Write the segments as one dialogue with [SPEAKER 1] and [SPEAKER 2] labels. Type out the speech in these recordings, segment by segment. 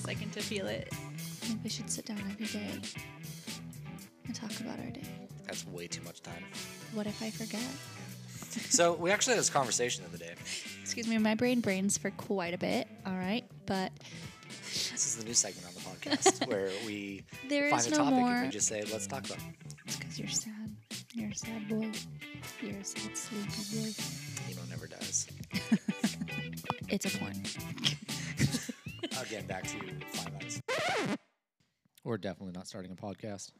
[SPEAKER 1] second to feel it.
[SPEAKER 2] I think we should sit down every day and talk about our day.
[SPEAKER 3] That's way too much time.
[SPEAKER 2] What if I forget?
[SPEAKER 3] So we actually had this conversation the other day.
[SPEAKER 2] Excuse me, my brain brains for quite a bit, all right? But
[SPEAKER 3] This is the new segment on the podcast where we
[SPEAKER 2] There
[SPEAKER 3] find
[SPEAKER 2] is
[SPEAKER 3] a
[SPEAKER 2] no
[SPEAKER 3] topic and
[SPEAKER 2] more-
[SPEAKER 3] we just say, let's talk about it.
[SPEAKER 2] it's because you're sad. You're a sad boy. You're a sad, sleepy boy.
[SPEAKER 3] Nemo never dies.
[SPEAKER 2] It's a porn.
[SPEAKER 3] Again, back to Five Eyes.
[SPEAKER 4] We're definitely not starting a podcast.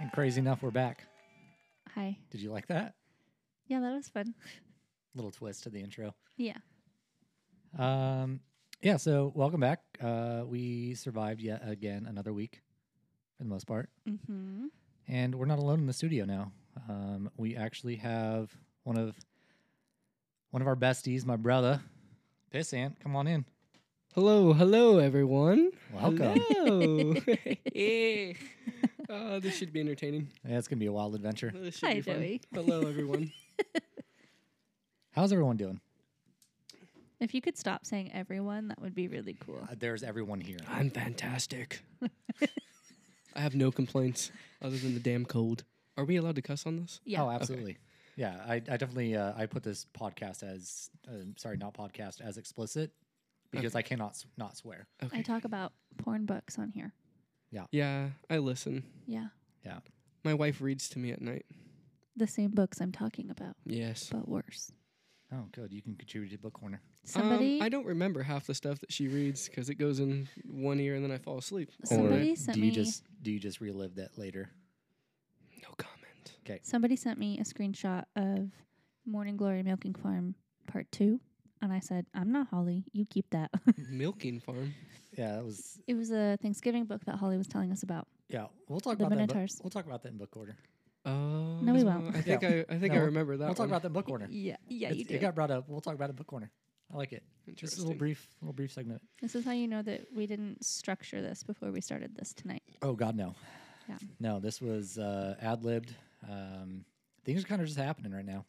[SPEAKER 4] And crazy enough, we're back.
[SPEAKER 2] Hi.
[SPEAKER 4] Did you like that?
[SPEAKER 2] Yeah, that was fun.
[SPEAKER 4] Little twist to the intro.
[SPEAKER 2] Yeah.
[SPEAKER 4] Um, yeah, so welcome back. Uh, we survived yet again another week for the most part.
[SPEAKER 2] Mm-hmm.
[SPEAKER 4] And we're not alone in the studio now. Um, we actually have one of one of our besties, my brother, Pissant. Come on in.
[SPEAKER 5] Hello, hello, everyone.
[SPEAKER 4] Welcome.
[SPEAKER 5] Hello. oh, this should be entertaining.
[SPEAKER 4] Yeah, it's gonna be a wild adventure.
[SPEAKER 5] This should
[SPEAKER 2] Hi,
[SPEAKER 5] be fun.
[SPEAKER 2] Joey.
[SPEAKER 5] Hello, everyone.
[SPEAKER 4] How's everyone doing?
[SPEAKER 2] If you could stop saying everyone, that would be really cool.
[SPEAKER 4] Uh, there's everyone here.
[SPEAKER 5] I'm fantastic. I have no complaints other than the damn cold. Are we allowed to cuss on this?
[SPEAKER 2] Yeah.
[SPEAKER 4] Oh, absolutely. Yeah, I, I definitely uh, I put this podcast as uh, sorry, not podcast as explicit because I cannot s- not swear.
[SPEAKER 2] I talk about porn books on here.
[SPEAKER 5] Yeah, I listen.
[SPEAKER 2] Yeah.
[SPEAKER 4] Yeah,
[SPEAKER 5] My wife reads to me at night.
[SPEAKER 2] The same books I'm talking about,
[SPEAKER 5] Yes.
[SPEAKER 2] but worse.
[SPEAKER 4] oh good, you can contribute to book corner.
[SPEAKER 2] Somebody
[SPEAKER 5] Um, I don't remember half the stuff that she reads because it goes in one ear and then I fall asleep.
[SPEAKER 2] Somebody
[SPEAKER 4] or
[SPEAKER 2] sent
[SPEAKER 4] do you
[SPEAKER 2] me-
[SPEAKER 4] just do you just relive that later?
[SPEAKER 5] No comment.
[SPEAKER 2] somebody sent me a screenshot of Morning Glory Milking Farm Part 2, and I said, "I'm not Holly. You keep that."
[SPEAKER 5] Milking farm.
[SPEAKER 4] Yeah, that was
[SPEAKER 2] it was a Thanksgiving book that Holly was telling us about.
[SPEAKER 4] yeah. We'll talk
[SPEAKER 2] The
[SPEAKER 4] about that. In book,
[SPEAKER 2] Minotaurs.
[SPEAKER 4] we'll talk about that in book order.
[SPEAKER 5] Oh,
[SPEAKER 2] we won't.
[SPEAKER 5] I think I, I think
[SPEAKER 4] No,
[SPEAKER 5] I remember that.
[SPEAKER 4] we'll talk
[SPEAKER 5] one.
[SPEAKER 4] about that in book order.
[SPEAKER 2] Yeah. Yeah,
[SPEAKER 4] It's- It got brought up. We'll talk about it in book corner. I like it. Just a little
[SPEAKER 5] Interesting.
[SPEAKER 4] brief, little brief segment.
[SPEAKER 2] This is how you know that we didn't structure this before we started this tonight.
[SPEAKER 4] Oh God, no.
[SPEAKER 2] Yeah.
[SPEAKER 4] No, this was uh, ad libbed. Um, things are kind of just happening right now.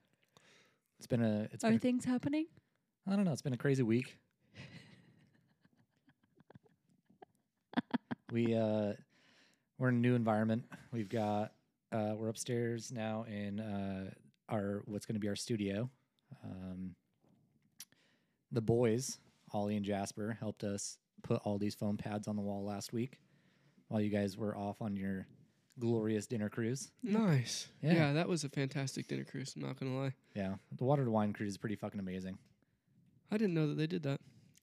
[SPEAKER 4] It's been a. It's been a,
[SPEAKER 2] things happening?
[SPEAKER 4] I don't know. It's been a crazy week. we uh, we're in a new environment. We've got uh, we're upstairs now in uh, our what's going to be our studio. Um, the boys, Ollie and Jasper, helped us put all these foam pads on the wall last week while you guys were off on your glorious dinner cruise.
[SPEAKER 5] Nice.
[SPEAKER 4] Yeah.
[SPEAKER 5] Yeah. that was a fantastic dinner cruise. I'm not gonna lie.
[SPEAKER 4] Yeah, the water to wine cruise is pretty fucking amazing.
[SPEAKER 5] I didn't know that they did that.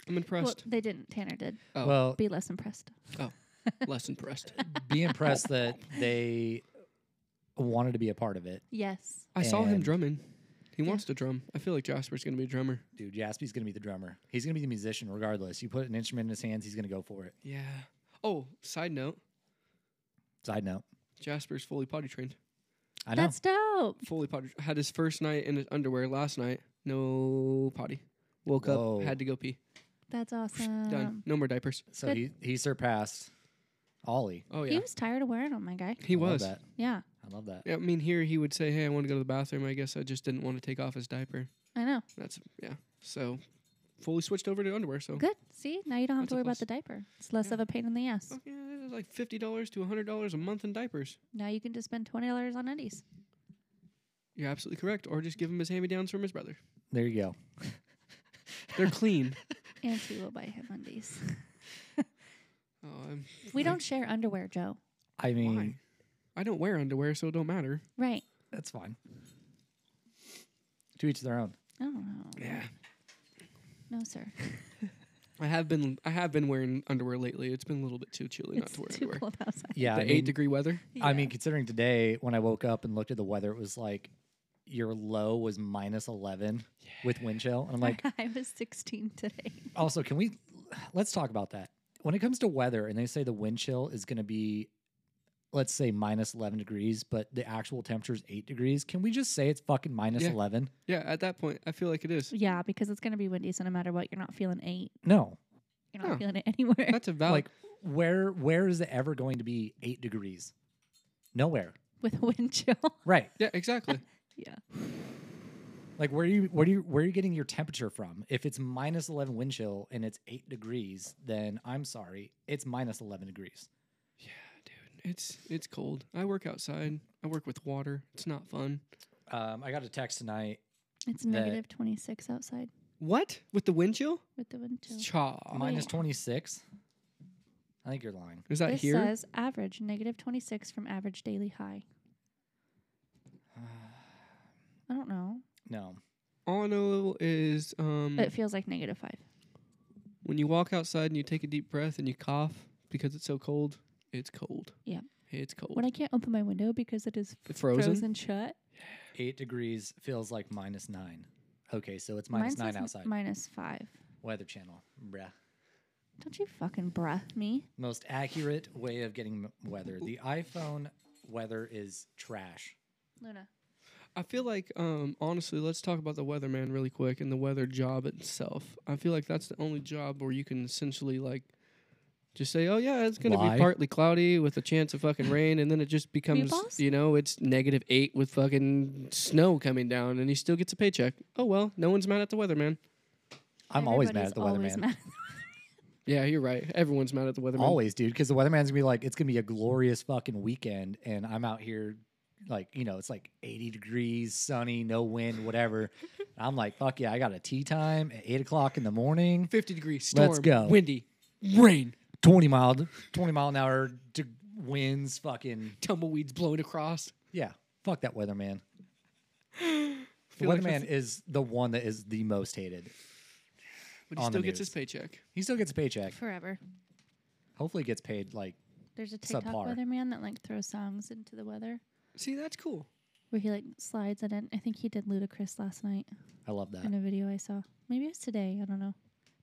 [SPEAKER 5] I'm
[SPEAKER 2] Well,
[SPEAKER 5] impressed.
[SPEAKER 2] they didn't. Tanner did.
[SPEAKER 5] Oh.
[SPEAKER 4] Well,
[SPEAKER 2] Be less impressed.
[SPEAKER 5] Less impressed.
[SPEAKER 4] be impressed that they wanted to be a part of it.
[SPEAKER 2] Yes.
[SPEAKER 5] I saw him
[SPEAKER 4] And-
[SPEAKER 5] drumming. He
[SPEAKER 2] Yeah.
[SPEAKER 5] wants to drum. I feel like Jasper's gonna be a drummer.
[SPEAKER 4] Dude, Jaspie's gonna be the drummer. He's gonna be the musician regardless. You put an instrument in his hands, he's gonna go for it.
[SPEAKER 5] Yeah. Oh, side note,
[SPEAKER 4] Side note.
[SPEAKER 5] Jasper's fully potty trained.
[SPEAKER 4] I know.
[SPEAKER 2] That's dope.
[SPEAKER 5] Fully potty had his first night in his underwear last night. No potty. Woke
[SPEAKER 4] Whoa.
[SPEAKER 5] up, had to go pee.
[SPEAKER 2] That's awesome.
[SPEAKER 5] Done. No more diapers.
[SPEAKER 4] so
[SPEAKER 2] good.
[SPEAKER 4] he, he surpassed Ollie.
[SPEAKER 5] Oh
[SPEAKER 2] He
[SPEAKER 5] yeah.
[SPEAKER 2] was tired of wearing them, my guy.
[SPEAKER 5] He
[SPEAKER 4] I love
[SPEAKER 5] was.
[SPEAKER 4] that.
[SPEAKER 2] Yeah,
[SPEAKER 4] I love that.
[SPEAKER 5] Yeah, I mean, here he would say, "Hey, I want to go to the bathroom." I guess I just didn't want to take off his diaper.
[SPEAKER 2] I know.
[SPEAKER 5] That's yeah. So, fully switched over to underwear. So
[SPEAKER 2] Good. See, now you don't have
[SPEAKER 5] That's
[SPEAKER 2] to
[SPEAKER 5] a
[SPEAKER 2] worry about
[SPEAKER 5] plus.
[SPEAKER 2] the diaper. It's less
[SPEAKER 5] Yeah.
[SPEAKER 2] of a pain in the ass.
[SPEAKER 5] Oh, yeah, it was like fifty dollars to hundred dollars a month in diapers.
[SPEAKER 2] Now you can just spend twenty dollars on undies.
[SPEAKER 5] You're absolutely correct. Or just give him his hand me downs from his brother.
[SPEAKER 4] There you go.
[SPEAKER 5] They're clean.
[SPEAKER 2] And we will buy him undies.
[SPEAKER 5] oh, I'm,
[SPEAKER 2] we don't share underwear, Joe.
[SPEAKER 4] I mean
[SPEAKER 5] Why? I don't wear underwear, so it don't matter.
[SPEAKER 2] Right.
[SPEAKER 4] that's fine. To each their own.
[SPEAKER 2] I don't know.
[SPEAKER 5] Yeah,
[SPEAKER 2] Oh, No, sir.
[SPEAKER 5] I have been I have been wearing underwear lately. It's been a little bit too chilly not to wear
[SPEAKER 2] it's too
[SPEAKER 5] underwear.
[SPEAKER 2] cold outside.
[SPEAKER 4] Yeah.
[SPEAKER 5] the
[SPEAKER 4] I
[SPEAKER 5] eight
[SPEAKER 4] mean,
[SPEAKER 5] degree weather.
[SPEAKER 4] I mean, considering today when I woke up and looked at the weather, it was like your low was minus eleven with wind chill. And I'm like,
[SPEAKER 2] I was sixteen today.
[SPEAKER 4] Also, can we let's talk about that. When it comes to weather and they say the wind chill is going to be let's say minus 11 degrees, but the actual temperature is 8 degrees, can we just say it's fucking minus
[SPEAKER 5] Yeah.
[SPEAKER 4] 11?
[SPEAKER 5] Yeah, at that point, I feel like it is.
[SPEAKER 2] Yeah, because it's gonna be windy, so no matter what, you're not feeling eight.
[SPEAKER 4] No.
[SPEAKER 2] You're not
[SPEAKER 5] Huh.
[SPEAKER 2] feeling it anywhere.
[SPEAKER 5] That's a valid.
[SPEAKER 4] Like where where is it ever going to be 8 degrees? Nowhere.
[SPEAKER 2] with a wind chill.
[SPEAKER 4] Right.
[SPEAKER 5] yeah, exactly.
[SPEAKER 2] yeah.
[SPEAKER 4] Like where are you where do you where are you getting your temperature from? If it's minus eleven wind chill and it's eight degrees, then I'm sorry, it's minus eleven degrees.
[SPEAKER 5] Yeah, dude. It's it's cold. I work outside. I work with water. It's not fun.
[SPEAKER 4] Um, I got a text tonight.
[SPEAKER 2] It's
[SPEAKER 4] That-
[SPEAKER 2] negative 26 outside
[SPEAKER 5] What? With the wind chill?
[SPEAKER 2] with the wind chill.
[SPEAKER 5] Cha.
[SPEAKER 4] Minus
[SPEAKER 2] yeah.
[SPEAKER 4] twenty six. I think you're lying.
[SPEAKER 5] Is that
[SPEAKER 2] this
[SPEAKER 5] here?
[SPEAKER 2] says average negative 26 from average daily high. I don't know.
[SPEAKER 4] No.
[SPEAKER 5] All I know is um,
[SPEAKER 2] It feels like negative 5.
[SPEAKER 5] when you walk outside and you take a deep breath and you cough because it's so cold, it's cold.
[SPEAKER 2] Yeah.
[SPEAKER 5] It's cold.
[SPEAKER 2] When I can't open my window because it is
[SPEAKER 5] It frozen?
[SPEAKER 2] frozen shut.
[SPEAKER 4] Eight degrees feels like minus nine. Okay, so it's
[SPEAKER 2] Mine
[SPEAKER 4] minus
[SPEAKER 2] says
[SPEAKER 4] nine
[SPEAKER 2] m-
[SPEAKER 4] outside.
[SPEAKER 2] Minus 5.
[SPEAKER 4] Weather channel. Bruh.
[SPEAKER 2] Don't you fucking breath me.
[SPEAKER 4] Most accurate way of getting m- weather. The iPhone weather is trash.
[SPEAKER 2] Luna.
[SPEAKER 5] I feel like, um, honestly, let's talk about the weatherman really quick and the weather job itself. I feel like that's the only job where you can essentially like just say, "Oh yeah, it's gonna
[SPEAKER 4] Lie.
[SPEAKER 5] be partly cloudy with a chance of fucking rain," and then it just becomes,
[SPEAKER 2] boss?
[SPEAKER 5] you know, it's negative eight with fucking snow coming down, and he still gets a paycheck. Oh well, no one's mad at the weatherman.
[SPEAKER 4] I'm always mad at the
[SPEAKER 2] Everybody's always
[SPEAKER 4] weatherman.
[SPEAKER 2] mad.
[SPEAKER 5] Yeah, you're right. Everyone's mad at the weatherman.
[SPEAKER 4] Always, dude, because the weatherman's gonna be like, it's gonna be a glorious fucking weekend, and I'm out here, like, you know, it's like 80 degrees, sunny, no wind, whatever. I'm like, fuck yeah, I got a tea time at eight o'clock in the morning,
[SPEAKER 5] Fifty degrees, storm,
[SPEAKER 4] Let's go.
[SPEAKER 5] windy, rain,
[SPEAKER 4] 20 mile, 20 mile an hour d- winds, fucking
[SPEAKER 5] tumbleweeds blowing across.
[SPEAKER 4] yeah, fuck that weatherman. The
[SPEAKER 5] Feel like
[SPEAKER 4] weatherman
[SPEAKER 5] that's-
[SPEAKER 4] is the one that is the most hated.
[SPEAKER 5] But he
[SPEAKER 4] on the
[SPEAKER 5] still gets his
[SPEAKER 4] news.
[SPEAKER 5] paycheck.
[SPEAKER 4] He still gets a paycheck.
[SPEAKER 2] Forever.
[SPEAKER 4] Hopefully, gets paid like
[SPEAKER 2] There's a TikTok
[SPEAKER 4] Subpar.
[SPEAKER 2] weatherman that like throws songs into the weather
[SPEAKER 5] See, that's cool.
[SPEAKER 2] where he like slides it in. I think he did Ludacris last night
[SPEAKER 4] I love that.
[SPEAKER 2] in a video I saw. Maybe it was today. I don't know.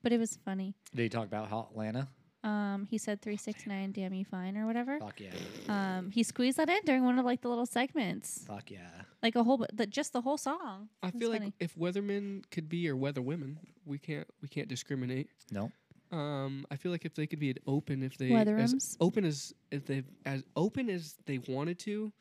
[SPEAKER 2] But it was funny.
[SPEAKER 4] Did he talk about how Atlanta?
[SPEAKER 2] Um, he said 369 damn you fine or whatever.
[SPEAKER 4] Fuck yeah,
[SPEAKER 2] Um, he squeezed that in during one of like the little segments.
[SPEAKER 4] fuck yeah.
[SPEAKER 2] Like a whole bu- the, just the whole song.
[SPEAKER 5] I
[SPEAKER 2] That's
[SPEAKER 5] feel like
[SPEAKER 2] funny.
[SPEAKER 5] if weathermen could be or weather women, we can't we can't discriminate.
[SPEAKER 4] No,
[SPEAKER 5] Um, I feel like if they could be an open, if they
[SPEAKER 2] Weatherums?
[SPEAKER 5] as open as if they as open as they wanted to,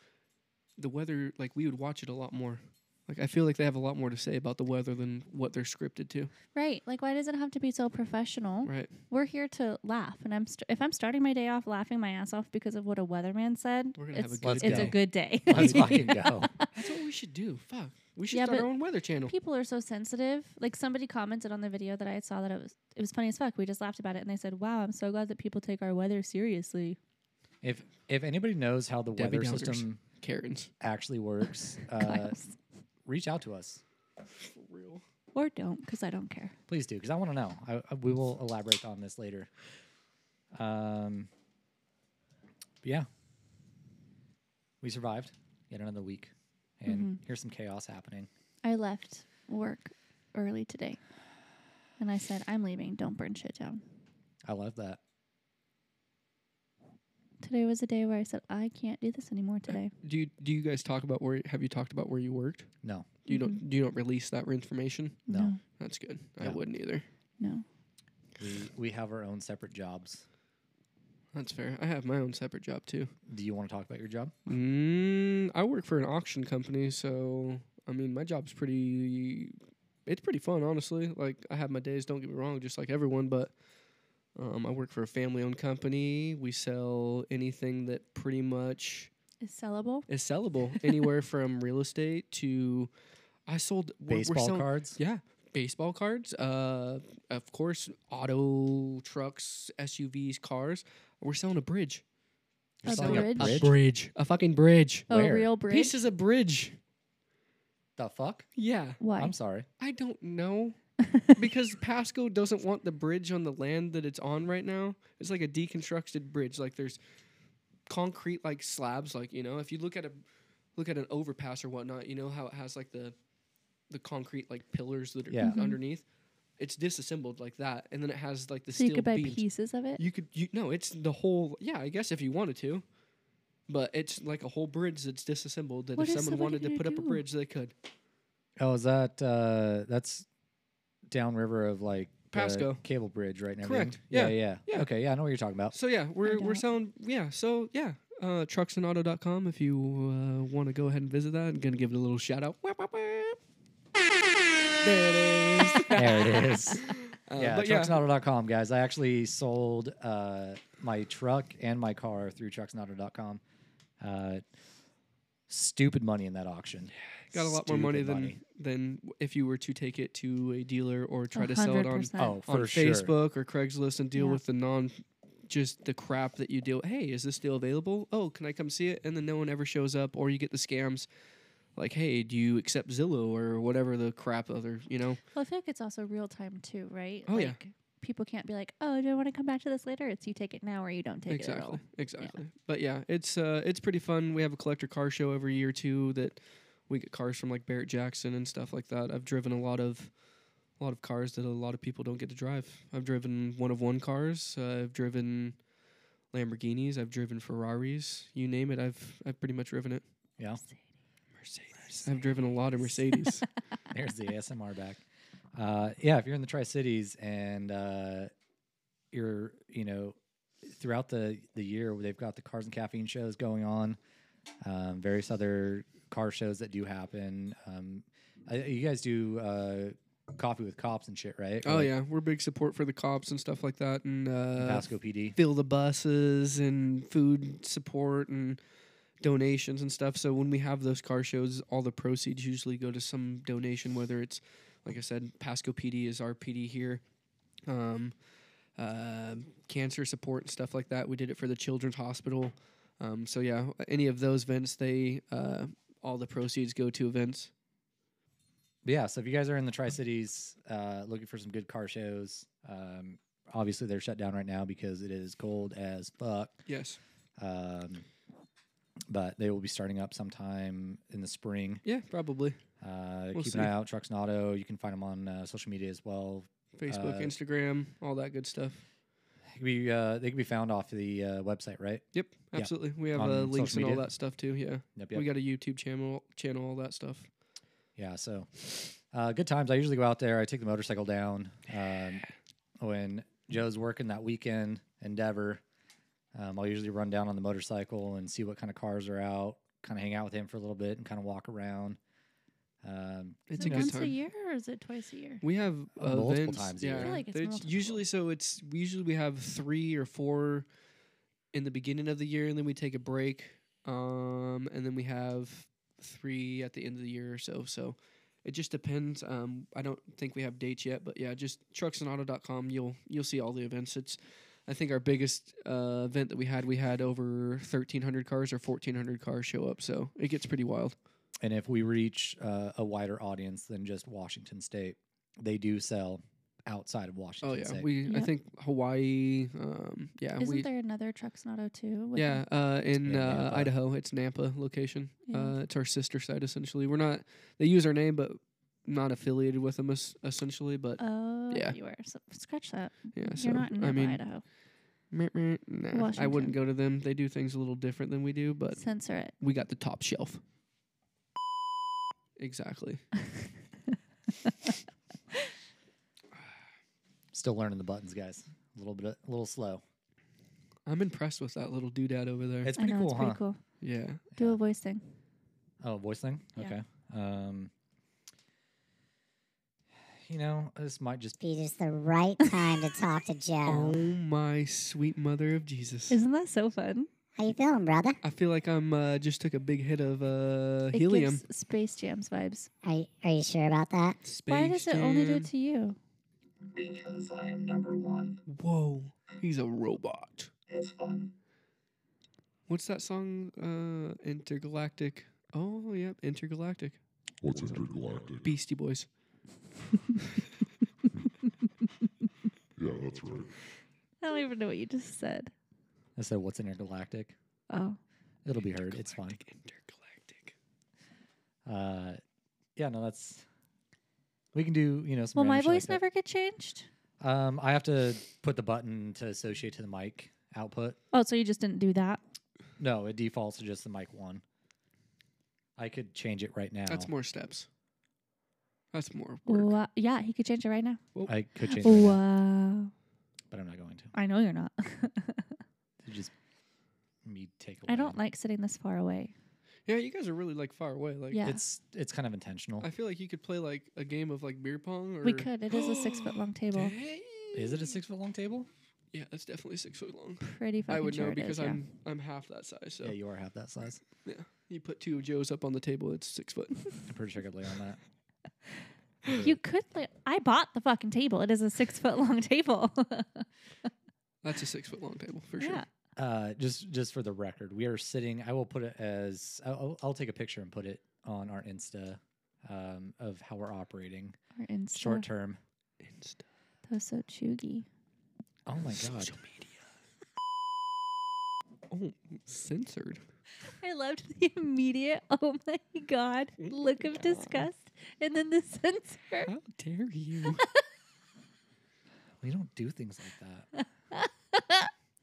[SPEAKER 5] the weather like we would watch it a lot more. Like I feel like they have a lot more to say about the weather than what they're scripted to.
[SPEAKER 2] Right. Like why does it have to be so professional?
[SPEAKER 5] Right?
[SPEAKER 2] We're here to laugh and I'm st- if I'm starting my day off laughing my ass off because of what a weatherman said,
[SPEAKER 5] We're gonna have
[SPEAKER 2] it's,
[SPEAKER 5] a
[SPEAKER 4] Let's
[SPEAKER 5] good.
[SPEAKER 2] it's
[SPEAKER 5] day.
[SPEAKER 2] a good day.
[SPEAKER 4] let's fucking go.
[SPEAKER 5] That's what we should do. Fuck. We should
[SPEAKER 2] Yeah,
[SPEAKER 5] start
[SPEAKER 2] but
[SPEAKER 5] our own weather channel.
[SPEAKER 2] people are so sensitive. Like somebody commented on the video that I saw that it was it was funny as fuck. We just laughed about it and they said, "Wow, I'm so glad that people take our weather seriously."
[SPEAKER 4] If if anybody knows how the
[SPEAKER 5] Debbie
[SPEAKER 4] weather
[SPEAKER 5] Downers.
[SPEAKER 4] system
[SPEAKER 5] Karens.
[SPEAKER 4] actually works, uh,
[SPEAKER 2] Kyle's.
[SPEAKER 4] reach out to us.
[SPEAKER 5] For real.
[SPEAKER 2] or don't, because I don't care.
[SPEAKER 4] Please do, because I want to know. I, I- we will elaborate on this later. Um, but yeah, we survived yet another week, and
[SPEAKER 2] Mm-hmm.
[SPEAKER 4] here's some chaos happening.
[SPEAKER 2] I left work early today, and I said, "I'm leaving. Don't burn shit down."
[SPEAKER 4] I love that.
[SPEAKER 2] Today was a day where I said, "I can't do this anymore." Today,
[SPEAKER 5] Do you do you guys talk about where have you talked about where you worked?
[SPEAKER 4] No,
[SPEAKER 5] You don't do you don't release that information?
[SPEAKER 4] no,
[SPEAKER 5] That's good. I
[SPEAKER 4] Yeah.
[SPEAKER 5] wouldn't either.
[SPEAKER 2] no.
[SPEAKER 4] we we have our own separate jobs.
[SPEAKER 5] That's fair. I have my own separate job too.
[SPEAKER 4] Do you want to talk about your job?
[SPEAKER 5] Mm, I work for an auction company, so I mean, my job's pretty. It's pretty fun, honestly. Like I have my days. Don't get me wrong, just like everyone, but um, I work for a family-owned company. We sell anything that pretty much
[SPEAKER 2] Is sellable.
[SPEAKER 5] is sellable, anywhere from real estate to. I sold we're- we're
[SPEAKER 4] Baseball
[SPEAKER 5] selling-
[SPEAKER 4] cards.
[SPEAKER 5] Yeah, baseball cards. Uh, of course, auto trucks, SUVs, cars. We're selling a bridge.
[SPEAKER 2] A
[SPEAKER 4] selling
[SPEAKER 2] bridge?
[SPEAKER 5] A bridge. A fucking bridge.
[SPEAKER 2] Oh,
[SPEAKER 4] Where?
[SPEAKER 2] real bridge.
[SPEAKER 5] Pieces of bridge.
[SPEAKER 4] The fuck?
[SPEAKER 5] Yeah.
[SPEAKER 2] Why?
[SPEAKER 4] I'm sorry.
[SPEAKER 5] I don't know. because Pasco doesn't want the bridge on the land that it's on right now. It's like a deconstructed bridge. Like there's concrete like slabs. Like, you know, if you look at a look at an overpass or whatnot, you know how it has like the the concrete like pillars that are
[SPEAKER 4] Yeah. Mhm.
[SPEAKER 5] underneath. It's disassembled like that. And then it has like the
[SPEAKER 2] So
[SPEAKER 5] steel
[SPEAKER 2] you could buy
[SPEAKER 5] beams.
[SPEAKER 2] pieces of it.
[SPEAKER 5] You could you no, it's the whole yeah, I guess if you wanted to. But it's like a whole bridge that's disassembled that
[SPEAKER 2] What
[SPEAKER 5] if
[SPEAKER 2] is
[SPEAKER 5] someone
[SPEAKER 2] somebody
[SPEAKER 5] wanted to
[SPEAKER 2] gonna
[SPEAKER 5] put up a
[SPEAKER 2] do?
[SPEAKER 5] bridge they could.
[SPEAKER 4] Oh, is that uh that's downriver of like the
[SPEAKER 5] Pasco.
[SPEAKER 4] cable bridge, right? and
[SPEAKER 5] Correct.
[SPEAKER 4] everything? Yeah,
[SPEAKER 5] Yeah.
[SPEAKER 4] yeah,
[SPEAKER 5] Yeah.
[SPEAKER 4] Okay, yeah, I know what you're talking about.
[SPEAKER 5] So yeah, we're we're
[SPEAKER 2] doubt.
[SPEAKER 5] selling yeah, so yeah. Uh trucksandauto.com if you uh, want to go ahead and visit that. I'm going to give it a little shout out. Wah, wah, wah. There it is.
[SPEAKER 4] There it is.
[SPEAKER 5] Uh,
[SPEAKER 4] yeah,
[SPEAKER 5] but yeah,
[SPEAKER 4] trucksnauto.com, guys. I actually sold uh, my truck and my car through trucksnauto.com. Uh, stupid money in that auction.
[SPEAKER 5] got a lot more money
[SPEAKER 4] Stupid
[SPEAKER 5] than than if you were to take it to a dealer or try to sell it on
[SPEAKER 2] 100%.
[SPEAKER 4] Oh,
[SPEAKER 5] on
[SPEAKER 4] for sure.
[SPEAKER 5] Facebook or Craigslist and deal
[SPEAKER 2] Yeah.
[SPEAKER 5] with the non just the crap that you deal. Hey, is this still available? Oh, can I come see it? And then no one ever shows up or you get the scams like, "Hey, do you accept Zillow or whatever the crap other, you know?"
[SPEAKER 2] Well, I feel like it's also real time too, right?
[SPEAKER 5] Oh,
[SPEAKER 2] like,
[SPEAKER 5] yeah.
[SPEAKER 2] People can't be like, "Oh, do I want to come back to this later?" It's you take it now or you don't take it at all.
[SPEAKER 5] exactly. Exactly. But yeah, it's uh it's pretty fun. We have a collector car show every year too that we get cars from like Barrett Jackson and stuff like that. I've driven a lot of a lot of cars that a lot of people don't get to drive. I've driven one of one cars. Uh, I've driven Lamborghinis. I've driven Ferraris. You name it. I've I've pretty much driven it.
[SPEAKER 4] Yeah.
[SPEAKER 5] Mercedes. I've driven a lot of Mercedes.
[SPEAKER 4] There's the ASMR back. Uh, yeah, if you're in the Tri Cities and uh, you're, you know, throughout the the year, they've got the cars and caffeine shows going on, um, various other car shows that do happen. Um, I, you guys do uh, coffee with cops and shit, right?
[SPEAKER 5] oh
[SPEAKER 4] Like
[SPEAKER 5] yeah, we're big support for the cops and stuff like that. And uh,
[SPEAKER 4] Pasco PD.
[SPEAKER 5] fill the buses and food support and donations and stuff. So when we have those car shows, all the proceeds usually go to some donation, whether it's, like I said, Pasco PD is our PD here. Um, uh, cancer support and stuff like that. We did it for the Children's Hospital. Um, so yeah, any of those events, they uh, all the proceeds go to events.
[SPEAKER 4] But yeah, so if you guys are in the Tri Cities uh, looking for some good car shows, um, obviously they're shut down right now because it is cold as fuck.
[SPEAKER 5] Yes.
[SPEAKER 4] Um, but they will be starting up sometime in the spring.
[SPEAKER 5] Yeah, probably
[SPEAKER 4] Uh,
[SPEAKER 5] We'll
[SPEAKER 4] keep
[SPEAKER 5] see.
[SPEAKER 4] an eye out, Trucks and Auto. You can find them on uh, social media as well.
[SPEAKER 5] Facebook,
[SPEAKER 4] Uh,
[SPEAKER 5] Instagram, all that good stuff.
[SPEAKER 4] They can be, uh, they can be found off the uh, website, right?
[SPEAKER 5] Yep,
[SPEAKER 4] yeah.
[SPEAKER 5] absolutely. We have
[SPEAKER 4] On
[SPEAKER 5] uh, links
[SPEAKER 4] social
[SPEAKER 5] and all
[SPEAKER 4] media?
[SPEAKER 5] that stuff too. Yeah.
[SPEAKER 4] Yep,
[SPEAKER 5] We got a YouTube channel, channel, all that stuff.
[SPEAKER 4] Yeah, so uh, good times. I usually go out there. I take the motorcycle down um, when Joe's working that weekend endeavor. Um, I'll usually run down on the motorcycle and see what kind of cars are out. Kind of hang out with him for a little bit and kind of walk around. Um,
[SPEAKER 5] It's
[SPEAKER 2] is
[SPEAKER 5] a
[SPEAKER 2] it
[SPEAKER 5] good
[SPEAKER 2] once a
[SPEAKER 5] time.
[SPEAKER 2] year or is it twice a year?
[SPEAKER 5] We have
[SPEAKER 4] Uh, multiple
[SPEAKER 5] events,
[SPEAKER 4] times a
[SPEAKER 5] Yeah,
[SPEAKER 4] year. I
[SPEAKER 2] feel like it's
[SPEAKER 5] There's
[SPEAKER 2] multiple.
[SPEAKER 5] usually so it's we usually we have three or four in the beginning of the year, and then we take a break, um, and then we have three at the end of the year or so. So it just depends. Um, I don't think we have dates yet, but yeah, just trucksandauto.com. You'll you'll see all the events. It's I think our biggest uh, event that we had, we had over 1,300 cars or 1,400 cars show up. So it gets pretty wild.
[SPEAKER 4] and if we reach uh, a wider audience than just Washington State, they do sell outside of
[SPEAKER 5] Oh
[SPEAKER 4] Washington
[SPEAKER 5] yeah,
[SPEAKER 4] State.
[SPEAKER 5] we I
[SPEAKER 2] Yeah.
[SPEAKER 5] think Hawaii. Um, yeah,
[SPEAKER 2] Isn't
[SPEAKER 5] we
[SPEAKER 2] there another Trucks and Auto too? with
[SPEAKER 5] yeah uh,
[SPEAKER 4] in
[SPEAKER 5] in uh,
[SPEAKER 4] Nampa.
[SPEAKER 5] Idaho. It's Nampa location.
[SPEAKER 2] Yeah.
[SPEAKER 5] Uh, it's our sister site essentially. We're not they use our name, but not affiliated with them es- essentially. But
[SPEAKER 2] a- Oh,
[SPEAKER 5] Yeah.
[SPEAKER 2] you are. So scratch that.
[SPEAKER 5] yeah, so
[SPEAKER 2] You're not in
[SPEAKER 5] I
[SPEAKER 2] Nampa,
[SPEAKER 5] mean,
[SPEAKER 2] Idaho.
[SPEAKER 5] meh, meh, nah, I
[SPEAKER 2] Washington.
[SPEAKER 5] wouldn't go to them. They do things a little different than we do, but
[SPEAKER 2] Censor it.
[SPEAKER 5] we got the top shelf. Exactly.
[SPEAKER 4] Still learning the buttons, guys. A little bit, a little slow.
[SPEAKER 5] I'm impressed with that little doodad over there.
[SPEAKER 4] It's
[SPEAKER 2] I
[SPEAKER 4] pretty
[SPEAKER 2] know
[SPEAKER 4] cool,
[SPEAKER 2] it's pretty
[SPEAKER 4] huh?
[SPEAKER 2] cool.
[SPEAKER 5] yeah.
[SPEAKER 2] Do
[SPEAKER 4] Yeah.
[SPEAKER 2] a voice thing.
[SPEAKER 4] Oh, voice thing.
[SPEAKER 2] Yeah.
[SPEAKER 4] Okay. Um, you know, this might just
[SPEAKER 1] be just the right time to talk to
[SPEAKER 5] Oh
[SPEAKER 1] Joe.
[SPEAKER 5] my sweet mother of Jesus.
[SPEAKER 2] Isn't that so fun?
[SPEAKER 1] How you feeling, brother?
[SPEAKER 5] I feel like I'm uh, just took a big hit of uh,
[SPEAKER 2] It
[SPEAKER 5] helium.
[SPEAKER 2] gives Space Jam's vibes.
[SPEAKER 1] Are you, are you sure about that?
[SPEAKER 2] Why does it only do
[SPEAKER 5] Space
[SPEAKER 2] it to you?
[SPEAKER 6] Because I am number one.
[SPEAKER 5] Jam. Whoa, he's a robot.
[SPEAKER 6] It's fun.
[SPEAKER 5] What's that song? Uh, intergalactic. Oh yeah, intergalactic.
[SPEAKER 7] What's intergalactic?
[SPEAKER 5] Beastie Boys.
[SPEAKER 7] Yeah, that's right.
[SPEAKER 2] I don't even know what you just said.
[SPEAKER 4] I said, "What's intergalactic?"
[SPEAKER 2] Oh,
[SPEAKER 4] It'll be heard. It's fine.
[SPEAKER 5] Intergalactic.
[SPEAKER 4] Uh, yeah, no, that's we can do. You know, some
[SPEAKER 2] well, my
[SPEAKER 4] random
[SPEAKER 2] voice
[SPEAKER 4] shit like
[SPEAKER 2] never get changed.
[SPEAKER 4] that. Um, I have to put the button to associate to the mic output.
[SPEAKER 2] Oh, so you just didn't do that?
[SPEAKER 4] No, it defaults to just the mic one. I could change it right now.
[SPEAKER 5] That's more steps. That's more work.
[SPEAKER 2] Wow. Yeah, he could change it right now.
[SPEAKER 4] I could change it, right now,
[SPEAKER 2] Wow.
[SPEAKER 4] but I'm not going to.
[SPEAKER 2] I know you're not.
[SPEAKER 4] It's just me take away.
[SPEAKER 2] I don't like sitting this far away.
[SPEAKER 5] Yeah, you guys are really like far away. Like,
[SPEAKER 2] Yeah.
[SPEAKER 4] It's it's kind of intentional.
[SPEAKER 5] I feel like you could play like a game of like beer pong. Or
[SPEAKER 2] We could. It is a six foot long table.
[SPEAKER 4] Is it a six foot long table?
[SPEAKER 5] Yeah, it's definitely six foot long.
[SPEAKER 2] Pretty fucking
[SPEAKER 5] I would
[SPEAKER 2] sure
[SPEAKER 5] know
[SPEAKER 2] it is,
[SPEAKER 5] because
[SPEAKER 2] yeah.
[SPEAKER 5] I'm I'm half that size. So
[SPEAKER 4] Yeah, you are half that size.
[SPEAKER 5] you put two Joes up on the table, it's six foot.
[SPEAKER 4] I'm pretty sure I could lay on that.
[SPEAKER 2] You could. Li- I bought the fucking table. It is a six foot long table.
[SPEAKER 5] That's a six foot long table for sure.
[SPEAKER 2] yeah.
[SPEAKER 4] Uh, just just for the record, we are sitting. I will put it as I'll, I'll- I'll take a picture and put it on our Insta um, of how we're operating
[SPEAKER 2] Or Insta.
[SPEAKER 4] short term.
[SPEAKER 5] Insta.
[SPEAKER 2] That was so chuggy.
[SPEAKER 4] Oh my god!
[SPEAKER 5] Oh, censored.
[SPEAKER 2] I loved the immediate. Oh my god! Look of disgust, and then the censor.
[SPEAKER 5] How dare you?
[SPEAKER 4] We don't do things like that.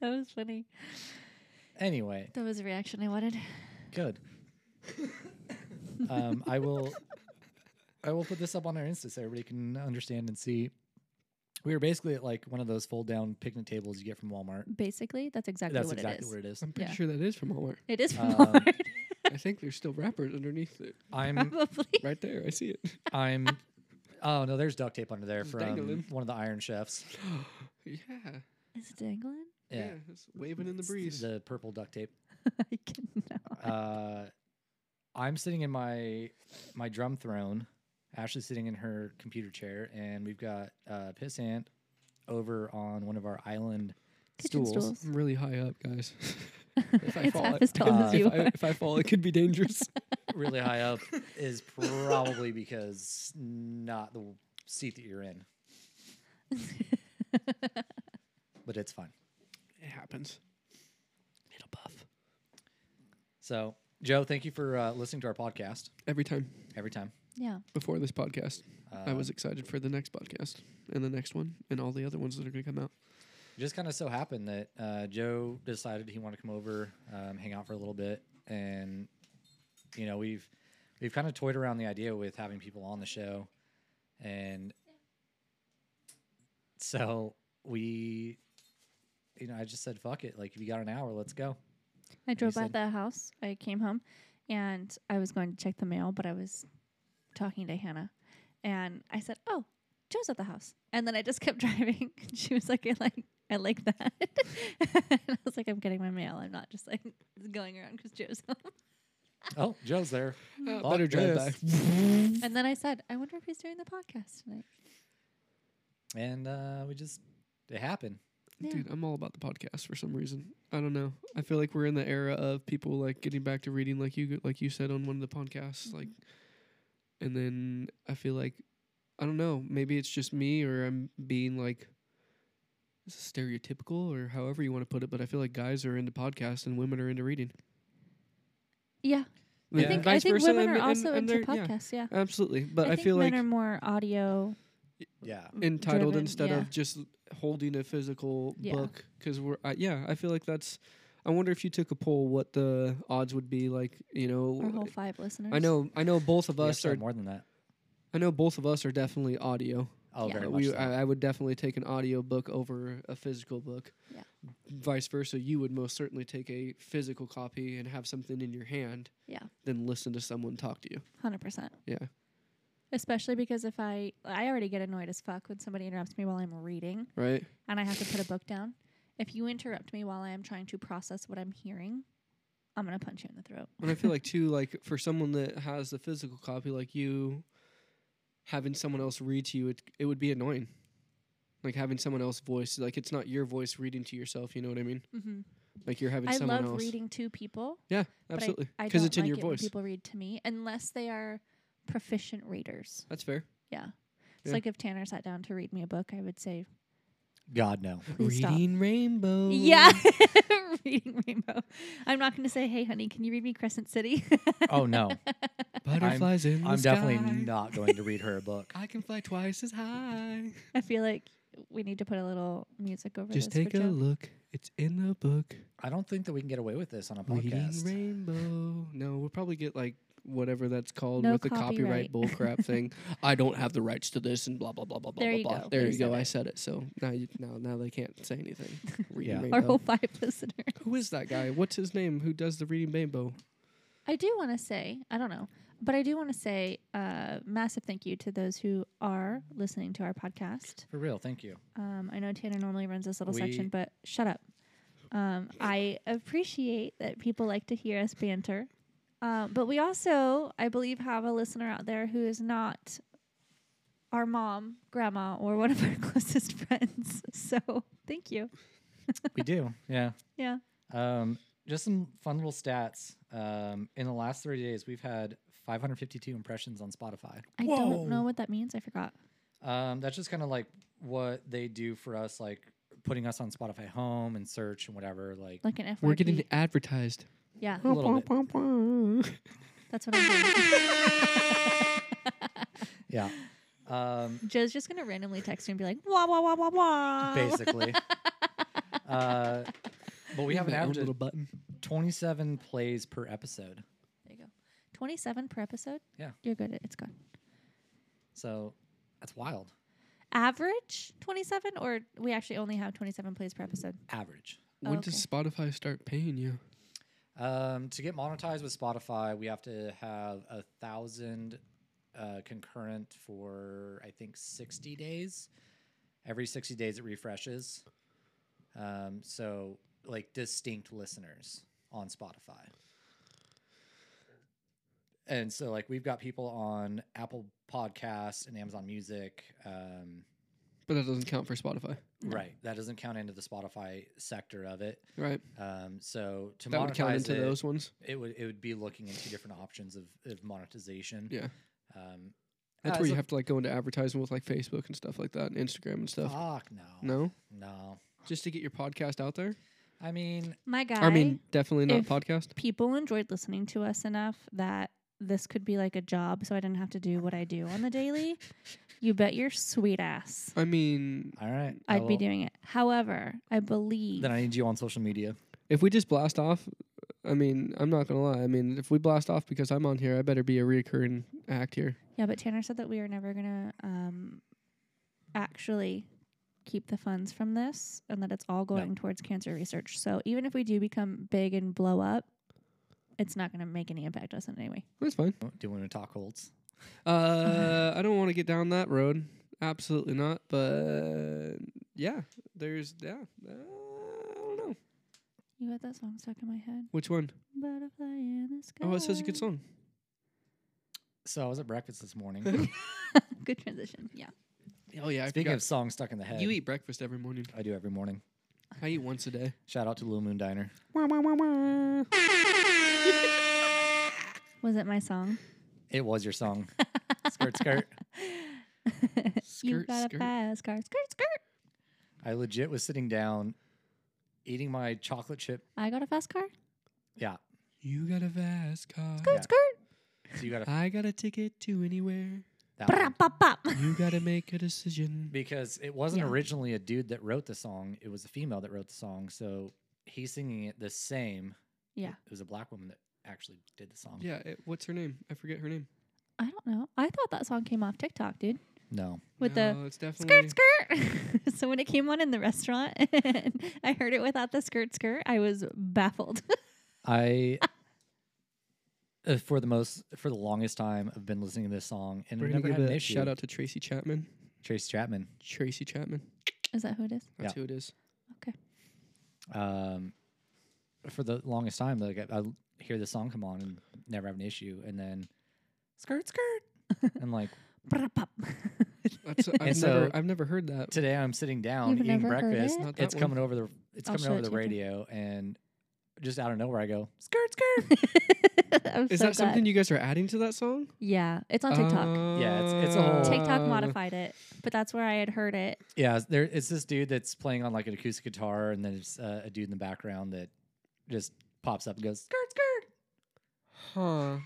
[SPEAKER 2] That was funny.
[SPEAKER 4] Anyway,
[SPEAKER 2] That was the reaction I wanted.
[SPEAKER 4] good. um, I will I will put this up on our Insta so everybody can understand and see. We were basically at like one of those fold down picnic tables you get from Walmart.
[SPEAKER 2] Basically, that's exactly
[SPEAKER 4] That's
[SPEAKER 2] what
[SPEAKER 4] exactly
[SPEAKER 2] it is.
[SPEAKER 4] what it is.
[SPEAKER 5] I'm pretty
[SPEAKER 2] Yeah.
[SPEAKER 5] sure that is from Walmart.
[SPEAKER 2] It is from
[SPEAKER 4] Um, mhm.
[SPEAKER 2] Walmart,
[SPEAKER 5] I think there's still wrappers underneath it.
[SPEAKER 4] I'm
[SPEAKER 2] probably.
[SPEAKER 5] Right there, I see it.
[SPEAKER 4] I'm. Oh no, there's duct tape under there
[SPEAKER 5] It's
[SPEAKER 4] from
[SPEAKER 5] dangling.
[SPEAKER 4] one of the Iron Chefs.
[SPEAKER 5] yeah,
[SPEAKER 2] Is it dangling?
[SPEAKER 5] yeah, it's waving in the
[SPEAKER 4] It's
[SPEAKER 5] breeze.
[SPEAKER 4] The purple duct tape.
[SPEAKER 2] I cannot.
[SPEAKER 4] Uh, I'm sitting in my my drum throne. Ashley's sitting in her computer chair, and we've got uh, Pissant over on one of our island
[SPEAKER 2] Kitchen
[SPEAKER 4] stools.
[SPEAKER 2] stools.
[SPEAKER 5] I'm really high up, guys. if I
[SPEAKER 2] It's
[SPEAKER 5] fall,
[SPEAKER 2] half
[SPEAKER 5] I-
[SPEAKER 2] as tall
[SPEAKER 4] uh,
[SPEAKER 2] as
[SPEAKER 5] if,
[SPEAKER 2] you.
[SPEAKER 5] I,
[SPEAKER 2] are.
[SPEAKER 5] if I fall, it could be dangerous.
[SPEAKER 4] Really high up is probably because not the seat that you're in, but it's fine.
[SPEAKER 5] it happens. It'll buff
[SPEAKER 4] So, Joe, thank you for uh, listening to our podcast
[SPEAKER 5] every time.
[SPEAKER 4] every time.
[SPEAKER 2] yeah.
[SPEAKER 5] Before this podcast,
[SPEAKER 4] Uh,
[SPEAKER 5] I was excited for the next podcast and the next one and all the other ones that are going to come out.
[SPEAKER 4] It just kind of so happened that uh, Joe decided he wanted to come over, um, hang out for a little bit, and you know we've we've kind of toyed around the idea with having people on the show, and so we, you know, I just said fuck it, like if you got an hour, let's go.
[SPEAKER 2] I drove by
[SPEAKER 4] said-
[SPEAKER 2] the house. I came home and I was going to check the mail, but I was talking to Hannah and I said, Oh, Joe's at the house. And then I just kept driving. And she was like, I like, I like that. and I was like, I'm getting my mail. I'm not just like going around because Joe's home.
[SPEAKER 4] Oh, Joe's there.
[SPEAKER 5] Uh,
[SPEAKER 4] Fuck
[SPEAKER 5] better drive
[SPEAKER 4] this.
[SPEAKER 5] by.
[SPEAKER 2] And then I said, I wonder if he's doing the podcast tonight.
[SPEAKER 4] and uh, we just it happened.
[SPEAKER 2] Yeah.
[SPEAKER 5] Dude, I'm all about the podcast for some reason. I don't know. I feel like we're in the era of people like getting back to reading, like you like you said on one of the podcasts, like.
[SPEAKER 2] Mm-hmm.
[SPEAKER 5] And then I feel like, I don't know. Maybe it's just me, or I'm being like, this is stereotypical, or however you want to put it. But I feel like guys are into podcasts and women are into reading.
[SPEAKER 2] Yeah.
[SPEAKER 4] Yeah.
[SPEAKER 2] I think, I
[SPEAKER 5] vice
[SPEAKER 2] think
[SPEAKER 5] versa,
[SPEAKER 2] women
[SPEAKER 5] and-
[SPEAKER 2] are
[SPEAKER 5] and-
[SPEAKER 2] also
[SPEAKER 5] and
[SPEAKER 2] into
[SPEAKER 5] they're- yeah,
[SPEAKER 2] podcasts. Yeah.
[SPEAKER 5] absolutely. But I,
[SPEAKER 2] think
[SPEAKER 5] feel
[SPEAKER 2] men
[SPEAKER 5] like
[SPEAKER 2] are more audio.
[SPEAKER 4] Yeah,
[SPEAKER 5] entitled
[SPEAKER 2] driven,
[SPEAKER 5] instead
[SPEAKER 2] yeah.
[SPEAKER 5] of just holding a physical
[SPEAKER 2] Yeah.
[SPEAKER 5] book because we're I, yeah i feel like that's i wonder if you took a poll what the odds would be like you
[SPEAKER 2] Our whole
[SPEAKER 5] know
[SPEAKER 2] five listeners.
[SPEAKER 5] i know i know both of
[SPEAKER 4] we
[SPEAKER 5] us
[SPEAKER 4] actually
[SPEAKER 5] are
[SPEAKER 4] had more than that.
[SPEAKER 5] i know both of us are definitely audio
[SPEAKER 4] Oh,
[SPEAKER 2] Yeah.
[SPEAKER 4] very much.
[SPEAKER 5] we, uh,
[SPEAKER 4] so.
[SPEAKER 5] I, I would definitely take an audio book over a physical book
[SPEAKER 2] Yeah.
[SPEAKER 5] vice versa you would most certainly take a physical copy and have something in your hand
[SPEAKER 2] Yeah.
[SPEAKER 5] then listen to someone talk to you
[SPEAKER 2] Hundred percent.
[SPEAKER 5] yeah
[SPEAKER 2] Especially because if I I already get annoyed as fuck when somebody interrupts me while I'm reading
[SPEAKER 5] right
[SPEAKER 2] and I have to put a book down. If you interrupt me while I am trying to process what I'm hearing, I'm gonna punch you in the throat.
[SPEAKER 5] And I feel like too, like for someone that has the physical copy, like you, having someone else read to you, it it would be annoying. Like having someone else voice, like it's not your voice reading to yourself. You know what I mean?
[SPEAKER 2] Mhm.
[SPEAKER 5] Like you're having
[SPEAKER 2] I
[SPEAKER 5] someone
[SPEAKER 2] love
[SPEAKER 5] else.
[SPEAKER 2] reading to people.
[SPEAKER 5] Yeah,
[SPEAKER 2] but I-
[SPEAKER 5] absolutely.
[SPEAKER 2] I,
[SPEAKER 5] Because
[SPEAKER 2] don't
[SPEAKER 5] it's in
[SPEAKER 2] like
[SPEAKER 5] your
[SPEAKER 2] it when
[SPEAKER 5] voice.
[SPEAKER 2] people read to me unless they are proficient readers.
[SPEAKER 5] That's fair.
[SPEAKER 2] Yeah. It's
[SPEAKER 5] Yeah.
[SPEAKER 2] like if Tanner sat down to read me a book, I would say,
[SPEAKER 4] God no.
[SPEAKER 2] Please stop.
[SPEAKER 5] rainbow.
[SPEAKER 2] "Yeah, reading Rainbow." I'm not going to say, "Hey, honey, can you read me Crescent City?"
[SPEAKER 4] Oh no.
[SPEAKER 5] Butterflies in the
[SPEAKER 4] I'm definitely
[SPEAKER 5] sky.
[SPEAKER 4] not going to read her a book.
[SPEAKER 5] I can fly twice as high.
[SPEAKER 2] I feel like we need to put a little music over
[SPEAKER 5] Just
[SPEAKER 2] this. for
[SPEAKER 5] take a
[SPEAKER 2] Joe.
[SPEAKER 5] look. It's in the book.
[SPEAKER 4] I don't think that we can get away with this on a
[SPEAKER 5] Reading
[SPEAKER 4] podcast.
[SPEAKER 5] Rainbow. No, we'll probably get like whatever that's called
[SPEAKER 2] No
[SPEAKER 5] with the copyright
[SPEAKER 2] copyright.
[SPEAKER 5] bull crap thing. I don't have the rights to this and blah blah blah blah blah
[SPEAKER 2] There
[SPEAKER 5] blah
[SPEAKER 2] you
[SPEAKER 5] blah.
[SPEAKER 2] go.
[SPEAKER 5] There
[SPEAKER 2] They
[SPEAKER 5] you go.
[SPEAKER 2] said
[SPEAKER 5] I
[SPEAKER 2] it.
[SPEAKER 5] said it. So now you, now now they can't say anything. Reading
[SPEAKER 4] Yeah.
[SPEAKER 2] Our
[SPEAKER 5] Rainbow.
[SPEAKER 2] whole five listeners.
[SPEAKER 5] Who is that guy? What's his name? Who does the reading rainbow?
[SPEAKER 2] I do want to say, I don't know, but I do want to say a massive thank you to those who are listening to our podcast.
[SPEAKER 4] For real, thank you.
[SPEAKER 2] Um, I know Tanner normally runs this little section,
[SPEAKER 4] We-
[SPEAKER 2] but shut up. Um, I appreciate that people like to hear us banter. Um, but we also, I believe, have a listener out there who is not our mom, grandma, or one of our closest friends. So thank you.
[SPEAKER 4] we do, yeah.
[SPEAKER 2] Yeah.
[SPEAKER 4] Um, just some fun little stats. Um, in the last 30 days, we've had 552 impressions on Spotify.
[SPEAKER 2] I don't know what that means. I forgot.
[SPEAKER 4] Um, that's just kind of like what they do for us, like putting us on Spotify Home and search and whatever. Like,
[SPEAKER 2] Like an F.
[SPEAKER 5] We're getting advertised.
[SPEAKER 2] Yeah,
[SPEAKER 4] a little bit.
[SPEAKER 2] that's what I'm doing.
[SPEAKER 4] Yeah. Um,
[SPEAKER 2] Joe's just gonna randomly text you and be like, "Wah wah wah wah wah."
[SPEAKER 4] basically. uh, but we have an
[SPEAKER 5] My own
[SPEAKER 4] average
[SPEAKER 5] little
[SPEAKER 4] of
[SPEAKER 5] button.
[SPEAKER 4] 27 plays per episode.
[SPEAKER 2] There you go. Twenty-seven per episode.
[SPEAKER 4] Yeah.
[SPEAKER 2] you're good. It's good.
[SPEAKER 4] So that's wild.
[SPEAKER 2] Average twenty-seven, or we actually only have twenty-seven plays per episode.
[SPEAKER 4] Average.
[SPEAKER 5] When
[SPEAKER 2] Oh, okay.
[SPEAKER 5] does Spotify start paying you?
[SPEAKER 4] Um, to get monetized with Spotify, we have to have a thousand uh, concurrent for I think sixty days. Every sixty days, it refreshes. Um, so like distinct listeners on Spotify. And so like we've got people on Apple Podcasts and Amazon Music. Um,
[SPEAKER 5] But that doesn't count for Spotify,
[SPEAKER 4] Right, that doesn't count into the Spotify sector of it.
[SPEAKER 5] right?
[SPEAKER 4] Um, so to
[SPEAKER 5] That
[SPEAKER 4] monetize
[SPEAKER 5] would count into
[SPEAKER 4] it,
[SPEAKER 5] those ones.
[SPEAKER 4] it would it would be looking into different options of, of monetization.
[SPEAKER 2] Uh,
[SPEAKER 5] Yeah,
[SPEAKER 4] Um,
[SPEAKER 5] that's
[SPEAKER 4] uh,
[SPEAKER 5] where
[SPEAKER 4] so-
[SPEAKER 5] you have to like go into advertising with like Facebook and stuff like that, and Instagram and stuff.
[SPEAKER 4] Fuck no.
[SPEAKER 5] no,
[SPEAKER 4] No.
[SPEAKER 5] just to get your podcast out there.
[SPEAKER 4] I mean,
[SPEAKER 2] My guy.
[SPEAKER 5] I, mean, definitely not
[SPEAKER 2] if-
[SPEAKER 5] podcast.
[SPEAKER 2] people enjoyed listening to us enough that this could be like a job, so I didn't have to do what I do on the daily. you bet your sweet ass.
[SPEAKER 5] I mean,
[SPEAKER 4] all right. I
[SPEAKER 2] I'd be
[SPEAKER 4] will-
[SPEAKER 2] doing it. However, I believe
[SPEAKER 4] Then I need you on social media.
[SPEAKER 5] if we just blast off, I mean, I'm not gonna lie. I mean, if we blast off because I'm on here, I better be a reoccurring act here.
[SPEAKER 2] Yeah, but Tanner said that we are never gonna um, actually keep the funds from this, and that it's all going towards cancer research. So even if we do become big and blow up, it's not gonna make any impact on us in any way.
[SPEAKER 5] That's fine.
[SPEAKER 4] Do you want to talk holds?
[SPEAKER 5] Uh, I don't want to get down that road. Absolutely not. But yeah, there's yeah. Uh, I don't know
[SPEAKER 2] You got that song stuck in my head.
[SPEAKER 5] which one.
[SPEAKER 2] Butterfly in the sky.
[SPEAKER 5] Oh, it's such a good song.
[SPEAKER 4] So I was at breakfast this morning.
[SPEAKER 2] good transition. Yeah.
[SPEAKER 5] Oh yeah. I
[SPEAKER 4] Speaking
[SPEAKER 5] forgot.
[SPEAKER 4] of songs stuck in the head,
[SPEAKER 5] you eat breakfast every morning.
[SPEAKER 4] I do every morning.
[SPEAKER 5] I eat once a day.
[SPEAKER 4] Shout out to Blue Moon Diner.
[SPEAKER 2] Was it my song?
[SPEAKER 4] It was your song. skirt, skirt.
[SPEAKER 2] you
[SPEAKER 5] Skirt,
[SPEAKER 2] got
[SPEAKER 5] skirt.
[SPEAKER 2] a fast car. Skirt, skirt.
[SPEAKER 4] I legit was sitting down, eating my chocolate chip.
[SPEAKER 2] I got a fast car.
[SPEAKER 4] Yeah.
[SPEAKER 5] You got a fast car.
[SPEAKER 2] Skirt,
[SPEAKER 4] Yeah.
[SPEAKER 2] skirt.
[SPEAKER 4] So you got to
[SPEAKER 5] I got a ticket to anywhere.
[SPEAKER 4] that one.
[SPEAKER 2] Brap, bop, bop.
[SPEAKER 5] You gotta make a decision.
[SPEAKER 4] because it wasn't
[SPEAKER 2] Yeah.
[SPEAKER 4] originally a dude that wrote the song. It was a female that wrote the song. So he's singing it the same.
[SPEAKER 2] Yeah.
[SPEAKER 4] It was a black woman that actually did the song.
[SPEAKER 5] Yeah, it, what's her name? I forget her name.
[SPEAKER 2] I don't know. I thought that song came off TikTok, dude.
[SPEAKER 4] No.
[SPEAKER 2] With the
[SPEAKER 5] no, it's definitely
[SPEAKER 2] skirt skirt. so when it came on in the restaurant and I heard it without the skirt skirt, I was baffled.
[SPEAKER 4] I uh, for the most for the longest time I've been listening to this song and
[SPEAKER 5] We're
[SPEAKER 4] I've
[SPEAKER 5] gonna
[SPEAKER 4] never
[SPEAKER 5] give
[SPEAKER 4] had an
[SPEAKER 5] a
[SPEAKER 4] issue.
[SPEAKER 5] shout out to Tracy Chapman.
[SPEAKER 4] Trace Chapman.
[SPEAKER 5] Tracy Chapman.
[SPEAKER 2] is that who it is?
[SPEAKER 5] That's
[SPEAKER 4] Yeah.
[SPEAKER 5] who it is.
[SPEAKER 4] Um for the longest time like I, I hear this song come on and never have an issue and then skirt skirt and like
[SPEAKER 2] Brap-up.
[SPEAKER 5] That's, I've,
[SPEAKER 4] And
[SPEAKER 5] never,
[SPEAKER 4] so-
[SPEAKER 5] I've never heard that.
[SPEAKER 4] today I'm sitting down
[SPEAKER 2] You've
[SPEAKER 4] eating
[SPEAKER 2] never heard
[SPEAKER 4] breakfast.
[SPEAKER 2] it?
[SPEAKER 5] Not that
[SPEAKER 4] It's
[SPEAKER 5] one.
[SPEAKER 4] coming over the it's
[SPEAKER 2] I'll
[SPEAKER 4] coming
[SPEAKER 2] show
[SPEAKER 4] over
[SPEAKER 2] it
[SPEAKER 4] the
[SPEAKER 2] to you after.
[SPEAKER 4] radio and just out of nowhere I go
[SPEAKER 2] skirt skirt. I'm
[SPEAKER 5] Is
[SPEAKER 2] so
[SPEAKER 5] that something
[SPEAKER 2] glad.
[SPEAKER 5] you guys are adding to that song?
[SPEAKER 2] Yeah, it's on TikTok.
[SPEAKER 4] Yeah, it's- it's a whole-
[SPEAKER 2] TikTok
[SPEAKER 5] Uh,
[SPEAKER 2] modified it, but that's where I had heard it.
[SPEAKER 4] Yeah, it's- there it's this dude that's playing on like an acoustic guitar, and then it's uh, a dude in the background that just pops up and goes skirt skirt.
[SPEAKER 5] Huh.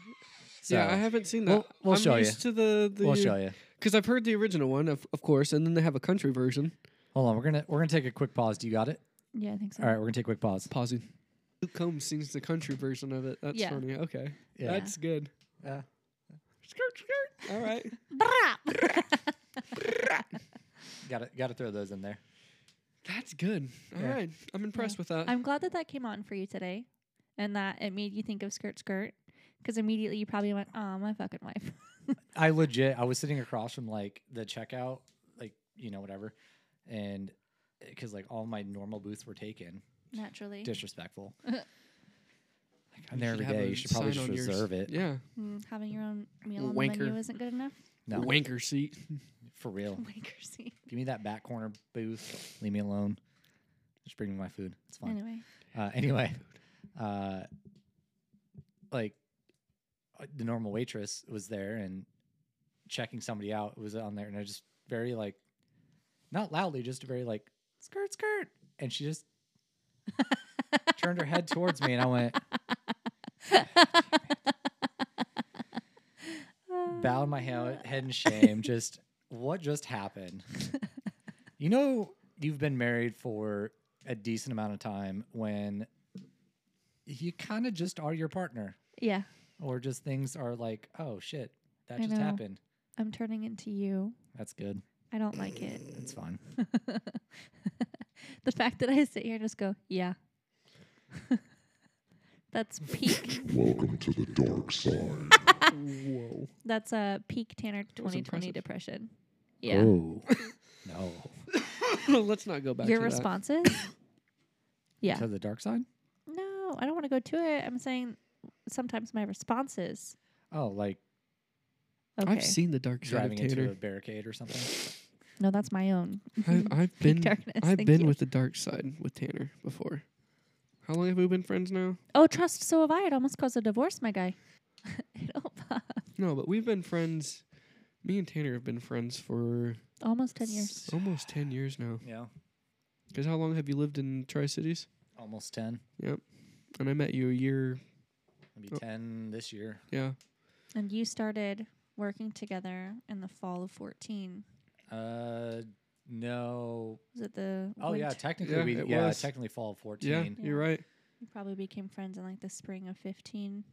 [SPEAKER 4] So
[SPEAKER 5] yeah, I haven't seen that.
[SPEAKER 4] We'll- we'll
[SPEAKER 5] I'm
[SPEAKER 4] show you.
[SPEAKER 5] used to the, the
[SPEAKER 4] we'll show you.
[SPEAKER 5] Because I've heard the original one, of, of course, and then they have a country version.
[SPEAKER 4] Hold on, we're gonna we're gonna take a quick pause. Do you got it?
[SPEAKER 2] Yeah, I think so.
[SPEAKER 4] All right, we're gonna take a quick pause.
[SPEAKER 5] Pausing. Luke Combs sings the country version of it. That's
[SPEAKER 2] Yeah.
[SPEAKER 5] funny. Okay.
[SPEAKER 4] Yeah.
[SPEAKER 5] That's good.
[SPEAKER 4] Yeah.
[SPEAKER 5] Skirt, skirt. All right.
[SPEAKER 2] Brap.
[SPEAKER 4] Got to got to throw those in there.
[SPEAKER 5] That's good. All
[SPEAKER 4] Yeah.
[SPEAKER 5] right. I'm impressed with that.
[SPEAKER 2] I'm glad that that came on for you today, and that it made you think of skirt skirt, Because immediately you probably went, oh, my fucking wife.
[SPEAKER 4] I legit, I was sitting across from like the checkout, like you know whatever, and because like all my normal booths were taken,
[SPEAKER 2] Naturally.
[SPEAKER 4] disrespectful. like, I'm there
[SPEAKER 5] should
[SPEAKER 4] every
[SPEAKER 5] have
[SPEAKER 4] day.
[SPEAKER 5] a
[SPEAKER 4] You should probably
[SPEAKER 5] sign
[SPEAKER 4] just
[SPEAKER 5] on yours.
[SPEAKER 4] reserve it.
[SPEAKER 5] Yeah.
[SPEAKER 2] Mm, having your own meal on
[SPEAKER 5] Wanker.
[SPEAKER 2] the menu isn't good enough.
[SPEAKER 4] No,
[SPEAKER 5] Wanker seat.
[SPEAKER 4] for real.
[SPEAKER 2] Wanker scene.
[SPEAKER 4] Give me that back corner booth. Leave me alone. Just bring me my food. It's fine.
[SPEAKER 2] Anyway,
[SPEAKER 4] Uh, anyway, uh, like uh, the normal waitress was there and checking somebody out was on there, and I just very like, not loudly, just very like skirt skirt, and she just turned her head towards me, and I went bowed my he- head in shame. just what just happened? you know, you've been married for a decent amount of time when you kind of just are your partner,
[SPEAKER 2] yeah,
[SPEAKER 4] or just things are like, oh shit, that
[SPEAKER 2] I
[SPEAKER 4] just
[SPEAKER 2] know.
[SPEAKER 4] happened.
[SPEAKER 2] I'm turning into you.
[SPEAKER 4] That's good.
[SPEAKER 2] I don't like it.
[SPEAKER 4] It's fine.
[SPEAKER 2] the fact that I sit here and just go, yeah. That's peak.
[SPEAKER 7] Welcome to the dark side.
[SPEAKER 5] Whoa.
[SPEAKER 2] That's a peak Tanner
[SPEAKER 5] was
[SPEAKER 2] 2020
[SPEAKER 5] impressive.
[SPEAKER 2] depression. Yeah.
[SPEAKER 4] Oh no,
[SPEAKER 5] Let's not go back
[SPEAKER 2] Your
[SPEAKER 5] to that.
[SPEAKER 2] responses? yeah.
[SPEAKER 4] to the dark side.
[SPEAKER 2] No, I don't want to go to it. I'm saying sometimes my responses.
[SPEAKER 4] Oh, like
[SPEAKER 2] Okay.
[SPEAKER 5] I've seen the dark side of
[SPEAKER 4] driving into a
[SPEAKER 5] Tanner.
[SPEAKER 4] barricade or something.
[SPEAKER 2] no, that's my own.
[SPEAKER 5] I've, I've been
[SPEAKER 2] darkness,
[SPEAKER 5] I've
[SPEAKER 2] thank
[SPEAKER 5] been
[SPEAKER 2] you.
[SPEAKER 5] with the dark side with Tanner before. How long have we been friends now?
[SPEAKER 2] Oh, trust. So have I. It almost caused a divorce, my guy. it al-
[SPEAKER 5] No, but we've been friends. Me and Tanner have been friends for
[SPEAKER 2] almost 10 years.
[SPEAKER 5] almost ten years now.
[SPEAKER 4] Yeah,
[SPEAKER 5] Because how long have you lived in Tri Cities?
[SPEAKER 4] almost ten.
[SPEAKER 5] And I met you a year.
[SPEAKER 4] Maybe
[SPEAKER 5] Oh.
[SPEAKER 4] ten this year.
[SPEAKER 5] Yeah,
[SPEAKER 2] And you started working together in the fall of 14.
[SPEAKER 4] Uh, no,
[SPEAKER 2] Was it the.
[SPEAKER 4] Oh yeah,
[SPEAKER 2] winter-
[SPEAKER 4] technically
[SPEAKER 5] Yeah,
[SPEAKER 4] we
[SPEAKER 5] it
[SPEAKER 4] yeah
[SPEAKER 5] was.
[SPEAKER 4] technically fall of
[SPEAKER 5] yeah,
[SPEAKER 4] fourteen.
[SPEAKER 2] Yeah.
[SPEAKER 5] you're right.
[SPEAKER 2] you probably became friends in like the spring of 15.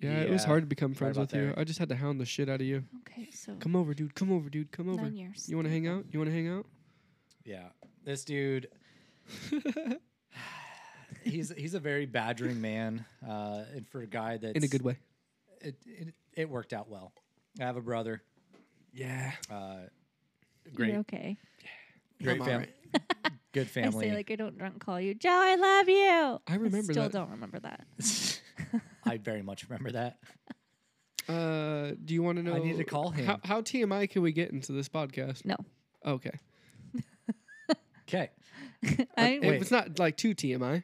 [SPEAKER 5] Yeah, it was
[SPEAKER 4] Yeah,
[SPEAKER 5] hard to become friends
[SPEAKER 4] about
[SPEAKER 5] with you.
[SPEAKER 4] there.
[SPEAKER 5] I just had to hound the shit out of you.
[SPEAKER 2] Okay, so
[SPEAKER 5] Come over, dude. Come over, dude. Come over.
[SPEAKER 2] nine years.
[SPEAKER 5] You want to hang out? You want to hang out?
[SPEAKER 4] Yeah. this dude, he's he's a very badgering man, uh, and for a guy that
[SPEAKER 5] In a good way.
[SPEAKER 4] it, it it worked out well. I have a brother,
[SPEAKER 5] Yeah.
[SPEAKER 4] uh,
[SPEAKER 2] You're
[SPEAKER 4] great
[SPEAKER 2] okay.
[SPEAKER 4] great
[SPEAKER 5] I'm
[SPEAKER 4] family, good family.
[SPEAKER 2] I say like I don't drunk call you Joe. I love you.
[SPEAKER 5] I remember
[SPEAKER 2] still
[SPEAKER 5] that.
[SPEAKER 2] don't remember that.
[SPEAKER 4] I very much remember that.
[SPEAKER 5] Uh, do you want to know?
[SPEAKER 4] I need to call him.
[SPEAKER 5] How, how TMI can we get into this podcast?
[SPEAKER 2] No,
[SPEAKER 5] Okay.
[SPEAKER 4] Okay,
[SPEAKER 2] I,
[SPEAKER 5] If
[SPEAKER 4] wait.
[SPEAKER 5] it's not like too TMI.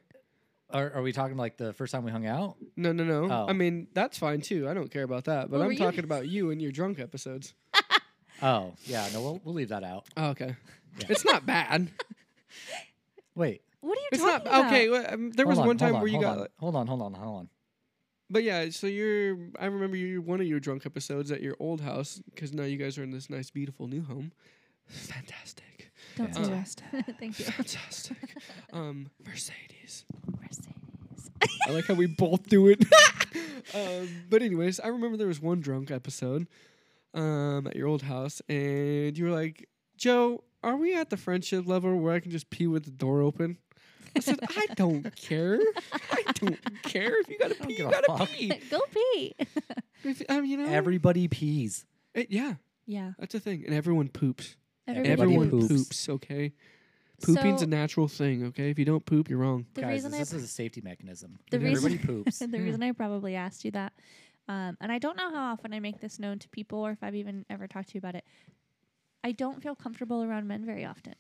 [SPEAKER 4] are, are we talking like the first time we hung out?
[SPEAKER 5] No, no, no.
[SPEAKER 4] Oh.
[SPEAKER 5] I mean, that's fine too. I don't care about that. But
[SPEAKER 2] What were
[SPEAKER 5] I'm
[SPEAKER 2] you-
[SPEAKER 5] talking about you and your drunk episodes.
[SPEAKER 4] Oh yeah, no, we'll we'll leave that out.
[SPEAKER 5] Oh, okay.
[SPEAKER 4] Yeah.
[SPEAKER 5] It's not bad.
[SPEAKER 4] Wait,
[SPEAKER 2] what are you
[SPEAKER 5] It's
[SPEAKER 2] talking
[SPEAKER 5] not
[SPEAKER 2] about?
[SPEAKER 5] okay. well, um, there
[SPEAKER 4] hold
[SPEAKER 5] was
[SPEAKER 4] on,
[SPEAKER 5] one time
[SPEAKER 4] hold on,
[SPEAKER 5] where you
[SPEAKER 4] hold
[SPEAKER 5] got,
[SPEAKER 4] on,
[SPEAKER 5] like-
[SPEAKER 4] hold on, hold on, hold on.
[SPEAKER 5] but yeah. So you're, I remember you one of your drunk episodes at your old house because now you guys are in this nice, beautiful new home. Fantastic,
[SPEAKER 2] Don't say
[SPEAKER 5] Yeah.
[SPEAKER 2] rest. Thank you.
[SPEAKER 5] fantastic. um, Mercedes.
[SPEAKER 2] Mercedes.
[SPEAKER 5] I like how we both do it. um, but anyways, I remember there was one drunk episode um, at your old house, and you were like, "Joe, are we at the friendship level where I can just pee with the door open?" I said, "I don't care. I don't care if you gotta pee. You
[SPEAKER 4] give a
[SPEAKER 5] gotta
[SPEAKER 4] fuck."
[SPEAKER 5] pee.
[SPEAKER 2] Go pee.
[SPEAKER 5] If, um, you know,
[SPEAKER 4] Everybody pees.
[SPEAKER 5] it- yeah,
[SPEAKER 2] yeah.
[SPEAKER 5] that's a thing, and everyone poops.
[SPEAKER 2] Everybody
[SPEAKER 4] Everybody
[SPEAKER 5] everyone
[SPEAKER 2] poops.
[SPEAKER 5] poops.
[SPEAKER 4] poops.
[SPEAKER 5] Okay, pooping's
[SPEAKER 2] So-
[SPEAKER 5] a natural thing. Okay, if you don't poop, you're wrong.
[SPEAKER 2] The
[SPEAKER 4] Guys,
[SPEAKER 2] reason
[SPEAKER 4] this,
[SPEAKER 2] I
[SPEAKER 4] this is a safety mechanism.
[SPEAKER 2] The reason-
[SPEAKER 4] Everybody poops.
[SPEAKER 2] the reason I probably asked you that, um, and I don't know how often I make this known to people or if I've even ever talked to you about it. I don't feel comfortable around men very often.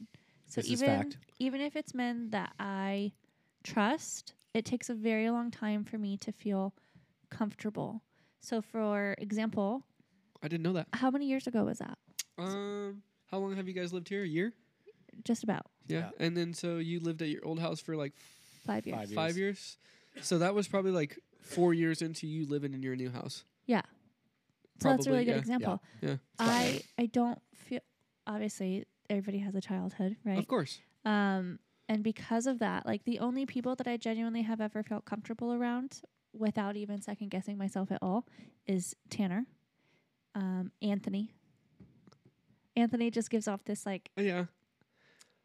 [SPEAKER 2] So
[SPEAKER 4] This is
[SPEAKER 2] even
[SPEAKER 4] fact.
[SPEAKER 2] even if it's men that I trust, it takes a very long time for me to feel comfortable. So for example,
[SPEAKER 5] I didn't know that.
[SPEAKER 2] how many years ago was that?
[SPEAKER 5] Um, how long have you guys lived here? A year.
[SPEAKER 2] Just about
[SPEAKER 5] Yeah. And then so you lived at your old house for like
[SPEAKER 2] five years.
[SPEAKER 4] Five years.
[SPEAKER 5] five years. So that was probably like four years into you living in your new house.
[SPEAKER 2] Yeah. So that's a really
[SPEAKER 5] Probably,
[SPEAKER 2] good
[SPEAKER 5] yeah.
[SPEAKER 2] example.
[SPEAKER 5] Yeah. Yeah.
[SPEAKER 2] I I don't feel obviously everybody has a childhood, right?
[SPEAKER 5] Of course.
[SPEAKER 2] Um, and because of that, like the only people that I genuinely have ever felt comfortable around without even second guessing myself at all is Tanner, um, Anthony. Anthony just gives off this like
[SPEAKER 5] Uh, Yeah.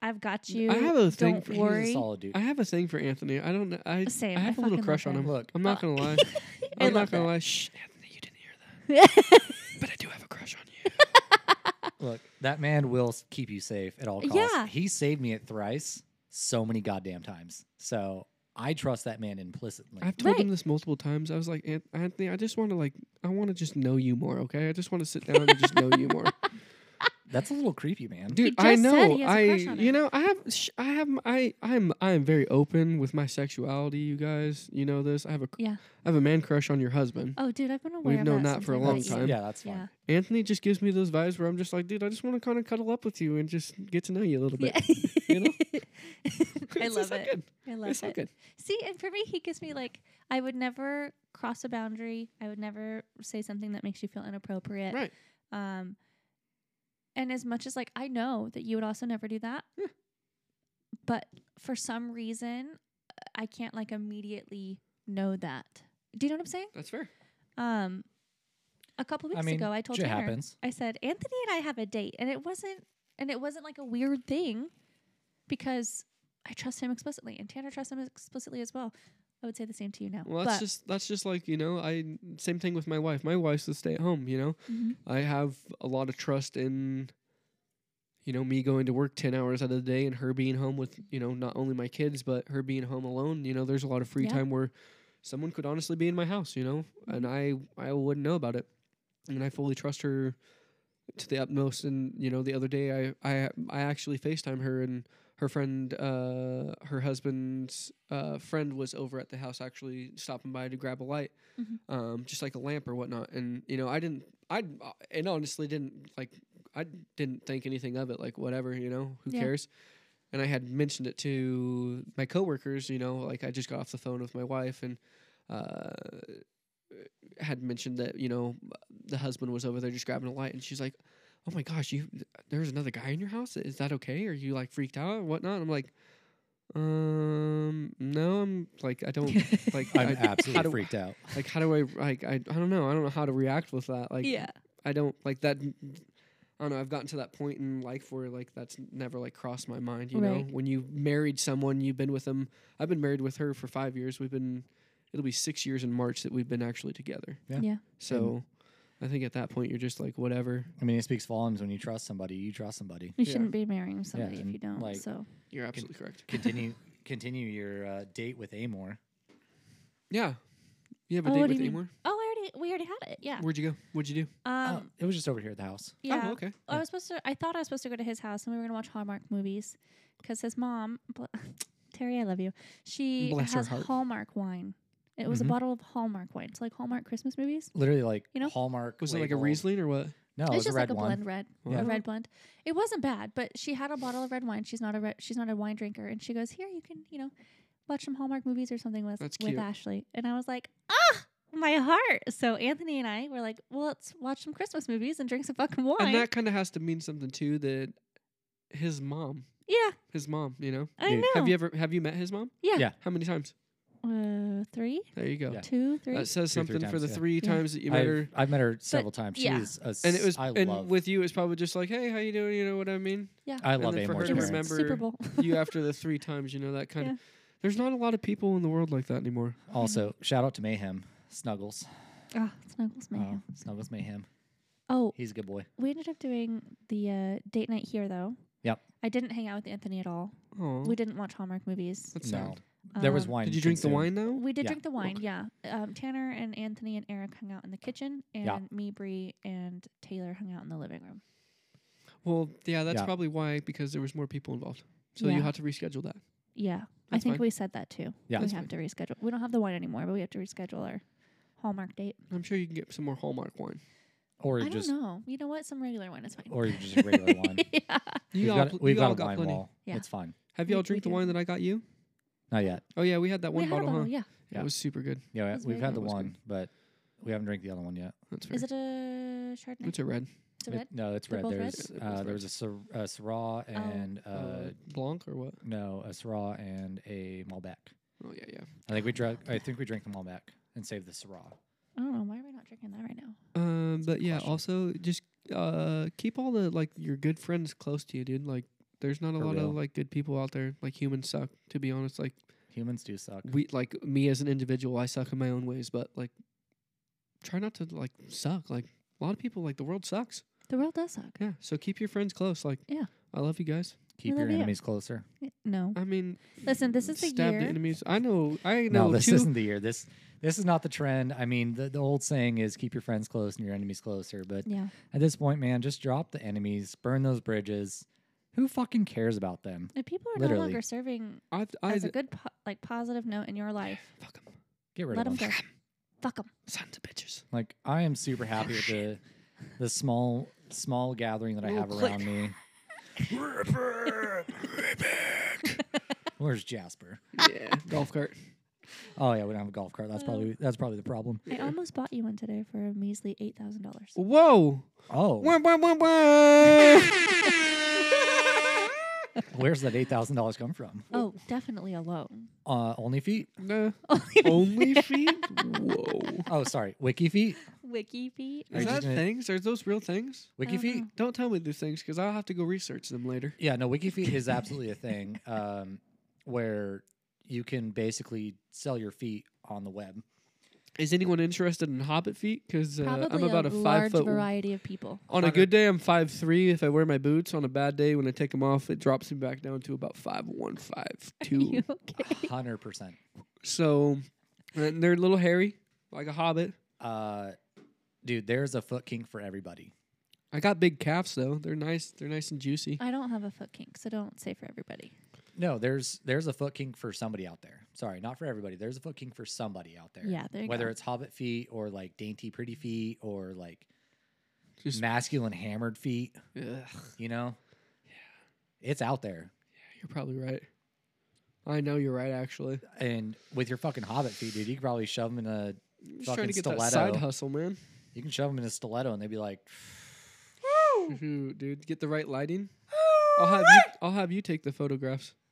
[SPEAKER 2] I've got you.
[SPEAKER 5] I have a thing
[SPEAKER 2] Don't
[SPEAKER 5] for-
[SPEAKER 4] He's a
[SPEAKER 2] worry.
[SPEAKER 4] solid dude.
[SPEAKER 5] I have a thing for Anthony. I don't know. I,
[SPEAKER 2] Same,
[SPEAKER 5] I
[SPEAKER 2] I
[SPEAKER 5] have a little
[SPEAKER 2] fucking
[SPEAKER 5] crush
[SPEAKER 2] love
[SPEAKER 5] on him.
[SPEAKER 4] him. Look.
[SPEAKER 5] I'm not gonna lie.
[SPEAKER 2] I
[SPEAKER 5] I'm not
[SPEAKER 2] love
[SPEAKER 5] gonna
[SPEAKER 2] that.
[SPEAKER 5] lie. Shh, Anthony, you didn't hear that. But I do have a crush on you.
[SPEAKER 4] Look, that man will s- keep you safe at all costs.
[SPEAKER 2] Yeah.
[SPEAKER 4] He saved me at thrice so many goddamn times. So I trust that man implicitly.
[SPEAKER 5] I've told him
[SPEAKER 2] Right.
[SPEAKER 5] this multiple times. I was like, "Ant- Anthony, I just want to like, I want to just know you more. Okay, I just want to sit down and just know you more,
[SPEAKER 4] That's a little creepy, man.
[SPEAKER 5] dude.
[SPEAKER 2] just
[SPEAKER 5] I
[SPEAKER 2] said
[SPEAKER 5] know.
[SPEAKER 2] he has
[SPEAKER 5] I,
[SPEAKER 2] a crush on
[SPEAKER 5] you
[SPEAKER 2] him.
[SPEAKER 5] know, I have, sh- I have, m- I, I'm, I am very open with my sexuality. You guys, you know this. I have a, cr-
[SPEAKER 2] Yeah.
[SPEAKER 5] I have a man crush on your husband.
[SPEAKER 2] Oh, dude, I've been aware
[SPEAKER 5] We've
[SPEAKER 2] of
[SPEAKER 5] known
[SPEAKER 2] that
[SPEAKER 5] that for a
[SPEAKER 2] since I
[SPEAKER 5] long
[SPEAKER 2] was-
[SPEAKER 5] time.
[SPEAKER 4] Yeah, that's
[SPEAKER 2] Yeah.
[SPEAKER 4] fine.
[SPEAKER 5] Anthony just gives me those vibes where I'm just like, dude, I just want to kind of cuddle up with you and just get to know you a little bit.
[SPEAKER 2] Yeah.
[SPEAKER 5] you know?
[SPEAKER 2] I
[SPEAKER 5] It's
[SPEAKER 2] love
[SPEAKER 5] so
[SPEAKER 2] it.
[SPEAKER 5] good.
[SPEAKER 2] I love
[SPEAKER 5] It's so
[SPEAKER 2] it.
[SPEAKER 5] good.
[SPEAKER 2] See, and for me, he gives me like I would never cross a boundary. I would never say something that makes you feel inappropriate.
[SPEAKER 5] Right.
[SPEAKER 2] Um, and as much as like I know that you would also never do that, but for some reason, I can't like immediately know that. Do you know what I'm saying?
[SPEAKER 5] That's fair.
[SPEAKER 2] Um, a couple
[SPEAKER 4] I
[SPEAKER 2] weeks
[SPEAKER 4] mean,
[SPEAKER 2] ago, I told
[SPEAKER 4] shit
[SPEAKER 2] Tanner,
[SPEAKER 4] happens.
[SPEAKER 2] I said Anthony and I have a date, and it wasn't, and it wasn't like a weird thing, because I trust him explicitly, and Tanner trusts him explicitly as well. I would say the same to you now.
[SPEAKER 5] Well, that's
[SPEAKER 2] but
[SPEAKER 5] just that's just like you know. I same thing with my wife. My wife's the stay at home. You know,
[SPEAKER 2] Mhm.
[SPEAKER 5] I have a lot of trust in, you know, me going to work ten hours out of the day and her being home with you know not only my kids but her being home alone. You know, there's a lot of free
[SPEAKER 2] Yeah.
[SPEAKER 5] time where someone could honestly be in my house. You know, and I I wouldn't know about it, and I fully trust her to the utmost. And you know, the other day I I I actually Facetime her and her friend, uh, her husband's uh, friend was over at the house actually stopping by to grab a light,
[SPEAKER 2] Mhm.
[SPEAKER 5] um, just like a lamp or whatnot. And you know, I didn't, I and honestly didn't like, I didn't think anything of it. Like whatever, you know, who
[SPEAKER 2] Yeah.
[SPEAKER 5] cares? And I had mentioned it to my coworkers. You know, like I just got off the phone with my wife and. Uh, had mentioned that you know the husband was over there just grabbing a light, and she's like, "Oh my gosh, you there was another guy in your house. Is that okay? Are you like freaked out or whatnot? I'm like, um, no, I'm like, I don't like,
[SPEAKER 4] I'm
[SPEAKER 5] I, how
[SPEAKER 4] absolutely
[SPEAKER 5] do-
[SPEAKER 4] freaked out.
[SPEAKER 5] like, how do I like, I, I don't know, I don't know how to react with that. Like,
[SPEAKER 2] yeah,
[SPEAKER 5] I don't like that. I don't know. I've gotten to that point in life where like that's never like crossed my mind. You know,
[SPEAKER 2] Right.
[SPEAKER 5] when you married someone, you've been with them. I've been married with her for five years. We've been, it'll be six years in March that we've been actually together.
[SPEAKER 4] Yeah.
[SPEAKER 2] Yeah.
[SPEAKER 5] So, I think at that point you're just like whatever.
[SPEAKER 4] I mean, it speaks volumes when you trust somebody. You trust somebody.
[SPEAKER 2] you
[SPEAKER 5] Yeah.
[SPEAKER 2] shouldn't be marrying somebody if
[SPEAKER 4] and,
[SPEAKER 2] you don't.
[SPEAKER 4] like,
[SPEAKER 2] so
[SPEAKER 5] You're absolutely correct.
[SPEAKER 4] Continue, continue your uh, date with Amor.
[SPEAKER 5] Yeah. You have a
[SPEAKER 2] Oh,
[SPEAKER 5] date
[SPEAKER 2] what do
[SPEAKER 5] with
[SPEAKER 2] you mean?
[SPEAKER 5] Amor?
[SPEAKER 2] oh, I already we already had it. Yeah.
[SPEAKER 5] Where'd you go? What'd you do?
[SPEAKER 4] Oh,
[SPEAKER 2] Um.
[SPEAKER 4] it was just over here at the house.
[SPEAKER 2] Yeah.
[SPEAKER 5] Oh, okay.
[SPEAKER 2] I was supposed to. I thought I was supposed to go to his house, and we were gonna watch Hallmark movies, because his mom, bl- Terry, I love you. She
[SPEAKER 5] Bless her
[SPEAKER 2] has
[SPEAKER 5] heart. Mm-hmm.
[SPEAKER 2] Hallmark wine. It was a
[SPEAKER 4] Mhm.
[SPEAKER 2] bottle of Hallmark wine. It's like Hallmark Christmas movies.
[SPEAKER 4] Literally, like
[SPEAKER 2] You know?
[SPEAKER 4] Hallmark.
[SPEAKER 5] Was it like a
[SPEAKER 4] labeled-
[SPEAKER 5] Riesling or what?
[SPEAKER 4] No, it was
[SPEAKER 2] it's
[SPEAKER 4] a
[SPEAKER 2] just
[SPEAKER 4] red
[SPEAKER 2] like a
[SPEAKER 4] one.
[SPEAKER 2] blend red,
[SPEAKER 5] Yeah.
[SPEAKER 2] a red blend. It wasn't bad, but she had a bottle of red wine. She's not a red, she's not a wine drinker, and she goes, "Here, you can, you know, watch some Hallmark movies or something with
[SPEAKER 5] That's
[SPEAKER 2] with
[SPEAKER 5] cute.
[SPEAKER 2] Ashley." And I was like, "Ah, my heart!" So Anthony and I were like, "Well, let's watch some Christmas movies and drink some fucking wine."
[SPEAKER 5] And that kind of has to mean something too. That his mom,
[SPEAKER 2] yeah,
[SPEAKER 5] his mom, you know.
[SPEAKER 2] I
[SPEAKER 4] Dude,
[SPEAKER 2] know.
[SPEAKER 5] Have you ever have you met his mom?
[SPEAKER 2] Yeah.
[SPEAKER 4] Yeah.
[SPEAKER 5] How many times?
[SPEAKER 2] Uh, three,
[SPEAKER 5] There you go.
[SPEAKER 4] Yeah.
[SPEAKER 2] two, three.
[SPEAKER 5] That says
[SPEAKER 4] Two, three
[SPEAKER 5] something for
[SPEAKER 4] times,
[SPEAKER 5] the
[SPEAKER 4] yeah.
[SPEAKER 5] three
[SPEAKER 2] Yeah.
[SPEAKER 5] times that you met
[SPEAKER 4] I've,
[SPEAKER 5] her.
[SPEAKER 4] I've met her several times. She's
[SPEAKER 2] yeah.
[SPEAKER 4] a
[SPEAKER 5] And it was
[SPEAKER 4] I
[SPEAKER 5] and
[SPEAKER 4] love
[SPEAKER 5] with you it's probably just like, Hey, how you doing? You know what I mean?
[SPEAKER 4] I
[SPEAKER 5] and
[SPEAKER 4] love
[SPEAKER 5] then for her
[SPEAKER 4] Amor's
[SPEAKER 2] It
[SPEAKER 5] to
[SPEAKER 2] was
[SPEAKER 4] parents.
[SPEAKER 5] remember-
[SPEAKER 2] Super Bowl.
[SPEAKER 5] You after the three times, you know, that kind
[SPEAKER 2] Yeah.
[SPEAKER 5] of there's not a lot of people in the world like that anymore.
[SPEAKER 4] Also,
[SPEAKER 2] Mm-hmm.
[SPEAKER 4] shout out to Mayhem Snuggles.
[SPEAKER 2] Ah, Snuggles
[SPEAKER 4] Uh,
[SPEAKER 2] Mayhem.
[SPEAKER 4] Snuggles Mayhem.
[SPEAKER 2] Oh,
[SPEAKER 4] He's a good boy.
[SPEAKER 2] we ended up doing the uh, date night here though.
[SPEAKER 4] Yep.
[SPEAKER 2] I didn't hang out with Anthony at all.
[SPEAKER 5] Oh
[SPEAKER 2] We didn't watch Hallmark movies.
[SPEAKER 5] that's
[SPEAKER 4] no,
[SPEAKER 5] sad.
[SPEAKER 4] there was
[SPEAKER 2] Um,
[SPEAKER 4] wine.
[SPEAKER 5] Did you drink the
[SPEAKER 4] consumed.
[SPEAKER 5] wine now?
[SPEAKER 2] We did
[SPEAKER 4] Yeah.
[SPEAKER 2] drink the wine, yeah. Um, Tanner and Anthony and Eric hung out in the kitchen, and
[SPEAKER 4] Yeah.
[SPEAKER 2] me, Bree, and Taylor hung out in the living room.
[SPEAKER 5] Well, yeah, that's
[SPEAKER 4] Yeah.
[SPEAKER 5] probably why because there was more people involved. So
[SPEAKER 2] Yeah.
[SPEAKER 5] you had to reschedule that.
[SPEAKER 2] Yeah, I
[SPEAKER 5] That's
[SPEAKER 2] think
[SPEAKER 5] fine.
[SPEAKER 2] we said that too.
[SPEAKER 4] Yeah.
[SPEAKER 2] we
[SPEAKER 5] That's
[SPEAKER 2] have to reschedule. We don't have the wine anymore, but we have to reschedule our Hallmark date.
[SPEAKER 5] I'm sure you can get some more Hallmark wine.
[SPEAKER 4] Or
[SPEAKER 2] I don't
[SPEAKER 4] just
[SPEAKER 2] know. You know what? Some regular wine is fine.
[SPEAKER 4] or just a regular wine.
[SPEAKER 2] yeah.
[SPEAKER 5] You
[SPEAKER 4] we've
[SPEAKER 5] all
[SPEAKER 4] got,
[SPEAKER 5] pl-
[SPEAKER 4] we've
[SPEAKER 5] you
[SPEAKER 4] got
[SPEAKER 5] all
[SPEAKER 4] a wine
[SPEAKER 5] plenty.
[SPEAKER 4] wall.
[SPEAKER 2] Yeah.
[SPEAKER 4] It's fine.
[SPEAKER 5] Have
[SPEAKER 2] We-
[SPEAKER 5] you all
[SPEAKER 2] we
[SPEAKER 5] drink the
[SPEAKER 2] do.
[SPEAKER 5] wine that I got you?
[SPEAKER 4] Not yet.
[SPEAKER 5] Oh yeah, we had that one
[SPEAKER 2] we had a
[SPEAKER 5] bottle,
[SPEAKER 2] bottle,
[SPEAKER 5] huh?
[SPEAKER 2] yeah.
[SPEAKER 4] Yeah.
[SPEAKER 5] It was super good.
[SPEAKER 4] Yeah,
[SPEAKER 2] That's
[SPEAKER 4] we've
[SPEAKER 2] very
[SPEAKER 4] had the
[SPEAKER 5] good. That was
[SPEAKER 4] one, but we haven't drank the other one yet.
[SPEAKER 5] That's fair.
[SPEAKER 2] Is it a Chardonnay?
[SPEAKER 5] it's a red.
[SPEAKER 2] It's a
[SPEAKER 4] It-
[SPEAKER 2] red.
[SPEAKER 4] no, it's
[SPEAKER 2] They're
[SPEAKER 4] red.
[SPEAKER 2] both red? Oh,
[SPEAKER 4] There's
[SPEAKER 5] They're both
[SPEAKER 4] uh,
[SPEAKER 5] red.
[SPEAKER 4] there was a, Sir, a Syrah and
[SPEAKER 5] Uh,
[SPEAKER 4] uh,
[SPEAKER 5] Blanc or what?
[SPEAKER 4] no, a Syrah and a Malbec.
[SPEAKER 5] Oh yeah, yeah.
[SPEAKER 4] I think we drank. I think we drank the Malbec and saved the Syrah.
[SPEAKER 2] I don't know. Why are we not drinking that right now?
[SPEAKER 5] Um, but yeah,
[SPEAKER 4] question.
[SPEAKER 5] also just uh keep all the like your good friends close to you, dude. Like, there's not a
[SPEAKER 4] For
[SPEAKER 5] lot
[SPEAKER 4] real.
[SPEAKER 5] of like good people out there. Like humans suck, to be honest. Like
[SPEAKER 4] Humans do suck.
[SPEAKER 5] we, like me as an individual, I suck in my own ways. But like try not to like suck. Like a lot of people, like the world sucks.
[SPEAKER 2] The world does suck.
[SPEAKER 5] Yeah. So keep your friends close. Like
[SPEAKER 2] Yeah.
[SPEAKER 5] I love you guys.
[SPEAKER 4] Keep
[SPEAKER 2] love
[SPEAKER 4] your
[SPEAKER 2] you.
[SPEAKER 4] enemies closer.
[SPEAKER 2] Y- No.
[SPEAKER 5] I mean,
[SPEAKER 2] Listen, this is the
[SPEAKER 5] stab
[SPEAKER 2] year.
[SPEAKER 5] the enemies. I know. I know.
[SPEAKER 4] No, this
[SPEAKER 5] two,
[SPEAKER 4] isn't the year. This this is not the trend. I mean, the, the old saying is keep your friends close and your enemies closer. But
[SPEAKER 2] yeah.
[SPEAKER 4] at this point, man, just drop the enemies, burn those bridges. Who fucking cares about them?
[SPEAKER 2] If people are no
[SPEAKER 4] Literally.
[SPEAKER 2] longer serving
[SPEAKER 5] I, I,
[SPEAKER 2] as a good, po- like, positive note in your life,
[SPEAKER 5] fuck 'em.
[SPEAKER 4] Get rid
[SPEAKER 2] let them
[SPEAKER 4] of
[SPEAKER 2] go.
[SPEAKER 4] them.
[SPEAKER 2] Fuck them.
[SPEAKER 5] Sons of bitches.
[SPEAKER 4] Like I am super happy with the the small small gathering that I have around me. Where's Jasper?
[SPEAKER 5] yeah. Golf cart.
[SPEAKER 4] Oh yeah, we don't have a golf cart. That's probably that's probably the problem.
[SPEAKER 2] I almost bought you one today for a measly eight thousand dollars.
[SPEAKER 5] Whoa.
[SPEAKER 4] Oh,
[SPEAKER 5] Wah, wah, wah, wah.
[SPEAKER 4] where's that eight thousand dollars come from?
[SPEAKER 2] Oh, definitely a loan.
[SPEAKER 4] Uh, only feet.
[SPEAKER 5] Nah. Only feet. Whoa.
[SPEAKER 4] Oh, sorry, wiki feet.
[SPEAKER 2] Wiki feet.
[SPEAKER 4] Are you
[SPEAKER 5] Is that
[SPEAKER 4] just gonna-
[SPEAKER 5] things? Are those real things?
[SPEAKER 4] Wiki
[SPEAKER 2] don't
[SPEAKER 4] feet.
[SPEAKER 2] know.
[SPEAKER 5] Don't tell me these things because I'll have to go research them later.
[SPEAKER 4] Yeah, no, wiki feet is absolutely a thing um, where you can basically sell your feet on the web.
[SPEAKER 5] Is anyone interested in hobbit feet? Because uh,
[SPEAKER 2] Probably
[SPEAKER 5] I'm about a, five
[SPEAKER 2] large
[SPEAKER 5] foot.
[SPEAKER 2] variety of people.
[SPEAKER 5] On a good day, I'm five three. If I wear my boots, on a bad day, when I take them off, it drops me back down to about five one, five
[SPEAKER 2] Are
[SPEAKER 5] two.
[SPEAKER 2] you okay?
[SPEAKER 4] Hundred percent.
[SPEAKER 5] So, and they're a little hairy, like a hobbit.
[SPEAKER 4] Uh, dude, there's a foot kink for everybody.
[SPEAKER 5] I got big calves though. They're nice. They're nice and juicy.
[SPEAKER 2] I don't have a foot kink, so don't say for everybody.
[SPEAKER 4] No, there's there's a foot kink for somebody out there. Sorry, not for everybody. There's a foot kink for somebody out there.
[SPEAKER 2] Yeah, there you
[SPEAKER 4] Whether
[SPEAKER 2] go.
[SPEAKER 4] it's hobbit feet or like dainty pretty feet or like
[SPEAKER 5] Just
[SPEAKER 4] masculine hammered feet,
[SPEAKER 2] Uh.
[SPEAKER 5] ugh, yeah,
[SPEAKER 4] you know? Yeah. It's out there.
[SPEAKER 5] you're probably right. I know you're right. Actually,
[SPEAKER 4] And with your fucking hobbit feet, dude, you could probably shove them in a
[SPEAKER 5] I'm just
[SPEAKER 4] Fucking
[SPEAKER 5] trying to get that
[SPEAKER 4] stiletto.
[SPEAKER 5] side hustle, man.
[SPEAKER 4] you can shove them in a stiletto and they'd be like,
[SPEAKER 5] Ooh, dude, get the right lighting.
[SPEAKER 4] Oh,
[SPEAKER 5] I'll have you. I'll have you take the photographs.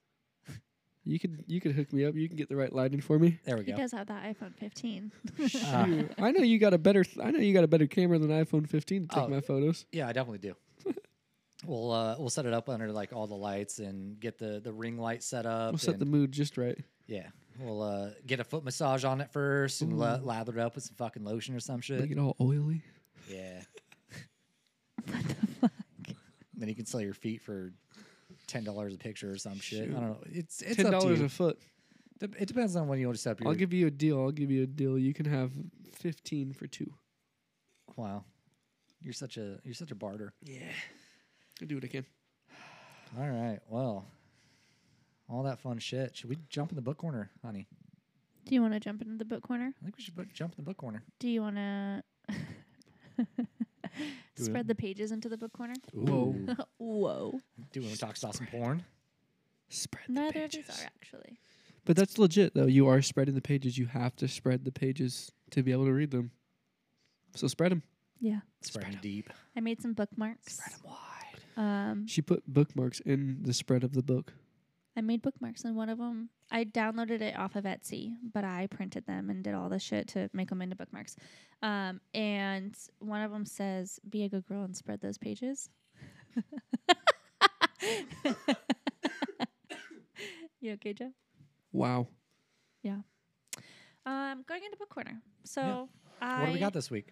[SPEAKER 5] You could. You could hook me up. You can get the right lighting for me.
[SPEAKER 4] there we
[SPEAKER 2] He
[SPEAKER 4] go.
[SPEAKER 2] does have that iPhone 15.
[SPEAKER 4] Uh,
[SPEAKER 5] Shoot. I know you got a better. I know you got a better camera than iPhone 15 to take
[SPEAKER 4] Oh.
[SPEAKER 5] my photos.
[SPEAKER 4] Yeah, I definitely do. we'll uh, we'll set it up under like all the lights and get the the ring light set up.
[SPEAKER 5] We'll set
[SPEAKER 4] and-
[SPEAKER 5] the mood just right.
[SPEAKER 4] yeah. We'll uh, get a foot massage on it first and la- lather it up with some fucking lotion or some shit.
[SPEAKER 5] Make it all oily.
[SPEAKER 4] Yeah. Then you can sell your feet for ten dollars a picture or some shit. I don't know. It's it's
[SPEAKER 5] Ten
[SPEAKER 4] up to
[SPEAKER 5] dollars
[SPEAKER 4] you.
[SPEAKER 5] a foot.
[SPEAKER 4] Dep- it depends on when you want to set up your.
[SPEAKER 5] I'll give you a deal. I'll give you a deal. You can have 15 for two.
[SPEAKER 4] wow, you're such a you're such a barter.
[SPEAKER 5] Yeah. I'll do what I can.
[SPEAKER 4] All right, well, all that fun shit. Should we jump in the book corner, honey?
[SPEAKER 2] Do you want to jump into the book corner?
[SPEAKER 4] I think we should bu- jump in the book corner.
[SPEAKER 2] Do you want to
[SPEAKER 4] it.
[SPEAKER 2] spread the pages into the book corner?
[SPEAKER 5] Whoa.
[SPEAKER 4] Ooh.
[SPEAKER 2] Whoa.
[SPEAKER 4] Do we want to talk about some porn?
[SPEAKER 5] Spread the
[SPEAKER 2] Neither of
[SPEAKER 5] pages.
[SPEAKER 2] these are actually.
[SPEAKER 5] But that's legit, though. You are spreading the pages. You have to spread the pages to be able to read them. So spread them.
[SPEAKER 2] Yeah.
[SPEAKER 4] Spread 'em deep.
[SPEAKER 2] I made some bookmarks.
[SPEAKER 5] wide.
[SPEAKER 2] Um,
[SPEAKER 5] She put bookmarks in the spread of the book.
[SPEAKER 2] I made bookmarks, and one of them I downloaded it off of Etsy, but I printed them and did all this shit to make them into bookmarks. Um, and one of them says, "Be a good girl and spread those pages." you okay, Joe?
[SPEAKER 5] Wow.
[SPEAKER 2] Um, going into book corner. So I
[SPEAKER 4] What do we got this week?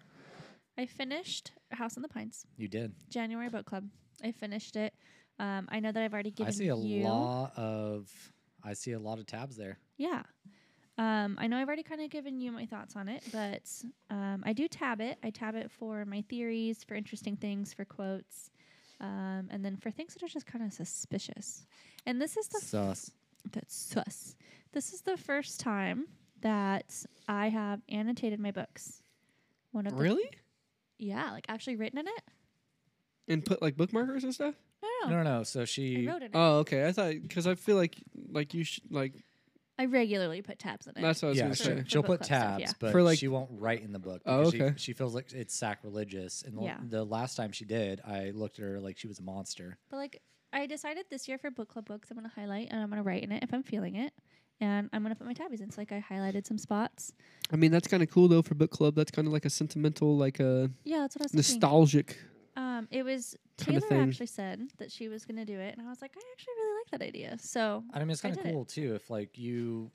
[SPEAKER 2] I finished House on the Pines
[SPEAKER 4] You did.
[SPEAKER 2] January book club. I finished it. Um, I know that I've already given.
[SPEAKER 4] I see a
[SPEAKER 2] you
[SPEAKER 4] lot of I see a lot of tabs there.
[SPEAKER 2] Yeah. Um, I know I've already kind of given you my thoughts on it, but um, I do tab it. I tab it for my theories, for interesting things, for quotes, um, and then for things that are just kind of suspicious. And this is the
[SPEAKER 4] Sus.
[SPEAKER 2] that's sus. This is the first time that I have annotated my books. One of the-
[SPEAKER 5] Really?
[SPEAKER 2] yeah, like actually written in it.
[SPEAKER 5] And put like bookmarkers and stuff?
[SPEAKER 2] No,
[SPEAKER 4] No,
[SPEAKER 2] no,
[SPEAKER 4] no, no. So she
[SPEAKER 2] Oh. I wrote in it.
[SPEAKER 5] Oh, okay. I thought because I feel like like you should like
[SPEAKER 2] I regularly put tabs in it.
[SPEAKER 5] that's what I was
[SPEAKER 4] yeah,
[SPEAKER 5] gonna
[SPEAKER 4] she,
[SPEAKER 2] sure.
[SPEAKER 5] say.
[SPEAKER 2] For
[SPEAKER 4] she'll
[SPEAKER 2] book
[SPEAKER 4] put
[SPEAKER 2] club stuff,
[SPEAKER 4] tabs,
[SPEAKER 2] yeah.
[SPEAKER 4] but
[SPEAKER 5] For, like-
[SPEAKER 4] she won't write in the book.
[SPEAKER 5] Oh,
[SPEAKER 4] because
[SPEAKER 5] okay.
[SPEAKER 4] She, she feels like it's sacrilegious. And the-
[SPEAKER 2] Yeah.
[SPEAKER 4] the last time she did, I looked at her like she was a monster.
[SPEAKER 2] But like I decided this year for book club books, I'm gonna highlight and I'm gonna write in it if I'm feeling it, and I'm gonna put my tabbies in. So like I highlighted some spots.
[SPEAKER 5] I mean, that's kind of cool though for book club. That's kind of like a sentimental, like a
[SPEAKER 2] Yeah, that's what I was thinking.
[SPEAKER 5] nostalgic.
[SPEAKER 2] Um, it was
[SPEAKER 5] kinda
[SPEAKER 2] Taylor
[SPEAKER 5] thing.
[SPEAKER 2] actually said that she was gonna do it, and I was like, I actually really like that idea. So
[SPEAKER 4] I mean, it's
[SPEAKER 2] I
[SPEAKER 4] kind of
[SPEAKER 2] did it.
[SPEAKER 4] cool too if like you,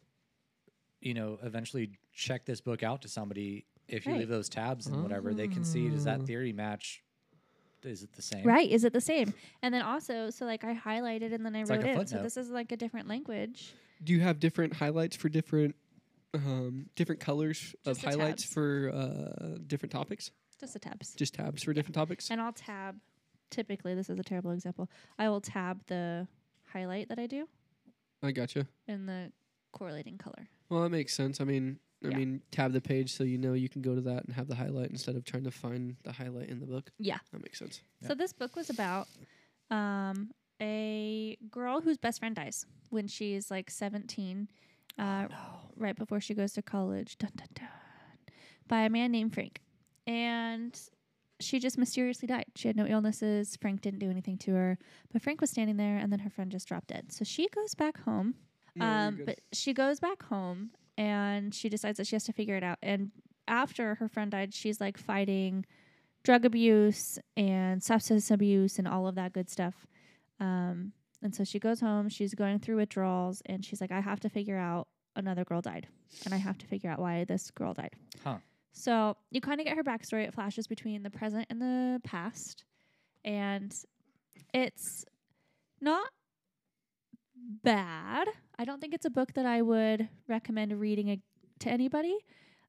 [SPEAKER 4] you know, eventually check this book out to somebody if you
[SPEAKER 2] Right.
[SPEAKER 4] leave those tabs and whatever, they can see does that theory match? Is it the same?
[SPEAKER 2] Right? Is it the same? And then also, so like I highlighted and then I
[SPEAKER 4] It's like
[SPEAKER 2] wrote
[SPEAKER 4] a
[SPEAKER 2] in. So
[SPEAKER 4] footnote.
[SPEAKER 2] this is like a different language.
[SPEAKER 5] Do you have different highlights for different um, different colors of
[SPEAKER 2] Just the
[SPEAKER 5] highlights
[SPEAKER 2] tabs.
[SPEAKER 5] for uh, different topics?
[SPEAKER 2] Just the tabs.
[SPEAKER 5] Just tabs for different topics?
[SPEAKER 2] And I'll tab. Typically, this is a terrible example. I will tab the highlight that I do
[SPEAKER 5] I gotcha.
[SPEAKER 2] in the correlating color.
[SPEAKER 5] Well, that makes sense. I mean, I
[SPEAKER 2] Yeah.
[SPEAKER 5] mean, tab the page so you know you can go to that and have the highlight instead of trying to find the highlight in the book.
[SPEAKER 2] Yeah.
[SPEAKER 5] That makes sense.
[SPEAKER 2] So this book was about um, a girl whose best friend dies when she's like 17, uh, right before she goes to college. Dun, dun, dun, by a man named Frank, and she just mysteriously died. She had no illnesses. Frank didn't do anything to her, but Frank was standing there, and then her friend just dropped dead. So she goes back home.
[SPEAKER 5] No, you're
[SPEAKER 2] Um,
[SPEAKER 5] good.
[SPEAKER 2] but she goes back home and she decides that she has to figure it out. And after her friend died, she's like fighting drug abuse and substance abuse and all of that good stuff. Um, and so she goes home, she's going through withdrawals, and she's like, I have to figure out another girl died, and I have to figure out why this girl died.
[SPEAKER 4] Huh.
[SPEAKER 2] So you kind of get her backstory. It flashes between the present and the past, and it's not bad. I don't think it's a book that I would recommend reading a, to anybody.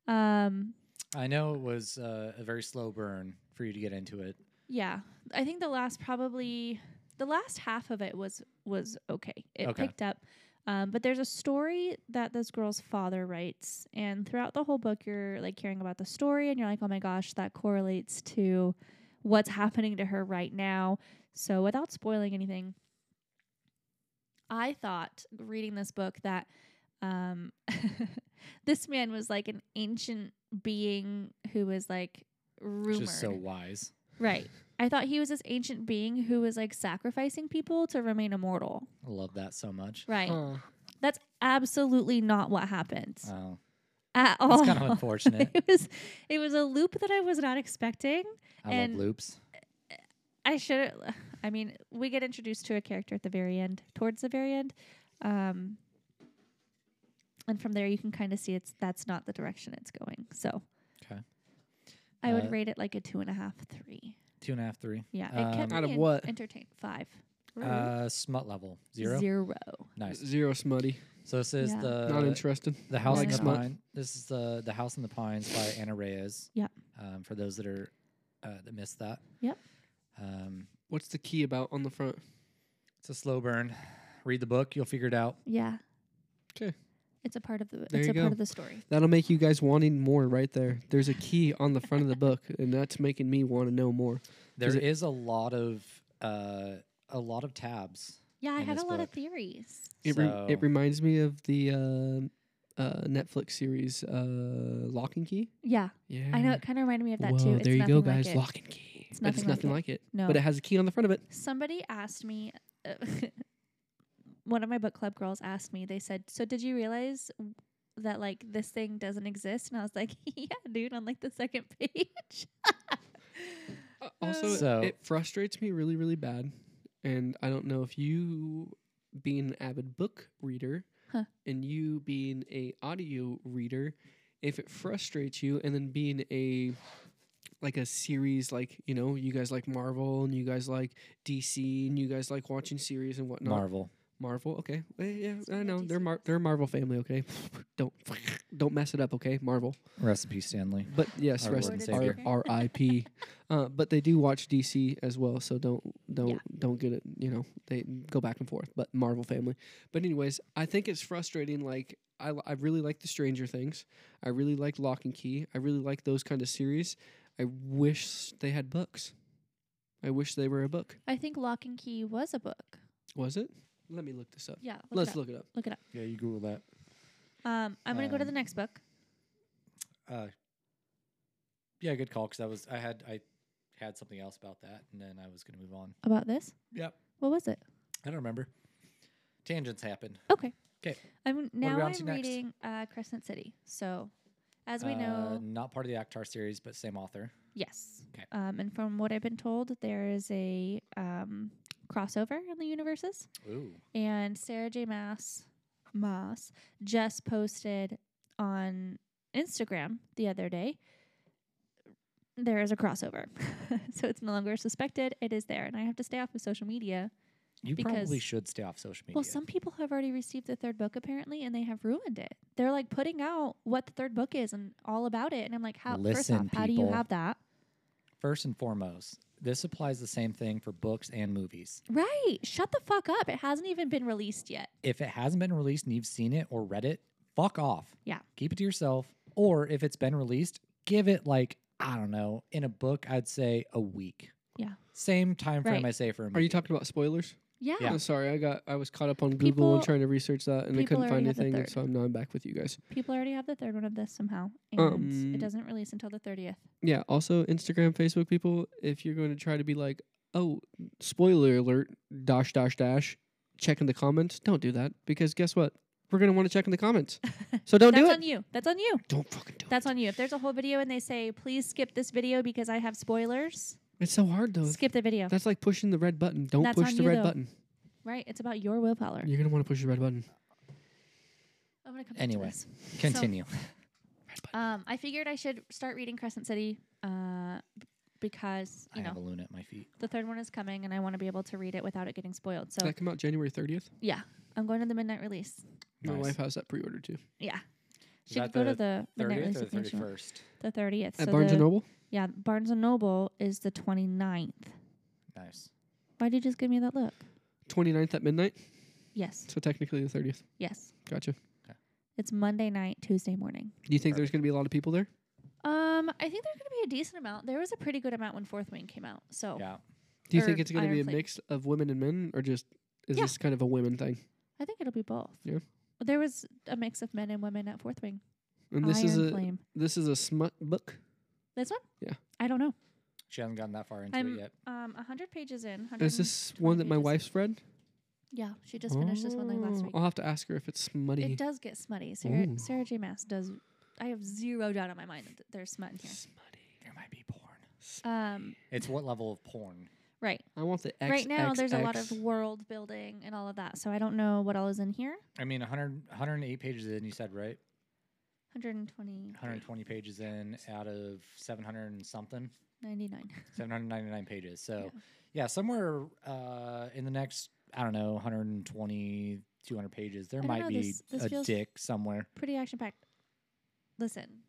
[SPEAKER 2] Um,
[SPEAKER 4] I know it was uh, a very slow burn for you to get into it.
[SPEAKER 2] yeah, I think the last probably the last half of it was was okay. It
[SPEAKER 4] Okay.
[SPEAKER 2] picked up. Um, but there's a story that this girl's father writes, and throughout the whole book, you're like hearing about the story, and you're like, oh my gosh, that correlates to what's happening to her right now. So, without spoiling anything, I thought reading this book that um, this man was like an ancient being who was like rumored.
[SPEAKER 4] Just so wise.
[SPEAKER 2] Right. I thought he was this ancient being who was like sacrificing people to remain immortal.
[SPEAKER 4] I love that so much.
[SPEAKER 2] Right.
[SPEAKER 5] Huh.
[SPEAKER 2] That's absolutely not what happened
[SPEAKER 4] Oh,
[SPEAKER 2] at all.
[SPEAKER 4] that's kind of unfortunate.
[SPEAKER 2] it was it was a loop that I was not expecting.
[SPEAKER 4] I
[SPEAKER 2] And-
[SPEAKER 4] love loops.
[SPEAKER 2] I should I mean, we get introduced to a character at the very end, towards the very end. Um and from there you can kind of see it's that's not the direction it's going. So
[SPEAKER 4] 'Kay.
[SPEAKER 2] I
[SPEAKER 4] Uh,
[SPEAKER 2] would rate it like a two and a half, three.
[SPEAKER 4] Two and a half, three.
[SPEAKER 2] Yeah. It kept
[SPEAKER 4] Um,
[SPEAKER 5] Out
[SPEAKER 2] me
[SPEAKER 5] of
[SPEAKER 2] en-
[SPEAKER 5] what?
[SPEAKER 2] entertained. Five.
[SPEAKER 4] Uh, smut level zero.
[SPEAKER 2] Zero.
[SPEAKER 4] Nice.
[SPEAKER 5] Zero smutty.
[SPEAKER 4] So this is
[SPEAKER 2] Yeah.
[SPEAKER 4] the
[SPEAKER 5] Not interested.
[SPEAKER 4] the house
[SPEAKER 2] Like
[SPEAKER 4] in the
[SPEAKER 2] smut.
[SPEAKER 4] pine. This is the the house in the pines by Anna Reyes.
[SPEAKER 2] Yeah.
[SPEAKER 4] Um, for those that are uh, that missed that.
[SPEAKER 2] Yep.
[SPEAKER 4] Um,
[SPEAKER 5] What's the key about on the front?
[SPEAKER 4] it's a slow burn. Read the book, you'll figure it out.
[SPEAKER 2] Yeah.
[SPEAKER 5] 'Kay.
[SPEAKER 2] It's a part of the
[SPEAKER 5] There
[SPEAKER 2] it's
[SPEAKER 5] you
[SPEAKER 2] a part
[SPEAKER 5] go.
[SPEAKER 2] of the story.
[SPEAKER 5] That'll make you guys wanting more right there. There's a key on the front of the book, and that's making me want to know more.
[SPEAKER 4] There
[SPEAKER 5] it-
[SPEAKER 4] is a lot of uh, a lot of tabs.
[SPEAKER 2] Yeah, I
[SPEAKER 4] in
[SPEAKER 2] had a
[SPEAKER 4] this
[SPEAKER 2] lot of
[SPEAKER 4] book.
[SPEAKER 2] theories.
[SPEAKER 5] It,
[SPEAKER 4] So-
[SPEAKER 5] re- it reminds me of the uh, uh, Netflix series uh, Lock and Key.
[SPEAKER 2] Yeah.
[SPEAKER 5] Yeah,
[SPEAKER 2] I know it kind of reminded me of that
[SPEAKER 5] Whoa,
[SPEAKER 2] too. It's
[SPEAKER 5] there you go,
[SPEAKER 2] nothing
[SPEAKER 5] guys.
[SPEAKER 2] Like it.
[SPEAKER 5] Lock and Key.
[SPEAKER 2] It's
[SPEAKER 5] But
[SPEAKER 2] nothing
[SPEAKER 5] it's
[SPEAKER 2] like
[SPEAKER 5] nothing
[SPEAKER 2] it.
[SPEAKER 5] like it.
[SPEAKER 2] No.
[SPEAKER 5] But it has a key on the front of it.
[SPEAKER 2] Somebody asked me uh, one of my book club girls asked me. They said, "So did you realize w- that like this thing doesn't exist?" And I was like, "Yeah, dude, on like the second page."
[SPEAKER 5] Uh, Also, it-
[SPEAKER 4] So-
[SPEAKER 5] it frustrates me really, really bad. And I don't know if you, being an avid book reader,
[SPEAKER 2] Huh.
[SPEAKER 5] and you being a audio reader, if it frustrates you, and then being a like a series, like you know, you guys like Marvel, and you guys like DC, and you guys like watching series and whatnot.
[SPEAKER 4] Marvel.
[SPEAKER 5] Marvel, okay, Eh, yeah,
[SPEAKER 2] It's
[SPEAKER 5] I
[SPEAKER 2] not
[SPEAKER 5] know they're
[SPEAKER 2] DC.
[SPEAKER 5] Mar- they're a Marvel family, okay. don't don't mess it up, okay, Marvel.
[SPEAKER 4] Recipe Stanley.
[SPEAKER 5] But yes,
[SPEAKER 4] Our
[SPEAKER 5] rest
[SPEAKER 4] Lord and
[SPEAKER 5] R-
[SPEAKER 4] Savior.
[SPEAKER 5] R.I.P. uh, but they do watch DC as well, so don't don't
[SPEAKER 2] Yeah.
[SPEAKER 5] don't get it. You know, they go back and forth. But Marvel family. But anyways, I think it's frustrating. Like I, l- I really like the Stranger Things. I really like Lock and Key. I really like those kind of series. I wish they had books. I wish they were a book.
[SPEAKER 2] I think Lock and Key was a book.
[SPEAKER 5] Was it? Let me look this up.
[SPEAKER 2] Yeah, look it
[SPEAKER 5] Let's
[SPEAKER 2] up.
[SPEAKER 5] look it up.
[SPEAKER 2] Look it up.
[SPEAKER 4] Yeah, you Google that.
[SPEAKER 2] Um, I'm gonna go to the
[SPEAKER 4] Um,
[SPEAKER 2] next book.
[SPEAKER 4] Uh, yeah, good call. Because I was I had I had something else about that, and then I was going to move on.
[SPEAKER 2] About this,
[SPEAKER 4] Yep.
[SPEAKER 2] what was it?
[SPEAKER 4] I don't remember. Tangents happen.
[SPEAKER 2] Okay.
[SPEAKER 4] 'Kay.
[SPEAKER 2] I'm
[SPEAKER 4] we
[SPEAKER 2] now
[SPEAKER 4] on to
[SPEAKER 2] I'm
[SPEAKER 4] next?
[SPEAKER 2] reading uh, Crescent City. So, as we know,
[SPEAKER 4] uh, not part of the Akhtar series, but same author.
[SPEAKER 2] yes.
[SPEAKER 4] 'Kay.
[SPEAKER 2] Um, and from what I've been told, there is a um, crossover in the universes.
[SPEAKER 4] Ooh,
[SPEAKER 2] And Sarah J. Mass Moss just posted on Instagram the other day there is a crossover. so it's no longer suspected. It is there. And I have to stay off of social media.
[SPEAKER 4] You probably
[SPEAKER 2] Because-
[SPEAKER 4] should stay off social media.
[SPEAKER 2] Well, some people have already received the third book apparently, and they have ruined it. They're like putting out what the third book is and all about it. And I'm like, how? first off,
[SPEAKER 4] Listen,
[SPEAKER 2] how do you
[SPEAKER 4] people.
[SPEAKER 2] have that?
[SPEAKER 4] First and foremost, this applies the same thing for books and movies.
[SPEAKER 2] Right. Shut the fuck up. It hasn't even been released yet.
[SPEAKER 4] If it hasn't been released and you've seen it or read it, fuck off.
[SPEAKER 2] Yeah.
[SPEAKER 4] Keep it to yourself. Or if it's been released, give it like, I don't know, in a book, I'd say a week.
[SPEAKER 2] Yeah.
[SPEAKER 4] Same time frame
[SPEAKER 2] Right.
[SPEAKER 4] I say for a movie.
[SPEAKER 5] Are you talking about spoilers?
[SPEAKER 2] Yeah.
[SPEAKER 5] I'm sorry, I got I was caught up on Google and
[SPEAKER 2] People-
[SPEAKER 5] trying to research that, and I
[SPEAKER 2] people
[SPEAKER 5] couldn't
[SPEAKER 2] already
[SPEAKER 5] find
[SPEAKER 2] have the
[SPEAKER 5] anything.
[SPEAKER 2] third.
[SPEAKER 5] So I'm now I'm back with you guys.
[SPEAKER 2] People already have the third one of this somehow, and
[SPEAKER 5] Um,
[SPEAKER 2] it doesn't release until the thirtieth.
[SPEAKER 5] Yeah. Also, Instagram, Facebook people, if you're going to try to be like, oh, spoiler alert, dash dash dash, check in the comments. Don't do that because guess what? We're gonna want to check in the comments. So don't
[SPEAKER 2] That's
[SPEAKER 5] do it.
[SPEAKER 2] on you. That's on you.
[SPEAKER 5] Don't fucking do
[SPEAKER 2] That's
[SPEAKER 5] it.
[SPEAKER 2] on you. If there's a whole video and they say, please skip this video because I have spoilers,
[SPEAKER 5] It's so hard though.
[SPEAKER 2] skip the video.
[SPEAKER 5] That's like pushing the red button. Don't
[SPEAKER 2] That's
[SPEAKER 5] push
[SPEAKER 2] on
[SPEAKER 5] the
[SPEAKER 2] you,
[SPEAKER 5] red
[SPEAKER 2] though.
[SPEAKER 5] button.
[SPEAKER 2] Right? It's about your willpower.
[SPEAKER 5] You're gonna want to push the red button.
[SPEAKER 2] I'm gonna come back to
[SPEAKER 4] Anyway,
[SPEAKER 2] this.
[SPEAKER 4] continue.
[SPEAKER 2] Um, I figured I should start reading Crescent City uh, b- because,
[SPEAKER 4] I
[SPEAKER 2] you
[SPEAKER 4] have a
[SPEAKER 2] know,
[SPEAKER 4] loon at my feet.
[SPEAKER 2] the third one is coming and I want to be able to read it without it getting spoiled.
[SPEAKER 5] Did
[SPEAKER 2] So,
[SPEAKER 5] that come out January 30th?
[SPEAKER 2] yeah, I'm going to the midnight release.
[SPEAKER 5] My
[SPEAKER 4] Nice.
[SPEAKER 5] wife has that pre-ordered too.
[SPEAKER 2] Yeah.
[SPEAKER 4] Is
[SPEAKER 2] She
[SPEAKER 4] that
[SPEAKER 2] could go to
[SPEAKER 4] the
[SPEAKER 2] the midnight
[SPEAKER 4] 30th
[SPEAKER 2] release
[SPEAKER 4] or
[SPEAKER 2] if you
[SPEAKER 4] the
[SPEAKER 2] want.
[SPEAKER 4] 31st?
[SPEAKER 2] The 30th.
[SPEAKER 5] At
[SPEAKER 2] So
[SPEAKER 5] Barnes
[SPEAKER 2] the-
[SPEAKER 5] and Noble.
[SPEAKER 2] Yeah, Barnes and Noble is the 29th.
[SPEAKER 4] Nice.
[SPEAKER 2] Why'd you just give me that look?
[SPEAKER 5] 29th at midnight.
[SPEAKER 2] Yes.
[SPEAKER 5] So technically the 30th.
[SPEAKER 2] Yes.
[SPEAKER 5] Gotcha. Do
[SPEAKER 2] It's Monday night, Tuesday morning.
[SPEAKER 5] you think there's gonna be a lot of people there?
[SPEAKER 2] Um, I think there's going to be a decent amount. There was a pretty good amount when Fourth Wing came out. So
[SPEAKER 4] Yeah.
[SPEAKER 5] Do you
[SPEAKER 2] Or
[SPEAKER 5] think it's going to
[SPEAKER 2] Iron
[SPEAKER 5] be a
[SPEAKER 2] Flake.
[SPEAKER 5] mix of women and men, or just is
[SPEAKER 2] Yeah.
[SPEAKER 5] this kind of a women thing?
[SPEAKER 2] I think it'll be both.
[SPEAKER 5] Yeah.
[SPEAKER 2] There was a mix of men and women at Fourth Wing.
[SPEAKER 5] And this
[SPEAKER 2] Iron
[SPEAKER 5] is a
[SPEAKER 2] Flame.
[SPEAKER 5] this is a smut book.
[SPEAKER 2] This one?
[SPEAKER 5] Yeah.
[SPEAKER 2] I don't know.
[SPEAKER 4] She hasn't gotten that far into it
[SPEAKER 2] I'm
[SPEAKER 4] yet.
[SPEAKER 2] um a hundred pages in.
[SPEAKER 5] Is
[SPEAKER 2] 100
[SPEAKER 5] this one that
[SPEAKER 2] 120
[SPEAKER 5] my wife's read?
[SPEAKER 2] Yeah, she just finished this one like last
[SPEAKER 5] Oh,
[SPEAKER 2] week.
[SPEAKER 5] I'll have to ask her if it's smutty.
[SPEAKER 2] It does get smutty. Sarah,
[SPEAKER 5] Ooh.
[SPEAKER 2] Sarah J. Mass does. I have zero doubt in my mind that th- there's smut in here.
[SPEAKER 4] There might be porn.
[SPEAKER 2] Um,
[SPEAKER 4] It's what level of porn?
[SPEAKER 2] right.
[SPEAKER 5] I want the X.
[SPEAKER 2] right now, there's a lot of
[SPEAKER 5] XX.
[SPEAKER 2] world building and all of that. So I don't know what all is in here.
[SPEAKER 4] I mean, 100, 108 pages in, you said, right?
[SPEAKER 2] 120,
[SPEAKER 4] 120 pages in out of 700 and something,
[SPEAKER 2] 99.
[SPEAKER 4] 799 pages. So, yeah, somewhere uh, in the next, I don't know, 120, 200 pages, there
[SPEAKER 2] I don't
[SPEAKER 4] might
[SPEAKER 2] know,
[SPEAKER 4] be
[SPEAKER 2] this- this
[SPEAKER 4] a
[SPEAKER 2] feels-
[SPEAKER 4] dick somewhere.
[SPEAKER 2] Pretty action packed. Listen,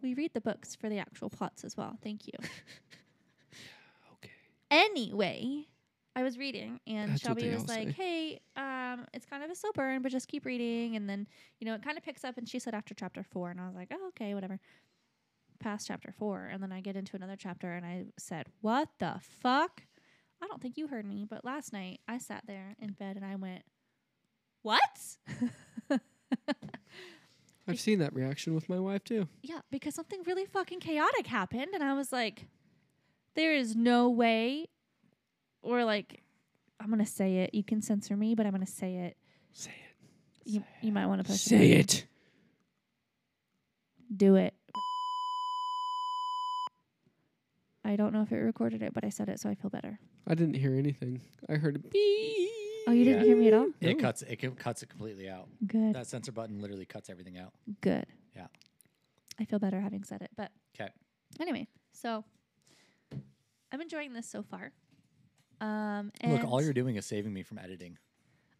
[SPEAKER 2] we read the books for the actual plots as well. Thank you.
[SPEAKER 5] Okay.
[SPEAKER 2] anyway, I was reading, and
[SPEAKER 5] That's what
[SPEAKER 2] Shelby
[SPEAKER 5] they
[SPEAKER 2] was
[SPEAKER 5] all
[SPEAKER 2] like, "Hey, um, it's kind of a slow burn, but just keep reading." And then you know it kind of picks up, and she said after chapter four, and I was like, "Oh, okay, whatever." Past chapter four, and then I get into another chapter, and I said, "What the fuck?" I don't think you heard me, but last night I sat there in bed and I went, "What?"
[SPEAKER 5] I've seen that reaction with my wife too.
[SPEAKER 2] Yeah, because something really fucking chaotic happened, and I was like, "There is no way," or like, "I'm gonna say it. You can censor me, but I'm gonna say it.
[SPEAKER 5] Say it.
[SPEAKER 2] You, you might want to post
[SPEAKER 5] Say it.
[SPEAKER 2] Do it." I don't know if it recorded it, but I said it, so I feel better.
[SPEAKER 5] I didn't hear anything. I heard a beep.
[SPEAKER 2] Oh, you didn't hear me at all?
[SPEAKER 4] It
[SPEAKER 5] No.
[SPEAKER 4] cuts it co- cuts it completely out.
[SPEAKER 2] Good,
[SPEAKER 4] That censor button literally cuts everything out.
[SPEAKER 2] good.
[SPEAKER 4] Yeah.
[SPEAKER 2] I feel better having said it, but
[SPEAKER 4] Okay.
[SPEAKER 2] anyway, so I'm enjoying this so far. Um, and
[SPEAKER 4] Look, all you're doing is saving me from editing.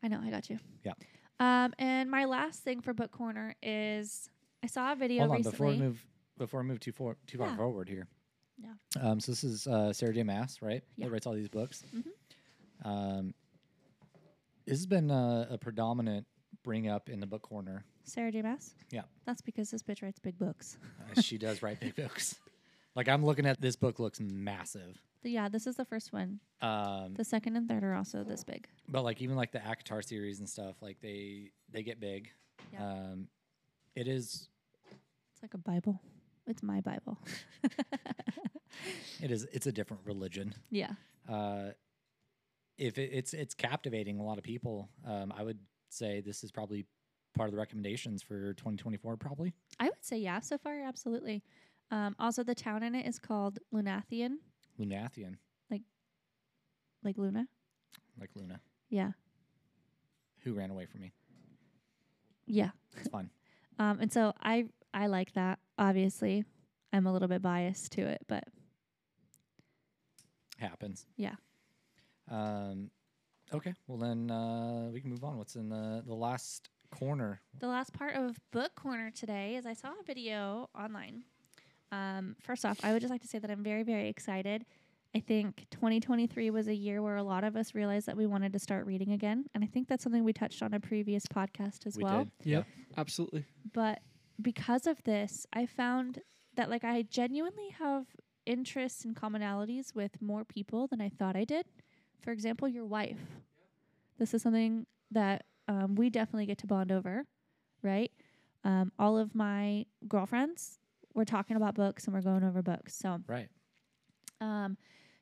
[SPEAKER 2] I know, I got you.
[SPEAKER 4] Yeah.
[SPEAKER 2] Um, and my last thing for book corner is I saw a video
[SPEAKER 4] Hold on,
[SPEAKER 2] recently.
[SPEAKER 4] before we move before we move too far too far
[SPEAKER 2] Yeah.
[SPEAKER 4] forward here.
[SPEAKER 2] Yeah.
[SPEAKER 4] Um, so this is uh, Sarah J. Mass, right?
[SPEAKER 2] Yeah. Mm-hmm.
[SPEAKER 4] That writes all these books. Um, this has been a, a predominant bring up in the book corner.
[SPEAKER 2] Sarah J. Mass.
[SPEAKER 4] Yeah.
[SPEAKER 2] That's because this bitch writes big books.
[SPEAKER 4] Uh, she does write big books. Like I'm looking at this book looks massive.
[SPEAKER 2] But yeah, this is the first one.
[SPEAKER 4] Um,
[SPEAKER 2] The second and third are also this big.
[SPEAKER 4] but like even like the Akatar series and stuff, like they they get big.
[SPEAKER 2] Yeah.
[SPEAKER 4] Um, it is
[SPEAKER 2] It's like a Bible. It's my Bible.
[SPEAKER 4] it is it's a different religion.
[SPEAKER 2] yeah.
[SPEAKER 4] uh, if it, it's it's captivating a lot of people, um, I would say this is probably part of the recommendations for 2024. Probably
[SPEAKER 2] I would say yeah so far, absolutely. Um, also the town in it is called Lunathian,
[SPEAKER 4] Lunathian,
[SPEAKER 2] like Luna.
[SPEAKER 4] like Luna,
[SPEAKER 2] Yeah.
[SPEAKER 4] who ran away from me.
[SPEAKER 2] Yeah.
[SPEAKER 4] It's fun.
[SPEAKER 2] Um, and so I I like that. Obviously, I'm a little bit biased to it, but
[SPEAKER 4] happens.
[SPEAKER 2] Yeah.
[SPEAKER 4] Um, okay. Well, then uh, we can move on. What's in the the last corner?
[SPEAKER 2] The last part of Book Corner today is I saw a video online. Um, first off, I would just like to say that I'm very, very excited. I think 2023 was a year where a lot of us realized that we wanted to start reading again. And I think that's something we touched on a previous podcast as
[SPEAKER 4] we
[SPEAKER 2] well.
[SPEAKER 4] did.
[SPEAKER 5] Yep. Absolutely.
[SPEAKER 2] but because of this i found that like i genuinely have interests and commonalities with more people than i thought i did for example your wife this is something that um, we definitely get to bond over right um, all of my girlfriends we're talking about books and we're going over books so
[SPEAKER 4] Right.
[SPEAKER 2] um,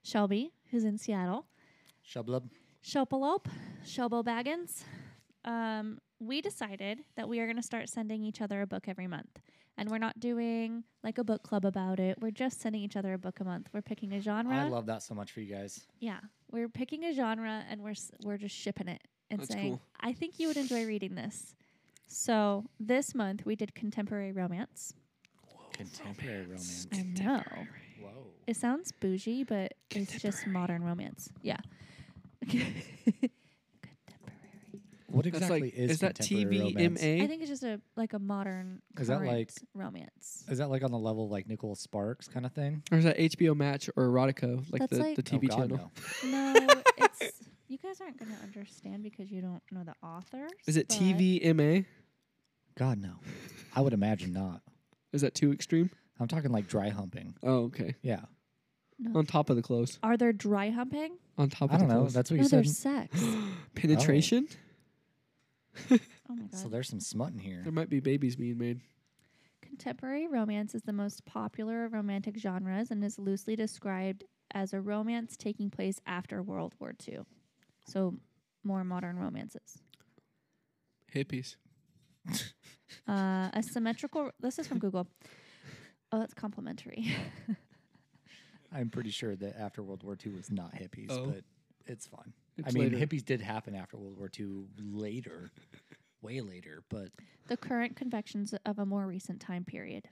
[SPEAKER 2] shelby who's in seattle
[SPEAKER 4] Shublub.
[SPEAKER 2] Shopalope, Shobo Baggins, um, we decided that we are going to start sending each other a book every month. And we're not doing like a book club about it. We're just sending each other a book a month. We're picking a genre.
[SPEAKER 4] I love that so much for you guys.
[SPEAKER 2] yeah. We're picking a genre and we're, s- we're just shipping it and
[SPEAKER 5] That's
[SPEAKER 2] saying,
[SPEAKER 5] cool.
[SPEAKER 2] I think you would enjoy reading this. So this month we did contemporary romance.
[SPEAKER 4] Contemporary romance.
[SPEAKER 2] I know.
[SPEAKER 4] Whoa.
[SPEAKER 2] It sounds bougie, but it's just modern romance. Yeah. contemporary.
[SPEAKER 4] What
[SPEAKER 5] That's
[SPEAKER 4] exactly
[SPEAKER 5] like,
[SPEAKER 4] is,
[SPEAKER 5] is that
[SPEAKER 4] contemporary romance?
[SPEAKER 2] I
[SPEAKER 5] TVMA?
[SPEAKER 2] think it's just a like a modern
[SPEAKER 4] Is that
[SPEAKER 2] current
[SPEAKER 4] like-
[SPEAKER 2] romance.
[SPEAKER 4] Is that like on the level of like Nicole Sparks kind of thing?
[SPEAKER 5] Or is that HBO Match or Erotico, like
[SPEAKER 2] That's
[SPEAKER 5] the,
[SPEAKER 2] like-
[SPEAKER 5] the TV
[SPEAKER 4] oh, God,
[SPEAKER 5] channel?
[SPEAKER 4] No.
[SPEAKER 2] no, it's you guys aren't going to understand because you don't know the authors.
[SPEAKER 5] Is it
[SPEAKER 2] but-
[SPEAKER 5] TVMA?
[SPEAKER 4] God no. I would imagine not.
[SPEAKER 5] Is that too extreme?
[SPEAKER 4] I'm talking like dry humping.
[SPEAKER 5] Oh, okay.
[SPEAKER 4] Yeah.
[SPEAKER 5] On top of the clothes.
[SPEAKER 2] Are there dry humping?
[SPEAKER 5] On top
[SPEAKER 4] I
[SPEAKER 5] of
[SPEAKER 4] don't
[SPEAKER 5] the
[SPEAKER 4] know.
[SPEAKER 5] clothes.
[SPEAKER 4] That's what you
[SPEAKER 2] No,
[SPEAKER 4] said.
[SPEAKER 2] there's sex. oh
[SPEAKER 5] Penetration?
[SPEAKER 2] my god.
[SPEAKER 4] So there's some smut in here.
[SPEAKER 5] There might be babies being made.
[SPEAKER 2] Contemporary romance is the most popular of romantic genres and is loosely described as a romance taking place after World War II. So more modern romances.
[SPEAKER 5] Hippies.
[SPEAKER 2] Uh, a symmetrical. This is from Google. Oh, it's complimentary.
[SPEAKER 4] I'm pretty sure that after World War II was not hippies,
[SPEAKER 5] Oh.
[SPEAKER 4] but it's fine.
[SPEAKER 5] It's
[SPEAKER 4] I mean,
[SPEAKER 5] later.
[SPEAKER 4] hippies did happen after World War II later, way later, but
[SPEAKER 2] the current conventions of a more recent time period.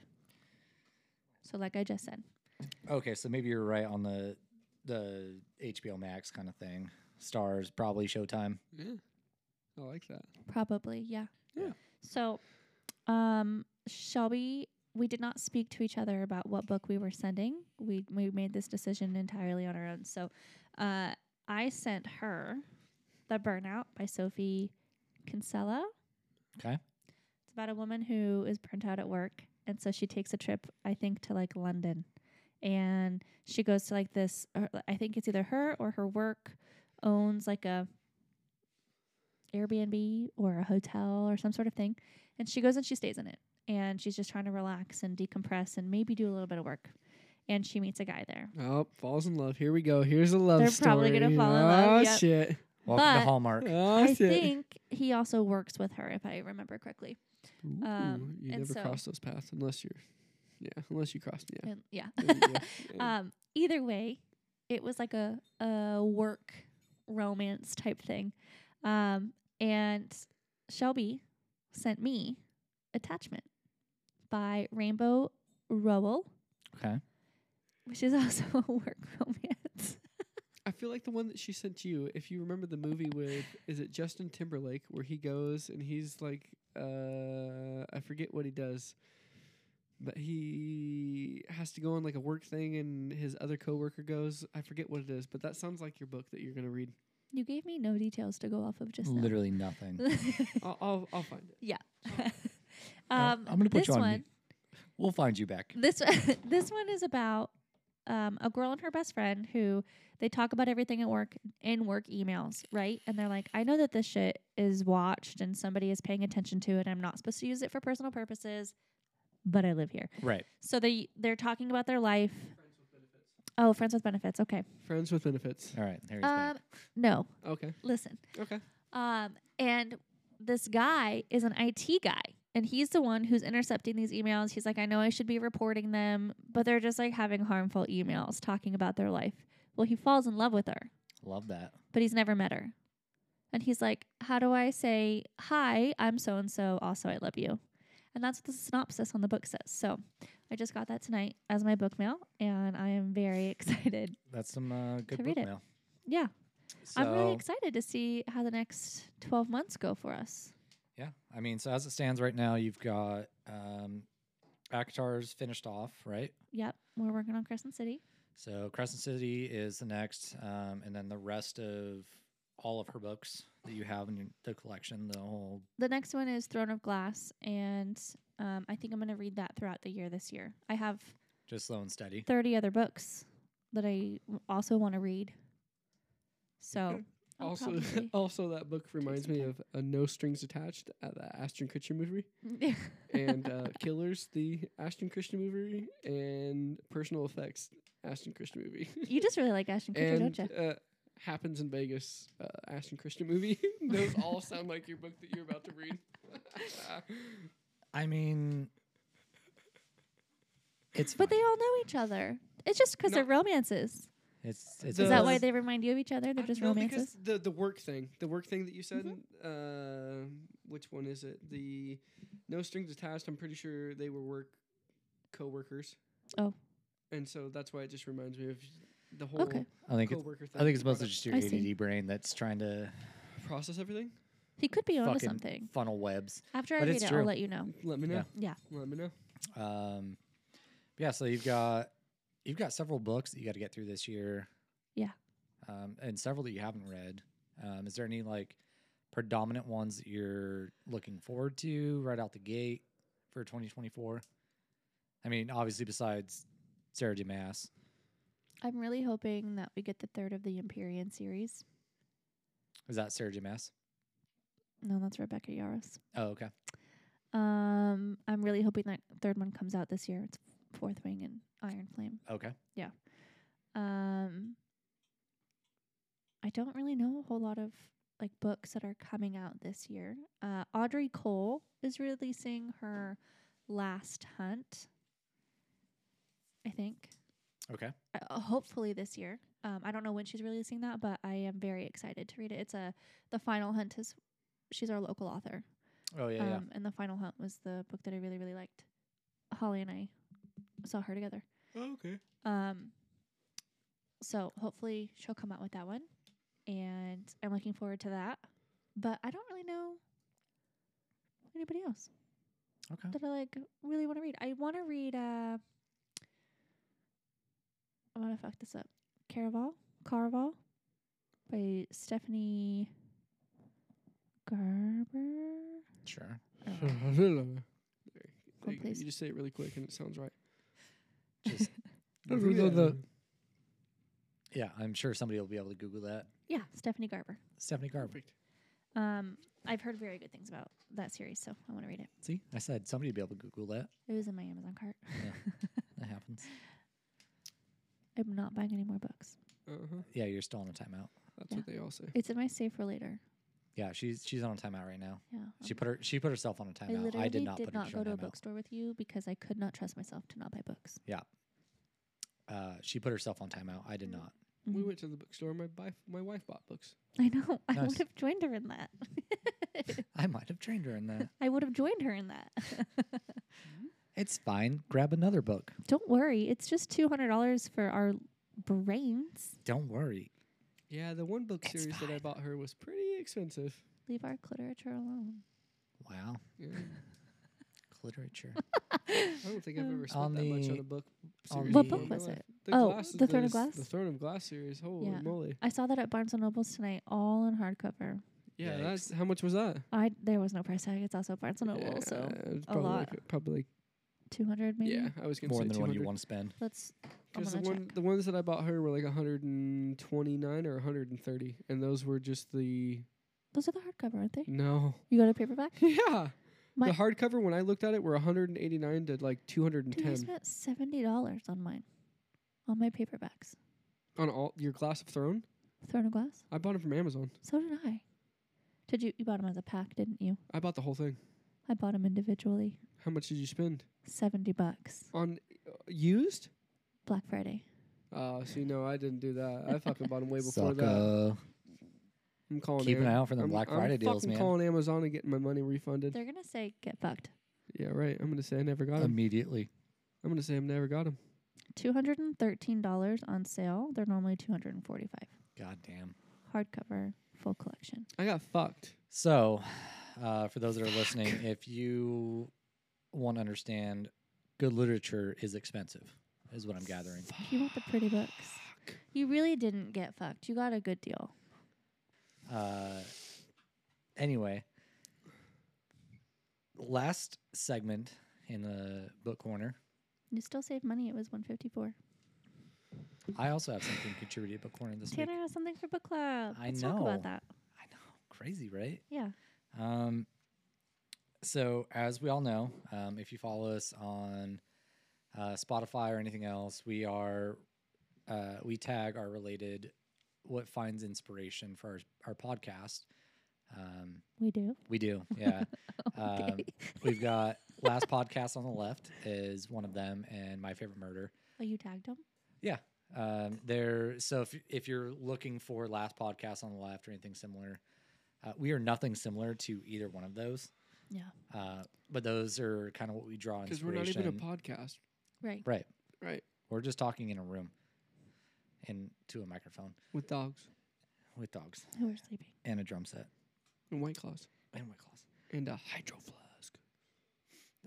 [SPEAKER 2] So, like I just said,
[SPEAKER 4] okay, so maybe you're right on the the HBO Max kind of thing. Stars, probably Showtime.
[SPEAKER 5] Yeah. I like that.
[SPEAKER 2] probably, yeah.
[SPEAKER 5] Yeah.
[SPEAKER 2] So, um, Shelby, we did not speak to each other about what book we were sending. We we made this decision entirely on our own. So, uh, I sent her "The Burnout" by Sophie Kinsella.
[SPEAKER 4] Okay.
[SPEAKER 2] It's about a woman who is burnt out at work, and so she takes a trip, I think, to like London, and she goes to like this. uh, I think it's either her or her work owns like a Airbnb or a hotel or some sort of thing, and she goes and she stays in it, and she's just trying to relax and decompress and maybe do a little bit of work, and she meets a guy there.
[SPEAKER 5] Oh, falls in love. Here we go. Here's a love
[SPEAKER 2] They're
[SPEAKER 5] story.
[SPEAKER 2] probably gonna fall in
[SPEAKER 5] oh,
[SPEAKER 2] love, yep.
[SPEAKER 5] shit.
[SPEAKER 4] Welcome
[SPEAKER 2] But-
[SPEAKER 4] to Hallmark.
[SPEAKER 5] Oh,
[SPEAKER 2] I
[SPEAKER 5] shit.
[SPEAKER 2] think he also works with her, if I remember correctly.
[SPEAKER 5] Ooh,
[SPEAKER 2] um,
[SPEAKER 5] you
[SPEAKER 2] and
[SPEAKER 5] never
[SPEAKER 2] so-
[SPEAKER 5] cross those paths unless you're, yeah, unless you cross, yeah.
[SPEAKER 2] And yeah.
[SPEAKER 5] There you go. Yeah.
[SPEAKER 2] um, either way, it was like a, a work romance type thing. Um, and Shelby sent me Attachment by Rainbow Rowell,
[SPEAKER 4] Okay.
[SPEAKER 2] which is also a work romance.
[SPEAKER 5] I feel like the one that she sent you, if you remember the movie with, is it Justin Timberlake, where he goes and he's like, uh, I forget what he does, but he has to go on like a work thing and his other coworker goes, I forget what it is, but that sounds like your book that you're going to read.
[SPEAKER 2] You gave me no details to go off of just now.
[SPEAKER 4] Literally nothing.
[SPEAKER 5] I'll, I'll, I'll find it.
[SPEAKER 2] yeah.
[SPEAKER 4] Uh,
[SPEAKER 2] um,
[SPEAKER 4] I'm gonna put
[SPEAKER 2] this
[SPEAKER 4] you on.
[SPEAKER 2] one.
[SPEAKER 4] mute. We'll find you back.
[SPEAKER 2] This this one is about um, a girl and her best friend who they talk about everything at work in work emails, right? And they're like, I know that this shit is watched and somebody is paying attention to it. I'm not supposed to use it for personal purposes, but I live here.
[SPEAKER 4] Right.
[SPEAKER 2] So they they're talking about their life. Oh, friends with benefits. Okay.
[SPEAKER 5] Friends with Benefits.
[SPEAKER 4] All right. Harry's back.
[SPEAKER 2] Um, no,
[SPEAKER 5] Okay.
[SPEAKER 2] listen.
[SPEAKER 5] Okay.
[SPEAKER 2] Um, and this guy is an IT guy, and he's the one who's intercepting these emails. He's like, I know I should be reporting them, but they're just like having harmful emails talking about their life. Well, he falls in love with her,
[SPEAKER 4] Love that.
[SPEAKER 2] but he's never met her. And he's like, How do I say, Hi, I'm so and so, also I love you? And that's what the synopsis on the book says. So I just got that tonight as my book mail, and I am very excited.
[SPEAKER 4] That's some uh, good
[SPEAKER 2] To
[SPEAKER 4] book
[SPEAKER 2] read it.
[SPEAKER 4] mail.
[SPEAKER 2] Yeah, I'm really
[SPEAKER 4] So-
[SPEAKER 2] excited to see how the next 12 months go for us.
[SPEAKER 4] Yeah, I mean, so as it stands right now, you've got um, Akatar's finished off, right?
[SPEAKER 2] Yep, we're working on Crescent City.
[SPEAKER 4] So Crescent City is the next, um, and then the rest of all of her books that you have in your, the collection, the whole.
[SPEAKER 2] The next one is Throne of Glass, and um, I think I'm going to read that throughout the year this year. I have
[SPEAKER 4] Just slow and steady.
[SPEAKER 2] 30 other books that I w- also want to read. So, I'll
[SPEAKER 5] Also, Oh,
[SPEAKER 2] probably-
[SPEAKER 5] also that book reminds me of a No Strings Attached, uh, the Ashton Kutcher movie, and uh, Killers, the Ashton Kutcher movie, and Personal Effects, Ashton Kutcher movie,
[SPEAKER 2] you just really like Ashton Kutcher,
[SPEAKER 5] and
[SPEAKER 2] don't you?
[SPEAKER 5] uh, Happens in Vegas, uh, Ashton Kutcher movie. Those all sound like your book that you're about to read.
[SPEAKER 4] I mean, it's
[SPEAKER 2] But
[SPEAKER 4] fine.
[SPEAKER 2] they all know each other. It's just because
[SPEAKER 5] No.
[SPEAKER 2] they're romances.
[SPEAKER 4] It's, it's
[SPEAKER 5] The-
[SPEAKER 2] Is that
[SPEAKER 4] fine.
[SPEAKER 2] why
[SPEAKER 5] Those-
[SPEAKER 2] they remind you of each other? They're
[SPEAKER 5] Uh,
[SPEAKER 2] just
[SPEAKER 5] no, because
[SPEAKER 2] romances.
[SPEAKER 5] The the work thing, the work thing that you said.
[SPEAKER 2] Mm-hmm.
[SPEAKER 5] Uh, which one is it? The no strings attached. I'm pretty sure they were work coworkers.
[SPEAKER 2] Oh.
[SPEAKER 5] And so that's why it just reminds me of the whole
[SPEAKER 2] Okay.
[SPEAKER 4] I think it's,
[SPEAKER 5] coworker thing.
[SPEAKER 4] I think
[SPEAKER 5] you
[SPEAKER 4] it's
[SPEAKER 5] brought
[SPEAKER 4] mostly
[SPEAKER 5] up.
[SPEAKER 4] just your
[SPEAKER 2] I
[SPEAKER 4] ADD
[SPEAKER 2] see.
[SPEAKER 4] brain that's trying to
[SPEAKER 5] process everything.
[SPEAKER 2] He could be onto
[SPEAKER 4] fucking
[SPEAKER 2] something.
[SPEAKER 4] funnel webs.
[SPEAKER 2] After I
[SPEAKER 4] but
[SPEAKER 2] read
[SPEAKER 4] it's
[SPEAKER 2] it,
[SPEAKER 4] true.
[SPEAKER 2] I'll let you know.
[SPEAKER 5] Let me know.
[SPEAKER 2] Yeah.
[SPEAKER 4] Yeah.
[SPEAKER 5] Let me know.
[SPEAKER 4] Um, yeah, so you've got you've got several books that you got to get through this year.
[SPEAKER 2] Yeah.
[SPEAKER 4] um, and several that you haven't read. Um, is there any like predominant ones that you're looking forward to right out the gate for 2024? I mean, obviously besides Sarah Dumas.
[SPEAKER 2] I'm really hoping that we get the third of the Empyrean series.
[SPEAKER 4] Is that Sarah Dumas?
[SPEAKER 2] No, that's Rebecca Yaros.
[SPEAKER 4] Oh, okay.
[SPEAKER 2] Um, I'm really hoping that third one comes out this year. It's Fourth Wing and Iron Flame.
[SPEAKER 4] Okay.
[SPEAKER 2] Um, I don't really know a whole lot of like books that are coming out this year. Uh, Audrey Cole is releasing her Last Hunt. I think.
[SPEAKER 4] Okay.
[SPEAKER 2] uh, uh, hopefully this year. Um, I don't know when she's releasing that, but I am very excited to read it. It's a the final hunt is she's our local author,
[SPEAKER 4] Oh, yeah, yeah.
[SPEAKER 2] um, and the final hunt was the book that I really really liked. Holly and I saw her together.
[SPEAKER 5] Oh, okay.
[SPEAKER 2] Um, so hopefully she'll come out with that one, and I'm looking forward to that. But I don't really know anybody else
[SPEAKER 4] Okay.
[SPEAKER 2] that I like really want to read. I want to read. Uh, I want to fuck this up. Caraval, Caraval, by Stephanie Garber.
[SPEAKER 4] Sure.
[SPEAKER 2] I don't know.
[SPEAKER 5] There.
[SPEAKER 2] Oh,
[SPEAKER 5] You-
[SPEAKER 2] please.
[SPEAKER 5] You just say it really quick and it sounds right.
[SPEAKER 4] Just
[SPEAKER 5] Yeah.
[SPEAKER 4] yeah, I'm sure somebody will be able to Google that.
[SPEAKER 2] yeah, Stephanie Garber.
[SPEAKER 4] Stephanie Garber.
[SPEAKER 5] Perfect.
[SPEAKER 2] Um, I've heard very good things about that series, so I want to read it.
[SPEAKER 4] See, I said somebody will be able to Google that.
[SPEAKER 2] It was in my Amazon cart.
[SPEAKER 4] That happens.
[SPEAKER 2] I'm not buying any more books.
[SPEAKER 5] Uh-huh.
[SPEAKER 4] Yeah, you're still on a timeout.
[SPEAKER 5] That's
[SPEAKER 2] Yeah.
[SPEAKER 5] what they all say.
[SPEAKER 2] It's in my safe for later.
[SPEAKER 4] Yeah, she's she's on a timeout right now.
[SPEAKER 2] Yeah.
[SPEAKER 4] She
[SPEAKER 2] um,
[SPEAKER 4] put her she put herself on a
[SPEAKER 2] I
[SPEAKER 4] timeout.
[SPEAKER 2] literally
[SPEAKER 4] I, did not put
[SPEAKER 2] go
[SPEAKER 4] her
[SPEAKER 2] to a
[SPEAKER 4] on timeout.
[SPEAKER 2] bookstore with you because I could not trust myself to not buy books.
[SPEAKER 4] Uh, she put herself on timeout. I did not.
[SPEAKER 5] We
[SPEAKER 2] Mhm.
[SPEAKER 5] went to the bookstore. My wife, my wife bought books.
[SPEAKER 2] I know. I
[SPEAKER 4] Nice.
[SPEAKER 2] would have joined her in that.
[SPEAKER 4] I might have trained her in that.
[SPEAKER 2] I would have joined her in that.
[SPEAKER 4] it's fine. Grab another book.
[SPEAKER 2] Don't worry. It's just $200 for our brains.
[SPEAKER 4] Don't worry.
[SPEAKER 5] Yeah, the one book
[SPEAKER 4] It's
[SPEAKER 5] series that I
[SPEAKER 4] fine.
[SPEAKER 5] bought her was pretty expensive.
[SPEAKER 2] Leave our literature alone.
[SPEAKER 4] Wow,
[SPEAKER 5] Yeah.
[SPEAKER 4] literature.
[SPEAKER 5] I don't think I've ever spent
[SPEAKER 4] On
[SPEAKER 5] that much on
[SPEAKER 4] the-
[SPEAKER 5] a book.
[SPEAKER 4] on
[SPEAKER 5] Series
[SPEAKER 4] What
[SPEAKER 5] before
[SPEAKER 4] book
[SPEAKER 5] in my
[SPEAKER 2] was
[SPEAKER 5] life.
[SPEAKER 2] it?
[SPEAKER 5] The
[SPEAKER 2] Oh,
[SPEAKER 5] Glass-
[SPEAKER 2] The Throne of
[SPEAKER 5] s-
[SPEAKER 2] Glass?
[SPEAKER 5] The Throne of Glass series. Holy
[SPEAKER 2] Yeah.
[SPEAKER 5] moly!
[SPEAKER 2] I saw that at Barnes and Nobles tonight, all in hardcover.
[SPEAKER 5] Yeah,
[SPEAKER 4] Yikes.
[SPEAKER 5] that's how much was that?
[SPEAKER 2] I there was no price tag. It's also Barnes and Noble, so
[SPEAKER 5] Yeah, it was
[SPEAKER 2] a
[SPEAKER 5] probably
[SPEAKER 2] lot.
[SPEAKER 5] Like, probably like-
[SPEAKER 2] two hundred maybe.
[SPEAKER 5] yeah. I was gonna
[SPEAKER 4] More
[SPEAKER 5] say
[SPEAKER 4] than the one you want to spend.
[SPEAKER 2] Let's. I'm
[SPEAKER 5] because the
[SPEAKER 2] gonna
[SPEAKER 5] one
[SPEAKER 2] check.
[SPEAKER 5] the ones that I bought her were like 129 or 130, and those were just the
[SPEAKER 2] Those are the hardcover, aren't they?
[SPEAKER 5] no.
[SPEAKER 2] You got a paperback.
[SPEAKER 5] Yeah,
[SPEAKER 2] My-
[SPEAKER 5] the hardcover when I looked at it were 189 to like
[SPEAKER 2] Dude, I
[SPEAKER 5] 210
[SPEAKER 2] spent seventy dollars on mine, on my paperbacks.
[SPEAKER 5] on all your Glass of Throne.
[SPEAKER 2] Throne of Glass.
[SPEAKER 5] I bought it from Amazon.
[SPEAKER 2] So did I. Did you? You bought them as a pack, didn't you?
[SPEAKER 5] I bought the whole thing.
[SPEAKER 2] I bought them individually.
[SPEAKER 5] How much did you spend
[SPEAKER 2] Seventy bucks.
[SPEAKER 5] on uh, used?
[SPEAKER 2] Black Friday.
[SPEAKER 5] Oh, see, no, I didn't do that. I fucking bought them way before that.
[SPEAKER 4] Sucker.
[SPEAKER 5] I'm calling.
[SPEAKER 4] Keep an
[SPEAKER 5] Am-
[SPEAKER 4] eye out for them
[SPEAKER 5] I'm-
[SPEAKER 4] Black
[SPEAKER 5] I'm
[SPEAKER 4] Friday deals,
[SPEAKER 5] fucking
[SPEAKER 4] man.
[SPEAKER 5] calling Amazon and getting my money refunded.
[SPEAKER 2] They're gonna say get fucked.
[SPEAKER 5] Yeah, right. I'm gonna say I never
[SPEAKER 4] Um,
[SPEAKER 5] got him.
[SPEAKER 4] immediately.
[SPEAKER 5] I'm gonna say I never got him.
[SPEAKER 2] Two hundred and thirteen dollars on sale. They're normally two hundred and forty-five.
[SPEAKER 4] God damn.
[SPEAKER 2] Hardcover, full collection.
[SPEAKER 5] I got fucked.
[SPEAKER 4] So, uh, for those that are listening, if you want to understand, good literature is expensive, is what I'm gathering.
[SPEAKER 2] You want the pretty books? You really didn't get fucked. You got a good deal.
[SPEAKER 4] Uh, anyway, last segment in the book corner,
[SPEAKER 2] You still saved money. It was one fifty-four.
[SPEAKER 4] I also have something contributed book corner this
[SPEAKER 2] Tanner
[SPEAKER 4] week.
[SPEAKER 2] has something for book club.
[SPEAKER 4] I
[SPEAKER 2] Let's talk
[SPEAKER 4] know.
[SPEAKER 2] about that.
[SPEAKER 4] I know, crazy, right?
[SPEAKER 2] Yeah.
[SPEAKER 4] Um, so, as we all know, um, if you follow us on uh, Spotify or anything else, we are uh, we tag our related what finds inspiration for our, our podcast. Um,
[SPEAKER 2] We do.
[SPEAKER 4] we do, yeah. Um,
[SPEAKER 2] Okay.
[SPEAKER 4] we've got last podcast on the left is one of them, and my favorite murder.
[SPEAKER 2] oh, you tagged him?
[SPEAKER 4] Yeah. Um, there. So if if you're looking for last podcast on the left or anything similar, uh, we are nothing similar to either one of those.
[SPEAKER 2] Yeah.
[SPEAKER 4] Uh, but those are kind of what we draw
[SPEAKER 5] Because we're not even a
[SPEAKER 4] inspiration.
[SPEAKER 5] podcast,
[SPEAKER 2] Right.
[SPEAKER 4] right.
[SPEAKER 5] right?
[SPEAKER 4] We're just talking in a room, and to a microphone
[SPEAKER 5] With dogs
[SPEAKER 4] with dogs
[SPEAKER 2] Who are sleeping?
[SPEAKER 4] and a drum set
[SPEAKER 5] and white claws
[SPEAKER 4] and white claws,
[SPEAKER 5] and a hydro flask.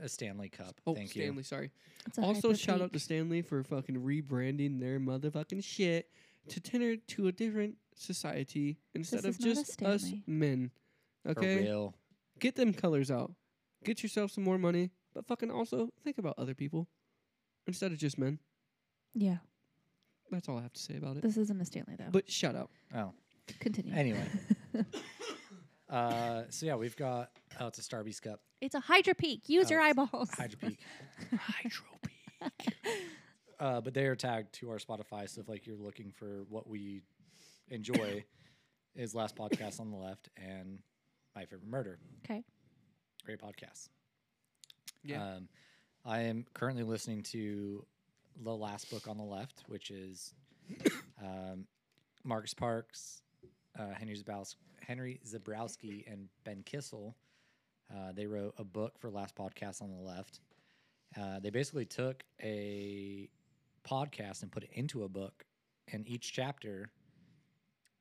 [SPEAKER 4] a Stanley cup.
[SPEAKER 5] Oh,
[SPEAKER 4] Thank
[SPEAKER 5] Stanley, sorry.
[SPEAKER 2] It's a
[SPEAKER 5] also,
[SPEAKER 2] hyper
[SPEAKER 5] shout out to
[SPEAKER 2] peak.
[SPEAKER 5] Stanley for fucking rebranding their motherfucking shit to tenor to a different society instead
[SPEAKER 2] This
[SPEAKER 5] of
[SPEAKER 2] is not a
[SPEAKER 5] just us
[SPEAKER 2] Stanley.
[SPEAKER 5] men.
[SPEAKER 4] you. For
[SPEAKER 5] Okay,
[SPEAKER 4] real.
[SPEAKER 5] get them colors out. Get yourself some more money, but fucking also think about other people instead of just men.
[SPEAKER 2] Yeah.
[SPEAKER 5] That's all I have to say about it.
[SPEAKER 2] This isn't a Stanley, though.
[SPEAKER 5] But shout out.
[SPEAKER 4] Oh.
[SPEAKER 2] Continue.
[SPEAKER 4] Anyway. Uh, so yeah, we've got oh, it's a Starbucks cup.
[SPEAKER 2] It's a Hydra Peak. Use your
[SPEAKER 4] Oh,
[SPEAKER 2] eyeballs.
[SPEAKER 4] Hydro Peak. Uh, but they are tagged to our Spotify. So if like you're looking for what we enjoy, is last podcast on the left and my favorite murder.
[SPEAKER 2] Okay.
[SPEAKER 4] Great podcast.
[SPEAKER 5] Yeah.
[SPEAKER 4] Um, I am currently listening to the last book on the left, which is um, Marcus Parks, uh, Henry, Zabrowski, Henry Zabrowski, and Ben Kissel. Uh, they wrote a book for Last Podcast on the Left. Uh, they basically took a podcast and put it into a book, and each chapter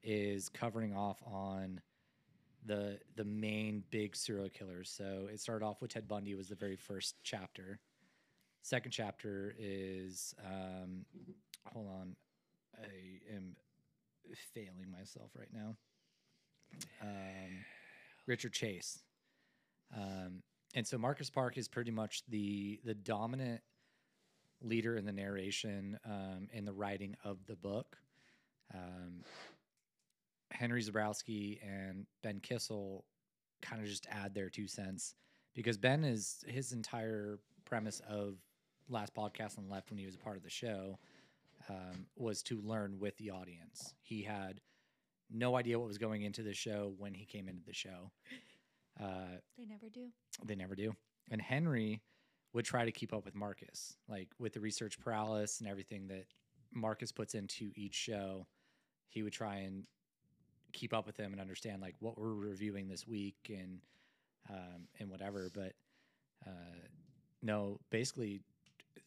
[SPEAKER 4] is covering off on the the main big serial killers. So it started off with Ted Bundy was the very first chapter. Second chapter is um, hold on, I am failing myself right now. Um, Richard Chase, um, and so Marcus Park is pretty much the the dominant leader in the narration um, and the writing of the book. Um, Henry Zabrowski and Ben Kissel kind of just add their two cents because Ben is his entire premise of last podcast on the left when he was a part of the show um, was to learn with the audience. He had no idea what was going into the show when he came into the show. Uh,
[SPEAKER 2] They never do.
[SPEAKER 4] they never do. And Henry would try to keep up with Marcus, like with the research paralysis and everything that Marcus puts into each show. He would try and keep up with him and understand like what we're reviewing this week and um, and whatever. But uh, no, basically,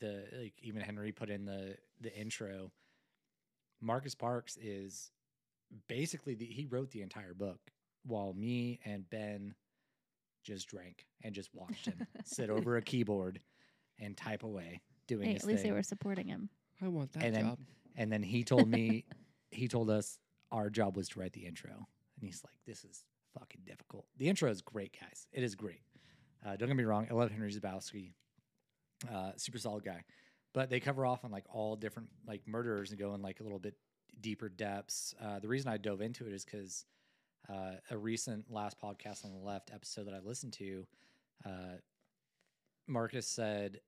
[SPEAKER 4] the like even Henry put in the the intro. Marcus Parks is basically the, he wrote the entire book while me and Ben just drank and just watched him sit over a keyboard and type away doing
[SPEAKER 2] Hey,
[SPEAKER 4] his
[SPEAKER 2] at least
[SPEAKER 4] thing.
[SPEAKER 2] they were supporting him.
[SPEAKER 5] I want that
[SPEAKER 4] and then-
[SPEAKER 5] job.
[SPEAKER 4] And then he told me, he told us our job was to write the intro. And he's like, this is fucking difficult. The intro is great, guys. It is great. Uh, don't get me wrong. I love Henry Zabowski. Uh, super solid guy. But they cover off on like all different like murderers and go in like a little bit deeper depths. Uh, the reason I dove into it is because uh, a recent last podcast on the left episode that I listened to, uh, Marcus said,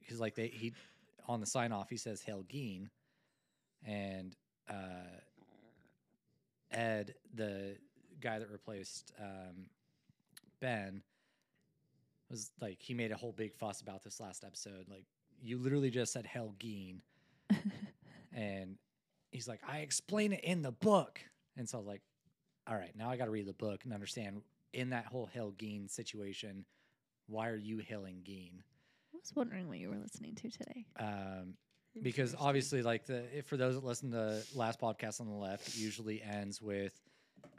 [SPEAKER 4] because like they he on the sign off, he says Helgeen, and uh, Ed, the guy that replaced um, Ben, was like he made a whole big fuss about this last episode. Like you literally just said Helgeen, and he's like, I explain it in the book, and so I was like, all right, now I got to read the book and understand in that whole Helgeen situation why are you hailing Geen?
[SPEAKER 2] I was wondering what you were listening to today.
[SPEAKER 4] Um, because obviously, like the if, for those that listen to last podcast on the left, it usually ends with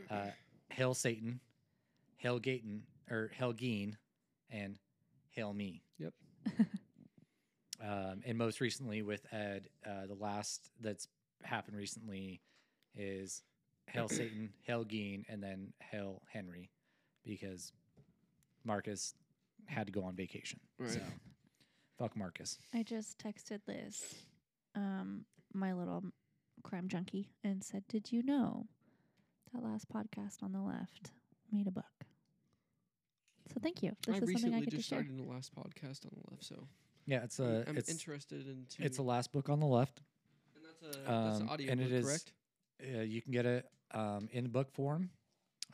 [SPEAKER 4] uh, "Hail Satan," "Hail Gaten," or "Hail Geen," and "Hail Me."
[SPEAKER 5] Yep.
[SPEAKER 4] um, and most recently with Ed, uh, the last that's happened recently is "Hail Satan," "Hail Geen," and then "Hail Henry," because Marcus had to go on vacation.
[SPEAKER 5] Right.
[SPEAKER 4] So, fuck Marcus.
[SPEAKER 2] I just texted Liz, um, my little crime junkie, and said, "Did you know that last podcast on the left made a book?" So thank you. This
[SPEAKER 5] I
[SPEAKER 2] is something I
[SPEAKER 5] recently
[SPEAKER 2] get to
[SPEAKER 5] just
[SPEAKER 2] share.
[SPEAKER 5] started in the last podcast on the left, so
[SPEAKER 4] Yeah, it's
[SPEAKER 5] I'm-
[SPEAKER 4] a
[SPEAKER 5] I'm
[SPEAKER 4] it's
[SPEAKER 5] interested in. Two,
[SPEAKER 4] it's the last book on the left.
[SPEAKER 5] and that's a that's an
[SPEAKER 4] um,
[SPEAKER 5] audio
[SPEAKER 4] and it is-
[SPEAKER 5] correct?
[SPEAKER 4] Uh, you can get it um, in book form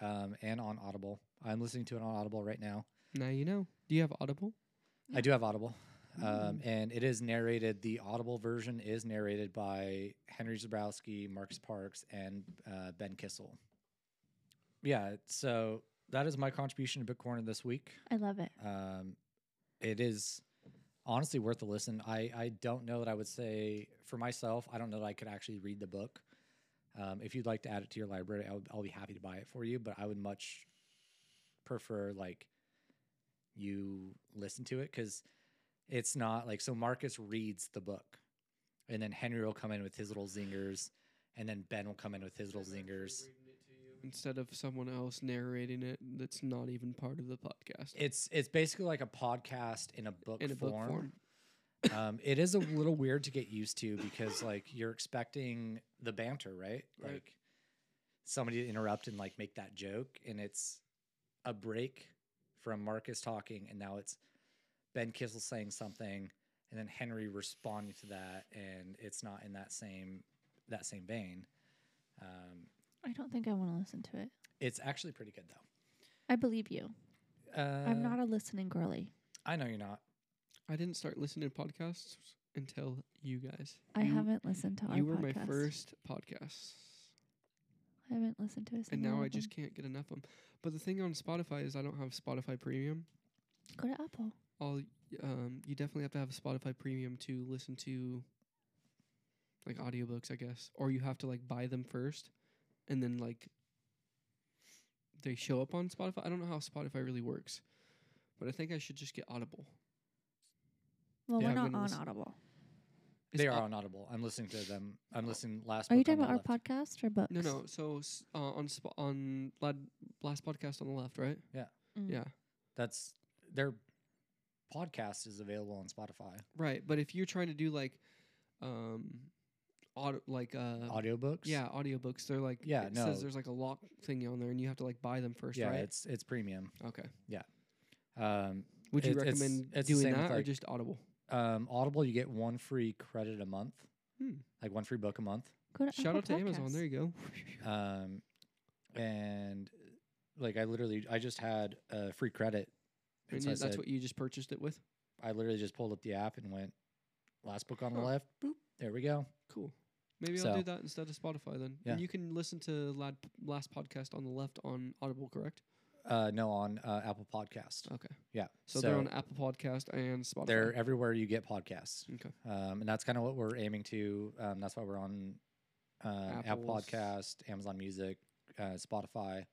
[SPEAKER 4] um, and on Audible. I'm listening to it on Audible right now.
[SPEAKER 5] Now you know. Do you have Audible?
[SPEAKER 4] I do have Audible,
[SPEAKER 5] Mm.
[SPEAKER 4] um, and it is narrated. The Audible version is narrated by Henry Zabrowski, Marcus Parks, and uh, Ben Kissel. Yeah, so that is my contribution to Book Corner this week.
[SPEAKER 2] I love it.
[SPEAKER 4] Um, it is honestly worth a listen. I, I don't know that I would say for myself, I don't know that I could actually read the book. Um, if you'd like to add it to your library, I would, I'll be happy to buy it for you, but I would much prefer like you listen to it because it's not like so Marcus reads the book and then Henry will come in with his little zingers and then Ben will come in with his little zingers.
[SPEAKER 5] Instead of someone else narrating it, that's not even part of the podcast.
[SPEAKER 4] It's it's basically like a podcast in a book
[SPEAKER 5] in a book
[SPEAKER 4] form.
[SPEAKER 5] form.
[SPEAKER 4] um, it is a little weird to get used to because like you're expecting the banter, right?
[SPEAKER 5] Right.
[SPEAKER 4] Like somebody to interrupt and like make that joke, and it's a break from Marcus talking, and now it's Ben Kissel saying something, and then Henry responding to that, and it's not in that same that same vein. Um,
[SPEAKER 2] I don't think I want to listen to it.
[SPEAKER 4] it's actually pretty good though.
[SPEAKER 2] I believe you.
[SPEAKER 4] Uh,
[SPEAKER 2] I'm not a listening girly.
[SPEAKER 4] I know you're not.
[SPEAKER 5] I didn't start listening to podcasts until you guys.
[SPEAKER 2] I
[SPEAKER 5] You-
[SPEAKER 2] haven't listened to our
[SPEAKER 5] You were
[SPEAKER 2] podcast.
[SPEAKER 5] my first podcast,
[SPEAKER 2] I haven't listened to a single
[SPEAKER 5] and now
[SPEAKER 2] one
[SPEAKER 5] I
[SPEAKER 2] of
[SPEAKER 5] just can't get enough of them. But the thing on Spotify is I don't have Spotify Premium.
[SPEAKER 2] them. go to Apple.
[SPEAKER 5] All um, you definitely have to have Spotify Premium to listen to like audiobooks, I guess, or you have to like buy them first, and then like they show up on Spotify. I don't know how Spotify really works, but I think I should just get Audible.
[SPEAKER 2] Well,
[SPEAKER 5] Yeah,
[SPEAKER 2] we're
[SPEAKER 5] I've
[SPEAKER 2] not
[SPEAKER 5] been
[SPEAKER 2] on
[SPEAKER 5] listen-
[SPEAKER 2] Audible.
[SPEAKER 5] Is
[SPEAKER 4] they
[SPEAKER 5] au-
[SPEAKER 4] are on Audible. I'm listening to them. I'm listening last.
[SPEAKER 2] Are you
[SPEAKER 4] book on
[SPEAKER 2] talking
[SPEAKER 4] the
[SPEAKER 2] about our
[SPEAKER 4] left.
[SPEAKER 2] podcast or books?
[SPEAKER 5] No, no. So s- uh, on sp- on lad- last podcast on the left, right?
[SPEAKER 4] Yeah.
[SPEAKER 2] Mm.
[SPEAKER 5] Yeah.
[SPEAKER 4] That's their podcast is available on Spotify.
[SPEAKER 5] Right. But if you're trying to do like, um, audio, like uh,
[SPEAKER 4] Audiobooks.
[SPEAKER 5] yeah, audiobooks, they're like
[SPEAKER 4] Yeah,
[SPEAKER 5] It
[SPEAKER 4] no.
[SPEAKER 5] says there's like a lock thingy on there, and you have to like buy them first,
[SPEAKER 4] Yeah,
[SPEAKER 5] right?
[SPEAKER 4] it's it's premium.
[SPEAKER 5] okay.
[SPEAKER 4] Um,
[SPEAKER 5] Would you
[SPEAKER 4] it- it's-
[SPEAKER 5] recommend
[SPEAKER 4] it's the
[SPEAKER 5] doing
[SPEAKER 4] same with,
[SPEAKER 5] that or
[SPEAKER 4] like-
[SPEAKER 5] just Audible?
[SPEAKER 4] um, Audible, you get one free credit a month,
[SPEAKER 5] Hmm.
[SPEAKER 4] like one free book a month,
[SPEAKER 2] Go to
[SPEAKER 5] Shout
[SPEAKER 2] Apple
[SPEAKER 5] out to Amazon.
[SPEAKER 2] Podcasts.
[SPEAKER 5] There you go.
[SPEAKER 4] um, and like I literally, I just had a free credit, and
[SPEAKER 5] And
[SPEAKER 4] so I
[SPEAKER 5] you- that's
[SPEAKER 4] said,
[SPEAKER 5] what you just purchased it with.
[SPEAKER 4] I literally just pulled up the app and went, last book on the
[SPEAKER 5] Huh.
[SPEAKER 4] left, boop, there we go.
[SPEAKER 5] Cool. Maybe
[SPEAKER 4] So-
[SPEAKER 5] I'll do that instead of Spotify then.
[SPEAKER 4] Yeah.
[SPEAKER 5] And you can listen to lad- last podcast on the left on Audible, correct?
[SPEAKER 4] Uh, no, on uh, Apple Podcast.
[SPEAKER 5] Okay.
[SPEAKER 4] Yeah,
[SPEAKER 5] Oh. So, they're on Apple Podcast and Spotify.
[SPEAKER 4] they're everywhere you get podcasts.
[SPEAKER 5] okay.
[SPEAKER 4] um, and that's kind of what we're aiming to. Um, that's why we're on uh, Apple
[SPEAKER 5] Apple's-
[SPEAKER 4] Podcast, Amazon Music, uh, Spotify.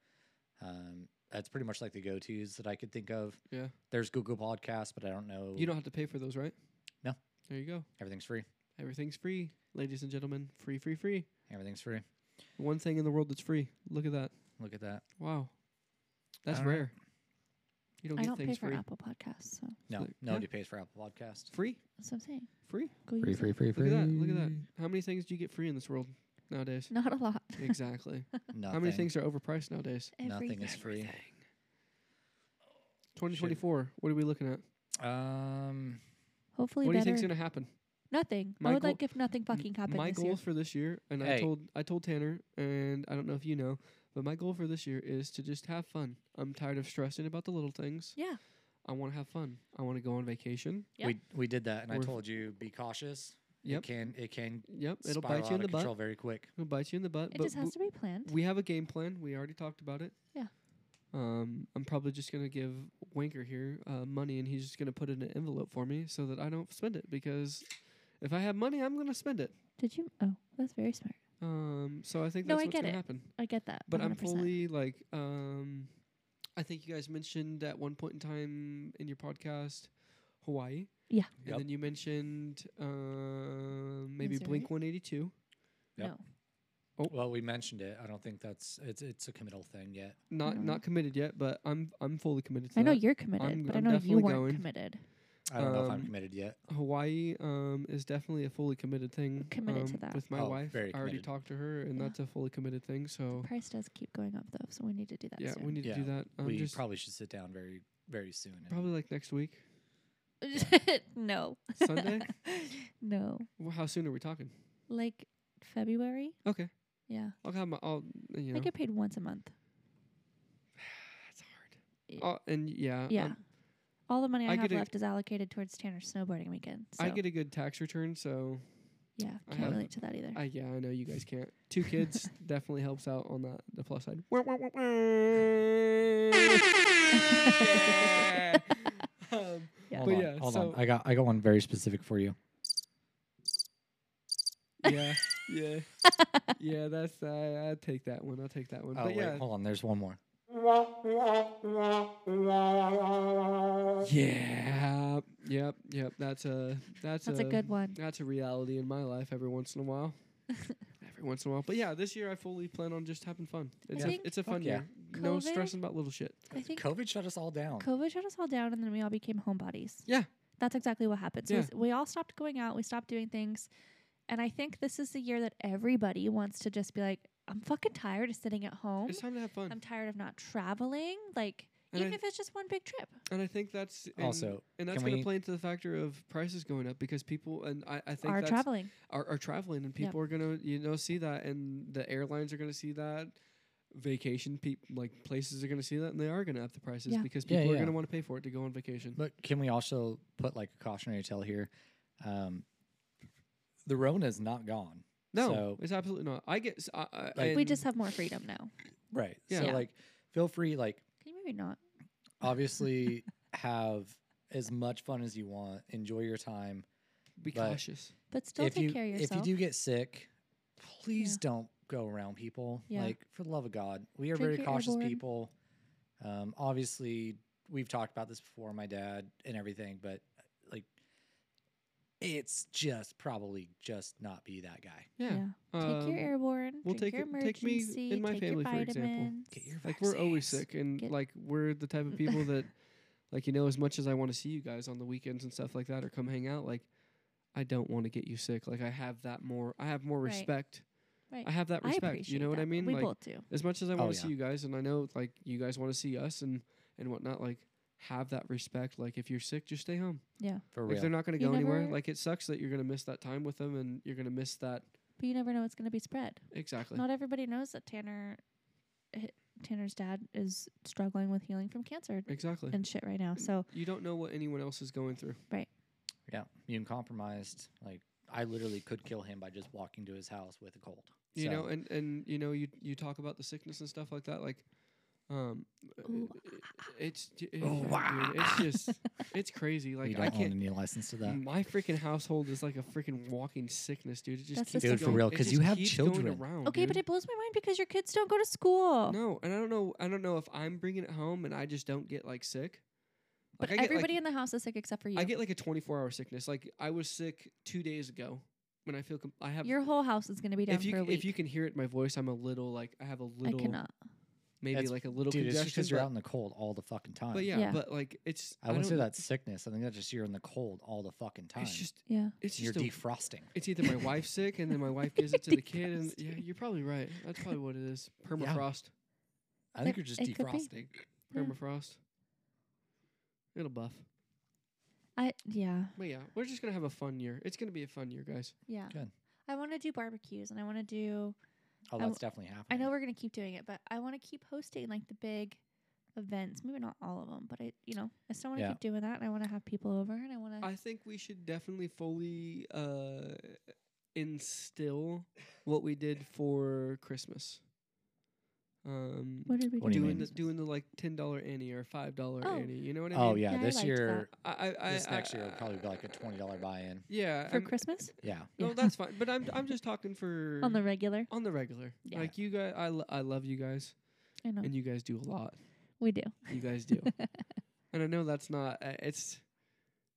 [SPEAKER 4] Um, that's pretty much like the go tos that I could think of.
[SPEAKER 5] Yeah.
[SPEAKER 4] There's Google Podcasts, but I don't know.
[SPEAKER 5] You don't have to pay for those, right?
[SPEAKER 4] No.
[SPEAKER 5] There you go.
[SPEAKER 4] everything's free.
[SPEAKER 5] Everything's free, ladies and gentlemen. Free, free, free.
[SPEAKER 4] Everything's free.
[SPEAKER 5] One thing in the world that's free. Look at that.
[SPEAKER 4] Look at that.
[SPEAKER 5] Wow. That's
[SPEAKER 4] All right.
[SPEAKER 5] rare. You don't
[SPEAKER 2] I
[SPEAKER 5] get
[SPEAKER 2] don't pay
[SPEAKER 5] things
[SPEAKER 2] for
[SPEAKER 5] free.
[SPEAKER 2] Apple Podcasts, so
[SPEAKER 4] No,
[SPEAKER 5] Look-
[SPEAKER 4] nobody pays for Apple Podcast.
[SPEAKER 5] Free?
[SPEAKER 2] that's what I'm saying.
[SPEAKER 5] Free?
[SPEAKER 2] Go use it.
[SPEAKER 4] free,
[SPEAKER 5] Look at that. Look at that. How many things do you get free in this world nowadays?
[SPEAKER 2] Not a lot.
[SPEAKER 5] exactly.
[SPEAKER 4] Nothing.
[SPEAKER 5] How many things are overpriced nowadays?
[SPEAKER 4] Nothing is free.
[SPEAKER 5] 2024. What are we looking at?
[SPEAKER 4] Um,
[SPEAKER 2] Hopefully
[SPEAKER 5] what do you
[SPEAKER 2] better.
[SPEAKER 5] think's gonna happen?
[SPEAKER 2] nothing. I
[SPEAKER 5] My
[SPEAKER 2] would
[SPEAKER 5] goal-
[SPEAKER 2] like if nothing fucking happened
[SPEAKER 5] my
[SPEAKER 2] this
[SPEAKER 5] goal
[SPEAKER 2] year.
[SPEAKER 5] for this year, and I
[SPEAKER 4] Hey.
[SPEAKER 5] told I told Tanner, and I don't know if you know, but my goal for this year is to just have fun. I'm tired of stressing about the little things.
[SPEAKER 2] Yeah.
[SPEAKER 5] I want to have fun. I want to go on vacation.
[SPEAKER 2] Yeah.
[SPEAKER 4] we we did that, and I
[SPEAKER 5] We're-
[SPEAKER 4] told you be cautious.
[SPEAKER 5] Yep.
[SPEAKER 4] It can it can
[SPEAKER 5] Yep, it'll
[SPEAKER 4] spiral
[SPEAKER 5] bite you in
[SPEAKER 4] out
[SPEAKER 5] the
[SPEAKER 4] of control
[SPEAKER 5] butt.
[SPEAKER 4] very quick.
[SPEAKER 5] It'll bite you in the butt.
[SPEAKER 2] It
[SPEAKER 5] but
[SPEAKER 2] just has
[SPEAKER 5] w-
[SPEAKER 2] to be planned.
[SPEAKER 5] we have a game plan. We already talked about it.
[SPEAKER 2] Yeah.
[SPEAKER 5] Um, I'm probably just gonna give Wanker here uh, money, and he's just gonna put it in an envelope for me so that I don't spend it because if I have money, I'm gonna spend it.
[SPEAKER 2] Did you? Oh, that's very smart.
[SPEAKER 5] Um, so I think
[SPEAKER 2] No,
[SPEAKER 5] that's
[SPEAKER 2] I
[SPEAKER 5] what's
[SPEAKER 2] get
[SPEAKER 5] gonna
[SPEAKER 2] it.
[SPEAKER 5] happen.
[SPEAKER 2] I get that.
[SPEAKER 5] But i am
[SPEAKER 2] 100%.
[SPEAKER 5] fully like, um, I think you guys mentioned at one point in time in your podcast Hawaii.
[SPEAKER 2] Yeah.
[SPEAKER 4] Yep.
[SPEAKER 5] And then you mentioned um, maybe
[SPEAKER 2] Missouri?
[SPEAKER 5] Blink 182.
[SPEAKER 4] Yep.
[SPEAKER 2] No.
[SPEAKER 5] oh.
[SPEAKER 4] Well, we mentioned it. I don't think that's it's it's a committal thing yet.
[SPEAKER 5] Not
[SPEAKER 2] Mhm.
[SPEAKER 5] not committed yet, but I'm I'm fully committed to
[SPEAKER 2] I know
[SPEAKER 5] that.
[SPEAKER 2] you're committed,
[SPEAKER 5] I'm-
[SPEAKER 2] but
[SPEAKER 5] I'm
[SPEAKER 2] I know you
[SPEAKER 5] definitely
[SPEAKER 2] weren't
[SPEAKER 5] going.
[SPEAKER 2] committed.
[SPEAKER 4] I don't know if
[SPEAKER 5] Um,
[SPEAKER 4] I'm committed yet.
[SPEAKER 5] Hawaii um, is definitely a fully committed thing.
[SPEAKER 2] Committed to
[SPEAKER 5] um,
[SPEAKER 2] that.
[SPEAKER 5] With my
[SPEAKER 4] Oh,
[SPEAKER 5] wife.
[SPEAKER 4] very
[SPEAKER 5] I already
[SPEAKER 4] committed.
[SPEAKER 5] talked to her, and
[SPEAKER 2] Yeah.
[SPEAKER 5] that's a fully committed thing. So,
[SPEAKER 2] Price does keep going up though, so we need to do that.
[SPEAKER 5] yeah,
[SPEAKER 2] soon.
[SPEAKER 5] we need to do
[SPEAKER 4] Yeah,
[SPEAKER 5] that. I'm
[SPEAKER 4] we
[SPEAKER 5] just
[SPEAKER 4] probably should sit down very very soon. and-
[SPEAKER 5] probably like next week.
[SPEAKER 2] no.
[SPEAKER 5] Sunday?
[SPEAKER 2] no.
[SPEAKER 5] Well, how soon are we talking?
[SPEAKER 2] Like February?
[SPEAKER 5] Okay.
[SPEAKER 2] Yeah.
[SPEAKER 5] I'll have my, I'll, you know.
[SPEAKER 2] I get paid once a month.
[SPEAKER 5] That's
[SPEAKER 2] Yeah.
[SPEAKER 5] hard. Uh, and yeah,
[SPEAKER 2] Yeah.
[SPEAKER 5] um,
[SPEAKER 2] All the money I,
[SPEAKER 5] I
[SPEAKER 2] have
[SPEAKER 5] get a-
[SPEAKER 2] left is allocated towards Tanner's snowboarding weekend. So
[SPEAKER 5] I get a good tax return, so
[SPEAKER 2] yeah,
[SPEAKER 5] I
[SPEAKER 2] can't
[SPEAKER 5] have-
[SPEAKER 2] relate to that either.
[SPEAKER 5] I yeah, I know you guys can't. Two kids definitely helps out on that the plus side. Wah, wah, wah, wah. um,
[SPEAKER 2] Yeah.
[SPEAKER 4] Hold
[SPEAKER 5] But
[SPEAKER 4] on,
[SPEAKER 5] yeah,
[SPEAKER 4] hold
[SPEAKER 5] so-
[SPEAKER 4] on. I got I got one very specific for you.
[SPEAKER 5] yeah, yeah, yeah. That's I I take that one. I'll take that one.
[SPEAKER 4] Oh
[SPEAKER 5] but
[SPEAKER 4] wait,
[SPEAKER 5] yeah,
[SPEAKER 4] hold on. There's one more.
[SPEAKER 5] yeah, yep, yep. That's a that's,
[SPEAKER 2] That's a good one.
[SPEAKER 5] That's a reality in my life every once in a while. every once in a while, but yeah, this year I fully plan on just having fun. It's a,
[SPEAKER 2] think
[SPEAKER 5] it's a fun
[SPEAKER 4] yeah.
[SPEAKER 5] year. No
[SPEAKER 2] COVID-
[SPEAKER 5] stressing about little shit.
[SPEAKER 2] I think
[SPEAKER 4] COVID shut us all down.
[SPEAKER 2] COVID shut us all down, and then we all became homebodies.
[SPEAKER 5] Yeah.
[SPEAKER 2] that's exactly what happened. So
[SPEAKER 5] Yeah.
[SPEAKER 2] we s- we all stopped going out. We stopped doing things, and I think this is the year that everybody wants to just be like, "I'm fucking tired of sitting at home.
[SPEAKER 5] It's time to have fun.
[SPEAKER 2] I'm tired of not traveling. Like,
[SPEAKER 5] And
[SPEAKER 2] even
[SPEAKER 5] I-
[SPEAKER 2] if it's just one big trip."
[SPEAKER 5] And I think that's and,
[SPEAKER 4] Also,
[SPEAKER 5] and that's
[SPEAKER 4] can
[SPEAKER 5] going to
[SPEAKER 4] we-
[SPEAKER 5] play into the factor of prices going up because people and I, I think
[SPEAKER 2] Are
[SPEAKER 5] that's,
[SPEAKER 2] traveling.
[SPEAKER 5] are, are traveling and people are going to you know see that and the airlines are going to see that vacation people like places are going to see that and they are going to up the prices
[SPEAKER 2] Yeah.
[SPEAKER 5] because
[SPEAKER 4] Yeah,
[SPEAKER 5] people are
[SPEAKER 4] yeah.
[SPEAKER 5] going to want to pay for it to go on vacation.
[SPEAKER 4] But can we also put like a cautionary tale here? Um, the Rona is not gone.
[SPEAKER 5] no,
[SPEAKER 4] so-
[SPEAKER 5] it's absolutely not. I get s- I- I-
[SPEAKER 4] Like-
[SPEAKER 2] we
[SPEAKER 5] and-
[SPEAKER 2] just have more freedom now.
[SPEAKER 4] Right.
[SPEAKER 5] Yeah.
[SPEAKER 4] So
[SPEAKER 2] Yeah.
[SPEAKER 4] like, feel free. Like,
[SPEAKER 2] Can you maybe not?
[SPEAKER 4] obviously, have as much fun as you want. Enjoy your time.
[SPEAKER 5] be
[SPEAKER 4] but-
[SPEAKER 5] cautious.
[SPEAKER 2] But still
[SPEAKER 4] if
[SPEAKER 2] take
[SPEAKER 4] you,
[SPEAKER 2] care of yourself.
[SPEAKER 4] If you do get sick, please don't go around people.
[SPEAKER 2] Yeah.
[SPEAKER 4] Like for the love of God, we are
[SPEAKER 2] Drink
[SPEAKER 4] very
[SPEAKER 2] your
[SPEAKER 4] cautious
[SPEAKER 2] airborne.
[SPEAKER 4] people. Um, obviously, we've talked about this before, my dad and everything, but like, it's just probably just not be that guy.
[SPEAKER 5] Yeah.
[SPEAKER 2] Take your
[SPEAKER 5] um,
[SPEAKER 2] airborne.
[SPEAKER 5] well,
[SPEAKER 2] drink your
[SPEAKER 5] take it- take me
[SPEAKER 2] emergency.
[SPEAKER 5] and my
[SPEAKER 2] take
[SPEAKER 5] family,
[SPEAKER 2] your
[SPEAKER 5] for example.
[SPEAKER 2] vitamins.
[SPEAKER 4] Get your
[SPEAKER 5] like we're always
[SPEAKER 4] vaccines.
[SPEAKER 5] sick and
[SPEAKER 2] Get-
[SPEAKER 5] like we're the type of people that like you know as much as i want to see you guys on the weekends and stuff like that or come hang out like i don't want to get you sick like i have that more i have more
[SPEAKER 2] Right.
[SPEAKER 5] respect
[SPEAKER 2] Right.
[SPEAKER 5] i have that
[SPEAKER 2] I
[SPEAKER 5] respect
[SPEAKER 2] appreciate
[SPEAKER 5] you know what
[SPEAKER 2] that.
[SPEAKER 5] i mean
[SPEAKER 2] We
[SPEAKER 5] like
[SPEAKER 2] both do.
[SPEAKER 5] as much as i
[SPEAKER 4] Oh,
[SPEAKER 5] want to see
[SPEAKER 4] yeah.
[SPEAKER 5] you guys and i know like you guys want to see us and and whatnot like have that respect like if you're sick just stay home
[SPEAKER 4] for
[SPEAKER 5] like
[SPEAKER 4] real.
[SPEAKER 5] they're not going to
[SPEAKER 2] You
[SPEAKER 5] go anywhere
[SPEAKER 2] never-
[SPEAKER 5] like it sucks that you're going to miss that time with them and you're going to miss that
[SPEAKER 2] But you never know what's going to be spread.
[SPEAKER 5] exactly
[SPEAKER 2] Not everybody knows that Tanner, hi- Tanner's dad is struggling with healing from cancer
[SPEAKER 5] exactly
[SPEAKER 2] and shit right now. So
[SPEAKER 5] you don't know what anyone else is going through
[SPEAKER 4] yeah, immune compromised. Like I literally could kill him by just walking to his house with a cold.
[SPEAKER 5] you know
[SPEAKER 4] So,
[SPEAKER 5] and and you know you you talk about the sickness and stuff like that like um
[SPEAKER 2] Ooh, ah,
[SPEAKER 5] it's j- it-
[SPEAKER 4] Ooh,
[SPEAKER 5] dude,
[SPEAKER 4] wah.
[SPEAKER 5] it's just it's crazy
[SPEAKER 4] you
[SPEAKER 5] like
[SPEAKER 4] don't
[SPEAKER 5] i
[SPEAKER 4] own
[SPEAKER 5] can't Mm-hmm.
[SPEAKER 4] any license to that.
[SPEAKER 5] my freaking household is like a freaking walking sickness dude it just
[SPEAKER 2] That's the
[SPEAKER 5] keeps
[SPEAKER 2] Dude, for
[SPEAKER 5] going-
[SPEAKER 4] real,
[SPEAKER 5] it
[SPEAKER 4] 'cause
[SPEAKER 5] just
[SPEAKER 4] you have
[SPEAKER 5] keeps going
[SPEAKER 4] children.
[SPEAKER 5] around,
[SPEAKER 2] okay, but
[SPEAKER 5] Oh, dude.
[SPEAKER 2] it blows my mind because your kids don't go to school.
[SPEAKER 5] no and i don't know i don't know if i'm bringing it home and i just don't get like sick
[SPEAKER 2] but
[SPEAKER 5] I get, like-
[SPEAKER 2] everybody in the house is sick except for you.
[SPEAKER 5] i get like a 24 hour sickness like i was sick two days ago when i feel com- i have
[SPEAKER 2] your whole house is going to be down
[SPEAKER 5] if you
[SPEAKER 2] for a
[SPEAKER 5] c-
[SPEAKER 2] week.
[SPEAKER 5] if you can hear it in my voice i'm a little like i have a
[SPEAKER 2] I
[SPEAKER 5] little
[SPEAKER 2] cannot.
[SPEAKER 5] maybe
[SPEAKER 4] That's-
[SPEAKER 5] like a little
[SPEAKER 4] Dude, it's just
[SPEAKER 5] congestion
[SPEAKER 4] because you're
[SPEAKER 5] but-
[SPEAKER 4] out in the cold all the fucking time.
[SPEAKER 5] But yeah,
[SPEAKER 2] Yeah.
[SPEAKER 5] but like it's
[SPEAKER 4] I wouldn't say
[SPEAKER 5] don't-
[SPEAKER 4] that's sickness. I think that's just you're in the cold all the fucking time.
[SPEAKER 5] It's just
[SPEAKER 2] Yeah.
[SPEAKER 5] it's
[SPEAKER 4] you're
[SPEAKER 5] just a,
[SPEAKER 4] defrosting.
[SPEAKER 5] it's either my wife's sick and then my wife gives it to the kid and yeah,
[SPEAKER 2] Defrosting.
[SPEAKER 5] you're probably right. That's probably what it is. Permafrost.
[SPEAKER 4] I think
[SPEAKER 2] It-
[SPEAKER 4] you're just
[SPEAKER 2] it could be.
[SPEAKER 4] defrosting.
[SPEAKER 2] Yeah.
[SPEAKER 5] Permafrost. It'll buff.
[SPEAKER 2] I yeah
[SPEAKER 5] But yeah, we're just gonna have a fun year. It's gonna be a fun year, guys.
[SPEAKER 2] yeah.
[SPEAKER 4] Good.
[SPEAKER 2] I want to do barbecues and I want to do.
[SPEAKER 4] Oh,
[SPEAKER 2] I w-
[SPEAKER 4] that's definitely happening.
[SPEAKER 2] I know we're gonna keep doing it, but I want to keep hosting like the big events. Maybe not all of them, but I, you know, I still want to
[SPEAKER 4] Yeah.
[SPEAKER 2] keep doing that, and I want to have people over, and I
[SPEAKER 4] Mm.
[SPEAKER 2] want to.
[SPEAKER 5] I think we should definitely fully uh instill what we did for Christmas. um,
[SPEAKER 2] What did we
[SPEAKER 4] What do you
[SPEAKER 5] doing
[SPEAKER 4] mean?
[SPEAKER 5] the doing the like ten dollar Annie or five dollar
[SPEAKER 2] Oh.
[SPEAKER 5] Annie. You know what I mean?
[SPEAKER 4] Oh yeah,
[SPEAKER 2] Yeah, I
[SPEAKER 4] this
[SPEAKER 2] liked
[SPEAKER 4] year,
[SPEAKER 5] I, I, uh, I,
[SPEAKER 4] this next
[SPEAKER 5] I-
[SPEAKER 4] year will probably be like a twenty dollar buy-in.
[SPEAKER 5] Yeah.
[SPEAKER 2] for
[SPEAKER 5] I'm-
[SPEAKER 2] Christmas
[SPEAKER 4] Yeah,
[SPEAKER 5] No,
[SPEAKER 2] Yeah.
[SPEAKER 5] that's fine. But I'm I'm just talking for
[SPEAKER 2] on the regular.
[SPEAKER 5] on the regular.
[SPEAKER 2] Yeah.
[SPEAKER 5] Like you guys, I, lo- I love you guys,
[SPEAKER 2] I know
[SPEAKER 5] and you guys do a lot.
[SPEAKER 2] we do.
[SPEAKER 5] You guys do, and I know that's not uh, it's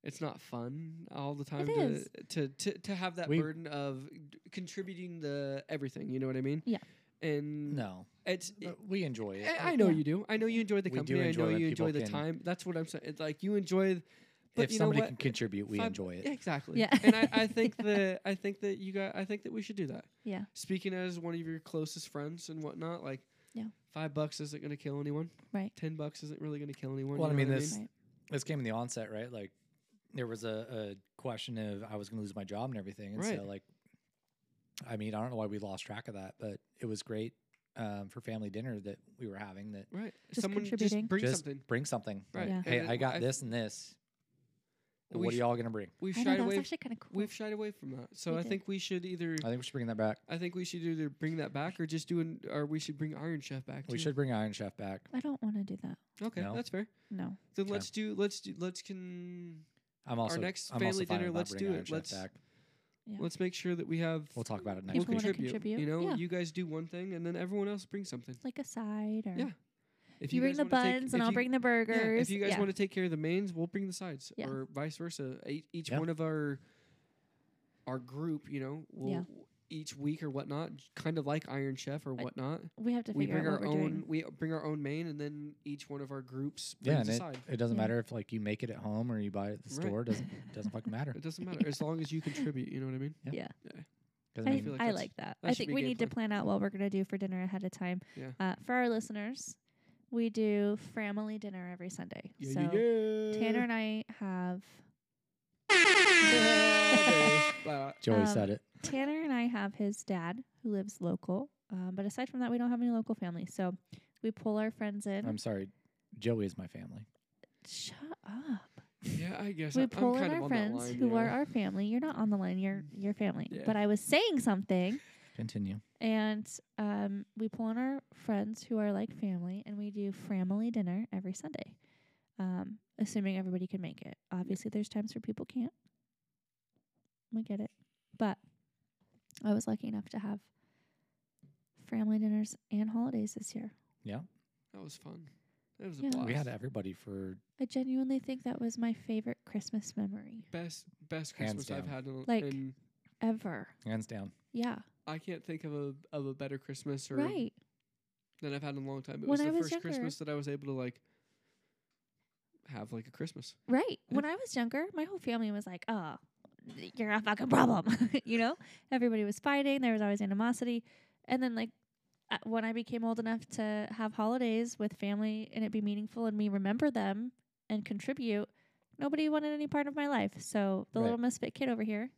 [SPEAKER 5] it's not fun all the time to,
[SPEAKER 2] is.
[SPEAKER 5] to to to have that
[SPEAKER 4] We-
[SPEAKER 5] burden of d- contributing the everything. You know what I mean?
[SPEAKER 2] Yeah.
[SPEAKER 5] And
[SPEAKER 4] no,
[SPEAKER 5] it's
[SPEAKER 4] but we enjoy it.
[SPEAKER 5] eh, I, I know
[SPEAKER 2] Yeah.
[SPEAKER 5] you do. I know you enjoy the
[SPEAKER 4] We do
[SPEAKER 5] company. I
[SPEAKER 4] enjoy
[SPEAKER 5] know
[SPEAKER 4] when
[SPEAKER 5] you
[SPEAKER 4] people
[SPEAKER 5] enjoy the
[SPEAKER 4] can-
[SPEAKER 5] time. That's what I'm saying. It's like you enjoy. th- But
[SPEAKER 4] if
[SPEAKER 5] you know
[SPEAKER 4] somebody
[SPEAKER 5] what?
[SPEAKER 4] can contribute, we
[SPEAKER 5] Five-
[SPEAKER 4] enjoy it.
[SPEAKER 5] Yeah, exactly.
[SPEAKER 2] Yeah.
[SPEAKER 5] And I, I think that I think that you got I think that we should do that.
[SPEAKER 2] Yeah.
[SPEAKER 5] Speaking as one of your closest friends and whatnot, like
[SPEAKER 2] Yeah.
[SPEAKER 5] five bucks isn't gonna kill anyone.
[SPEAKER 2] Right.
[SPEAKER 5] Ten bucks isn't really gonna kill anyone.
[SPEAKER 4] Well,
[SPEAKER 5] you
[SPEAKER 4] I
[SPEAKER 5] know
[SPEAKER 4] mean,
[SPEAKER 5] what
[SPEAKER 4] this
[SPEAKER 2] mean? Right.
[SPEAKER 4] this came in the onset, right? Like there was a, a question of I was going to lose my job and everything, and so
[SPEAKER 5] Right.
[SPEAKER 4] like, I mean, I don't know why we lost track of that, but it was great um, for family dinner that we were having. That
[SPEAKER 5] Right.
[SPEAKER 2] Just
[SPEAKER 5] Someone
[SPEAKER 2] contributing.
[SPEAKER 5] just bring
[SPEAKER 4] just
[SPEAKER 5] something.
[SPEAKER 4] bring something.
[SPEAKER 5] Right.
[SPEAKER 2] Yeah.
[SPEAKER 5] And
[SPEAKER 4] Hey,
[SPEAKER 5] then
[SPEAKER 4] I got
[SPEAKER 5] th-
[SPEAKER 4] this and this.
[SPEAKER 5] We
[SPEAKER 4] what
[SPEAKER 5] sh-
[SPEAKER 4] are y'all going to bring?
[SPEAKER 5] We've
[SPEAKER 2] I know
[SPEAKER 5] shied
[SPEAKER 2] that was
[SPEAKER 5] away.
[SPEAKER 2] actually kind of cool.
[SPEAKER 5] We've shied away from that. So
[SPEAKER 2] We
[SPEAKER 5] I
[SPEAKER 2] did.
[SPEAKER 5] think we should either.
[SPEAKER 4] I think we should bring that back.
[SPEAKER 5] I think we should either bring that back or just do an, or we should bring Iron Chef back.
[SPEAKER 4] We
[SPEAKER 5] too.
[SPEAKER 4] should bring Iron Chef back.
[SPEAKER 2] I don't want to do that.
[SPEAKER 5] Okay,
[SPEAKER 4] No.
[SPEAKER 5] that's fair.
[SPEAKER 2] No.
[SPEAKER 5] Then
[SPEAKER 4] Okay.
[SPEAKER 5] let's do. Let's do. Let's can.
[SPEAKER 4] I'm also
[SPEAKER 5] next
[SPEAKER 4] I'm also
[SPEAKER 5] family
[SPEAKER 4] fine
[SPEAKER 5] dinner,
[SPEAKER 4] with not
[SPEAKER 5] let's
[SPEAKER 4] bringing
[SPEAKER 5] do
[SPEAKER 4] Iron
[SPEAKER 5] it.
[SPEAKER 4] Chef
[SPEAKER 5] Let's-
[SPEAKER 4] back.
[SPEAKER 2] Yeah.
[SPEAKER 5] Let's make sure that we have.
[SPEAKER 4] We'll talk about it next
[SPEAKER 5] we'll
[SPEAKER 2] People
[SPEAKER 4] week.
[SPEAKER 2] wanna
[SPEAKER 5] contribute,
[SPEAKER 2] contribute,
[SPEAKER 5] You know,
[SPEAKER 2] yeah.
[SPEAKER 5] you guys do one thing, and then everyone else brings something.
[SPEAKER 2] Like a side or
[SPEAKER 5] Yeah. If
[SPEAKER 2] you, bring
[SPEAKER 5] guys
[SPEAKER 2] the
[SPEAKER 5] wanna take-
[SPEAKER 2] buns and
[SPEAKER 5] if
[SPEAKER 2] I'll
[SPEAKER 5] you-
[SPEAKER 2] bring the burgers.
[SPEAKER 5] Yeah, if you guys
[SPEAKER 2] Yeah.
[SPEAKER 5] want to take care of the mains, we'll bring the sides,
[SPEAKER 2] Yeah.
[SPEAKER 5] or vice versa. E- Each
[SPEAKER 4] Yeah.
[SPEAKER 5] one of our our group, you know, will
[SPEAKER 2] Yeah.
[SPEAKER 5] each week or whatnot, j- kind of like Iron Chef or
[SPEAKER 2] I-
[SPEAKER 5] whatnot.
[SPEAKER 2] we have to
[SPEAKER 5] We
[SPEAKER 2] figure
[SPEAKER 5] bring
[SPEAKER 2] out
[SPEAKER 5] our
[SPEAKER 2] what we're
[SPEAKER 5] own.
[SPEAKER 2] doing.
[SPEAKER 5] We bring our own main, and then each one of our groups
[SPEAKER 4] Yeah, and
[SPEAKER 5] brings a
[SPEAKER 4] it,
[SPEAKER 5] side.
[SPEAKER 4] it doesn't
[SPEAKER 2] Yeah.
[SPEAKER 4] matter if like you make it at home or you buy it at the
[SPEAKER 5] Right.
[SPEAKER 4] store. Doesn't doesn't fucking matter.
[SPEAKER 5] It doesn't matter as long as you contribute. You know what I mean?
[SPEAKER 4] Yeah.
[SPEAKER 2] Yeah.
[SPEAKER 4] Doesn't
[SPEAKER 2] I,
[SPEAKER 4] mean-
[SPEAKER 5] feel like
[SPEAKER 2] I
[SPEAKER 5] that's-
[SPEAKER 2] like that.
[SPEAKER 5] that
[SPEAKER 2] I
[SPEAKER 5] should
[SPEAKER 2] think
[SPEAKER 5] be
[SPEAKER 2] we
[SPEAKER 5] game
[SPEAKER 2] need to plan out what we're going to do for dinner ahead of time.
[SPEAKER 5] Yeah.
[SPEAKER 2] Uh, for our listeners, we do family dinner every Sunday. so Tanner and I have
[SPEAKER 4] Joey
[SPEAKER 2] Um,
[SPEAKER 4] said it.
[SPEAKER 2] Tanner and I have his dad who lives local. Um, but aside from that, we don't have any local family. So we pull our friends in.
[SPEAKER 4] I'm sorry. Joey is my family.
[SPEAKER 2] Shut up.
[SPEAKER 5] yeah, I guess I-
[SPEAKER 2] we
[SPEAKER 5] I'm
[SPEAKER 2] pull in
[SPEAKER 5] kind of
[SPEAKER 2] our
[SPEAKER 5] on that
[SPEAKER 2] friends
[SPEAKER 5] line,
[SPEAKER 2] who
[SPEAKER 5] yeah.
[SPEAKER 2] are our family. You're not on the line. You're your family.
[SPEAKER 5] Mm. Yeah.
[SPEAKER 2] But I was saying something,
[SPEAKER 4] Continue.
[SPEAKER 2] and um, we pull in our friends who are like family, and we do family dinner every Sunday, um, assuming everybody can make it. Obviously, there's times where people can't. We get it, but I was lucky enough to have family dinners and holidays this year.
[SPEAKER 5] That was fun. That was a
[SPEAKER 2] Yeah.
[SPEAKER 5] blast.
[SPEAKER 4] We had everybody for
[SPEAKER 2] I genuinely think that was my favorite Christmas memory
[SPEAKER 5] best best
[SPEAKER 4] Hands
[SPEAKER 5] Christmas I've
[SPEAKER 4] down.
[SPEAKER 5] had in,
[SPEAKER 2] Like-
[SPEAKER 5] in
[SPEAKER 2] ever.
[SPEAKER 4] hands down.
[SPEAKER 2] Yeah,
[SPEAKER 5] I can't think of a of a better Christmas or
[SPEAKER 2] right.
[SPEAKER 5] than I've had in a long time. It
[SPEAKER 2] When
[SPEAKER 5] was
[SPEAKER 2] I
[SPEAKER 5] the
[SPEAKER 2] was
[SPEAKER 5] first
[SPEAKER 2] younger-
[SPEAKER 5] Christmas that I was able to like have like a Christmas.
[SPEAKER 2] Right.
[SPEAKER 4] Mm.
[SPEAKER 2] When I was younger, my whole family was like, oh, you're a fucking problem. you know, everybody was fighting. There was always animosity. And then, like, uh, when I became old enough to have holidays with family and it be meaningful and me remember them and contribute, nobody wanted any part of my life. So the
[SPEAKER 4] Right.
[SPEAKER 2] little misfit kid over here,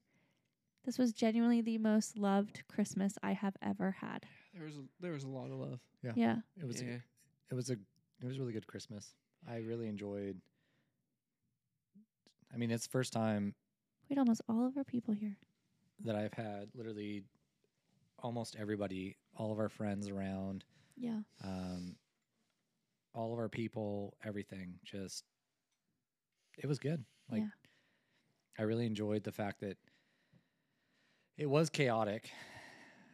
[SPEAKER 2] this was genuinely the most loved Christmas I have ever had.
[SPEAKER 5] There was a, there was a lot of love.
[SPEAKER 4] Yeah.
[SPEAKER 2] Yeah.
[SPEAKER 4] It was
[SPEAKER 5] yeah.
[SPEAKER 4] it was a it was a really good Christmas. I really enjoyed I mean, it's the first time
[SPEAKER 2] We had almost all of our people here.
[SPEAKER 4] that I've had literally almost everybody, all of our friends around,
[SPEAKER 2] Yeah.
[SPEAKER 4] um, all of our people, everything. Just it was good. Like
[SPEAKER 2] Yeah.
[SPEAKER 4] I really enjoyed the fact that it was chaotic.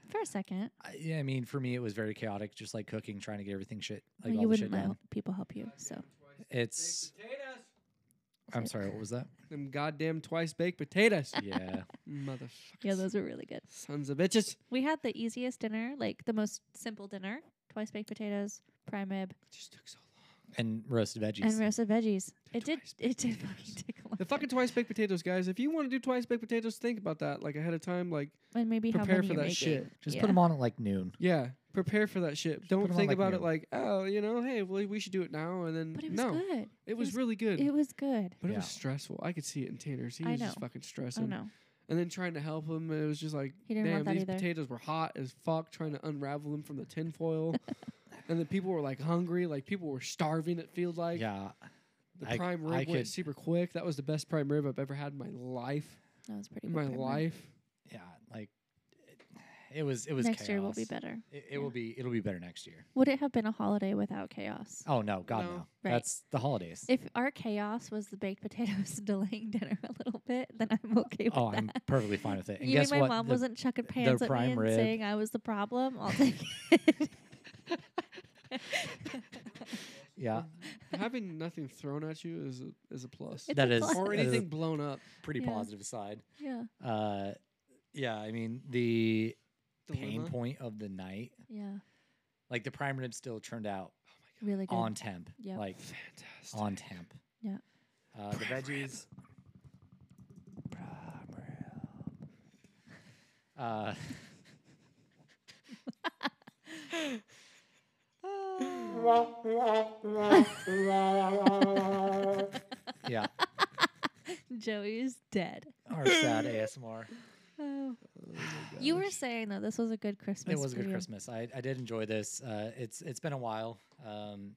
[SPEAKER 2] For a second.
[SPEAKER 4] I, yeah, I mean, for me, it was very chaotic, just like cooking, trying to get everything shit, like
[SPEAKER 2] Well,
[SPEAKER 4] all
[SPEAKER 2] you
[SPEAKER 4] the
[SPEAKER 2] wouldn't
[SPEAKER 4] shit
[SPEAKER 2] let
[SPEAKER 4] done.
[SPEAKER 2] people help you. So.
[SPEAKER 4] It's. I'm sorry. What was that?
[SPEAKER 5] Them goddamn twice baked potatoes.
[SPEAKER 4] Yeah,
[SPEAKER 5] Motherfuckers.
[SPEAKER 2] Yeah, those were really good.
[SPEAKER 5] sons of bitches.
[SPEAKER 2] We had the easiest dinner, like the most simple dinner: twice baked potatoes, prime rib,
[SPEAKER 5] It just took so long.
[SPEAKER 4] and roasted veggies.
[SPEAKER 2] and roasted veggies. It did.
[SPEAKER 5] Twice
[SPEAKER 2] It did fucking take a long.
[SPEAKER 5] The fucking
[SPEAKER 2] time.
[SPEAKER 5] twice baked potatoes, guys. If you want to do twice baked potatoes, think about that like ahead of time. Like
[SPEAKER 2] And maybe how
[SPEAKER 5] prepare
[SPEAKER 2] many
[SPEAKER 5] for
[SPEAKER 2] you're
[SPEAKER 5] that
[SPEAKER 2] making.
[SPEAKER 5] shit.
[SPEAKER 4] just
[SPEAKER 2] yeah.
[SPEAKER 4] put them on at like noon.
[SPEAKER 5] yeah, prepare for that shit. Don't
[SPEAKER 4] 'em on
[SPEAKER 5] think
[SPEAKER 4] like
[SPEAKER 5] about it
[SPEAKER 4] noon.
[SPEAKER 5] like oh you know hey well, we should do it now and then
[SPEAKER 2] But it was
[SPEAKER 5] no
[SPEAKER 2] good.
[SPEAKER 5] it was really good.
[SPEAKER 2] It was good.
[SPEAKER 5] but
[SPEAKER 4] Yeah.
[SPEAKER 5] it was stressful. I could see it in Tanner's. He
[SPEAKER 2] I
[SPEAKER 5] was just
[SPEAKER 2] know.
[SPEAKER 5] fucking
[SPEAKER 2] I
[SPEAKER 5] stressing.
[SPEAKER 2] know.
[SPEAKER 5] And then trying to help him, it was just like,
[SPEAKER 2] He didn't
[SPEAKER 5] damn,
[SPEAKER 2] want that
[SPEAKER 5] these
[SPEAKER 2] either.
[SPEAKER 5] potatoes were hot as fuck. Trying to unravel them from the tinfoil, and then people were like hungry, like people were starving. It felt like
[SPEAKER 4] yeah,
[SPEAKER 5] the
[SPEAKER 4] I-
[SPEAKER 5] prime
[SPEAKER 4] I
[SPEAKER 5] rib
[SPEAKER 4] could-
[SPEAKER 5] went super quick. That was the best prime rib I've ever had in my life.
[SPEAKER 2] That was pretty.
[SPEAKER 5] In
[SPEAKER 2] good
[SPEAKER 5] my
[SPEAKER 2] prime rib.
[SPEAKER 5] life,
[SPEAKER 4] yeah. Like, it, it was it was
[SPEAKER 2] Next year will
[SPEAKER 4] chaos.
[SPEAKER 2] be better.
[SPEAKER 4] It, it will be it'll be better next year.
[SPEAKER 2] Would it have been a holiday without chaos?
[SPEAKER 4] Oh no, God no.
[SPEAKER 5] No.
[SPEAKER 2] Right.
[SPEAKER 4] That's the holidays.
[SPEAKER 2] If our chaos was the baked potatoes delaying dinner a little bit, then I'm okay with
[SPEAKER 4] oh,
[SPEAKER 2] that.
[SPEAKER 4] I'm perfectly fine with it. And
[SPEAKER 2] you mean
[SPEAKER 4] guess
[SPEAKER 2] my
[SPEAKER 4] what?
[SPEAKER 2] mom
[SPEAKER 4] The-
[SPEAKER 2] wasn't chucking pants at me
[SPEAKER 4] prime
[SPEAKER 2] and
[SPEAKER 4] rib-
[SPEAKER 2] saying I was the problem? I'll take it.
[SPEAKER 4] yeah,
[SPEAKER 5] Having nothing thrown at you is a, is a plus.
[SPEAKER 2] It's
[SPEAKER 4] that
[SPEAKER 2] a
[SPEAKER 4] is
[SPEAKER 2] plus.
[SPEAKER 5] or
[SPEAKER 4] that is a
[SPEAKER 5] anything blown up.
[SPEAKER 4] pretty
[SPEAKER 2] Yeah.
[SPEAKER 4] positive side.
[SPEAKER 2] yeah,
[SPEAKER 4] Uh, yeah, I mean the pain
[SPEAKER 5] Dilemma.
[SPEAKER 4] point of the night,
[SPEAKER 2] yeah,
[SPEAKER 4] like the prime rib still turned out
[SPEAKER 2] really good.
[SPEAKER 4] on temp,
[SPEAKER 2] Yep.
[SPEAKER 4] like
[SPEAKER 5] Fantastic.
[SPEAKER 4] on temp.
[SPEAKER 2] Yeah.
[SPEAKER 4] Uh, the veggies. Uh, yeah,
[SPEAKER 2] Joey's dead.
[SPEAKER 4] our sad ASMR.
[SPEAKER 2] Oh. you were saying though this was a good Christmas.
[SPEAKER 4] It was a
[SPEAKER 2] for
[SPEAKER 4] good
[SPEAKER 2] you.
[SPEAKER 4] Christmas. I, I did enjoy this. Uh, it's it's been a while. Um,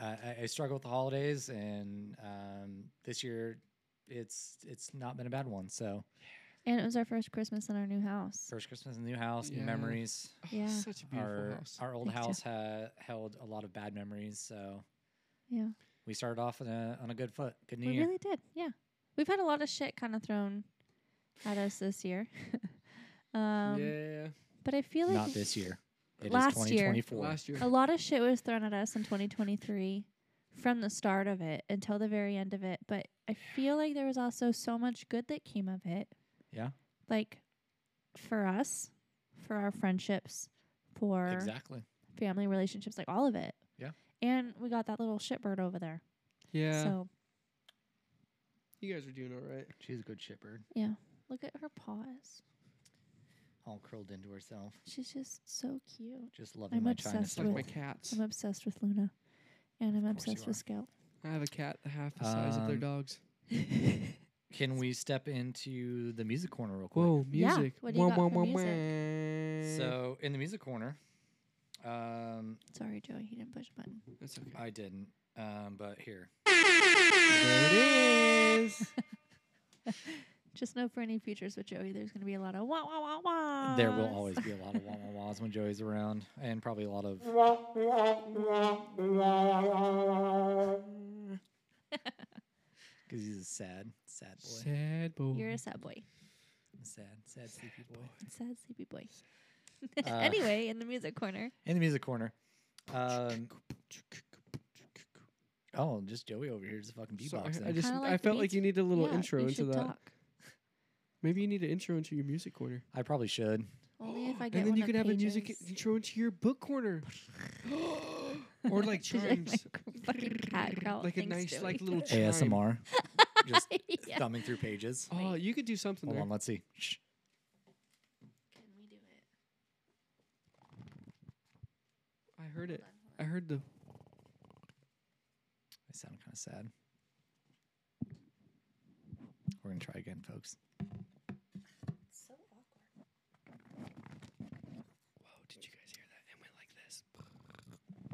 [SPEAKER 4] I, I- I struggle with the holidays, and um, this year it's it's not been a bad one. So
[SPEAKER 2] and it was our first Christmas in our new house.
[SPEAKER 4] first Christmas, in the new house, new
[SPEAKER 5] Yeah.
[SPEAKER 4] memories.
[SPEAKER 5] Oh,
[SPEAKER 2] Yeah.
[SPEAKER 5] Such a beautiful
[SPEAKER 4] our
[SPEAKER 5] house.
[SPEAKER 4] our old
[SPEAKER 2] Me too.
[SPEAKER 4] house ha- held a lot of bad memories. So
[SPEAKER 2] yeah,
[SPEAKER 4] we started off on a on a good foot. Good new
[SPEAKER 2] we
[SPEAKER 4] year.
[SPEAKER 2] really did. Yeah, we've had a lot of shit kind of thrown at us this year. um,
[SPEAKER 5] yeah.
[SPEAKER 2] But I feel like
[SPEAKER 4] not this year. It is
[SPEAKER 2] Last year.
[SPEAKER 4] 2024.
[SPEAKER 5] Last year.
[SPEAKER 2] A lot of shit was thrown at us in 2023 from the start of it until the very end of it. But I feel like there was also so much good that came of it.
[SPEAKER 4] Yeah.
[SPEAKER 2] Like for us, for our friendships, for
[SPEAKER 4] Exactly.
[SPEAKER 2] family relationships, like all of it.
[SPEAKER 4] Yeah.
[SPEAKER 2] And we got that little shitbird over there.
[SPEAKER 5] Yeah.
[SPEAKER 2] So
[SPEAKER 5] You guys are doing all right.
[SPEAKER 4] She's a good shipper.
[SPEAKER 2] look at her paws.
[SPEAKER 4] All curled into herself.
[SPEAKER 2] She's just so cute.
[SPEAKER 4] Just loving
[SPEAKER 2] I'm
[SPEAKER 4] my China
[SPEAKER 2] obsessed
[SPEAKER 5] It's like
[SPEAKER 4] symbol.
[SPEAKER 5] my cats.
[SPEAKER 2] I'm obsessed with Luna. And I'm
[SPEAKER 4] Of course you
[SPEAKER 2] obsessed with
[SPEAKER 4] are.
[SPEAKER 2] Scout.
[SPEAKER 5] I have a cat half the size of their
[SPEAKER 4] Um,
[SPEAKER 5] dogs.
[SPEAKER 4] Can we step into the music corner real quick?
[SPEAKER 5] Whoa,
[SPEAKER 2] Yeah,
[SPEAKER 5] music.
[SPEAKER 2] what do you
[SPEAKER 5] Wah,
[SPEAKER 2] got
[SPEAKER 5] wah,
[SPEAKER 2] for
[SPEAKER 5] wah, wah.
[SPEAKER 4] So in the music corner, um,
[SPEAKER 2] Sorry, Joey, he didn't push a button.
[SPEAKER 5] That's okay.
[SPEAKER 4] I didn't, um, but here.
[SPEAKER 5] There it is.
[SPEAKER 2] Just know for any futures with Joey, there's going to be a lot of wah wah wah wah.
[SPEAKER 4] There will always be a lot of wah wah wahs when Joey's around, and probably a lot of because he's a sad, sad boy,
[SPEAKER 5] Sad boy.
[SPEAKER 2] You're a sad boy,
[SPEAKER 4] sad, sad, sleepy boy.
[SPEAKER 2] sad sleepy boy.
[SPEAKER 4] Uh,
[SPEAKER 2] anyway, in the music corner,
[SPEAKER 4] In the music corner, um, oh, just Joey over here, just fucking
[SPEAKER 5] Sorry,
[SPEAKER 4] beatboxing.
[SPEAKER 5] I just
[SPEAKER 2] Kinda like
[SPEAKER 5] I
[SPEAKER 2] the
[SPEAKER 5] felt like
[SPEAKER 2] Beats-
[SPEAKER 5] you needed a little
[SPEAKER 2] Yeah,
[SPEAKER 5] intro
[SPEAKER 2] you
[SPEAKER 5] into
[SPEAKER 2] should
[SPEAKER 5] that.
[SPEAKER 2] Talk.
[SPEAKER 5] Maybe you need an intro into your music corner.
[SPEAKER 4] I probably should.
[SPEAKER 2] Only if I
[SPEAKER 5] and
[SPEAKER 2] get
[SPEAKER 5] then
[SPEAKER 2] one
[SPEAKER 5] you
[SPEAKER 2] of
[SPEAKER 5] could have a music
[SPEAKER 2] Paige's-
[SPEAKER 5] intro into your book corner. or like chimes.
[SPEAKER 2] like fucking cat growl.
[SPEAKER 5] like a
[SPEAKER 2] Thanks,
[SPEAKER 5] nice like
[SPEAKER 2] Joey.
[SPEAKER 5] little chime.
[SPEAKER 4] ASMR, just
[SPEAKER 2] yeah.
[SPEAKER 4] thumbing through pages.
[SPEAKER 5] Oh, you could do something
[SPEAKER 4] Hold
[SPEAKER 5] there.
[SPEAKER 4] on, let's see. Shh.
[SPEAKER 2] Can we do it?
[SPEAKER 5] I heard it. I heard the
[SPEAKER 4] I sound kind of sad. We're gonna try again, folks.
[SPEAKER 2] So awkward.
[SPEAKER 5] Whoa, did you guys hear that?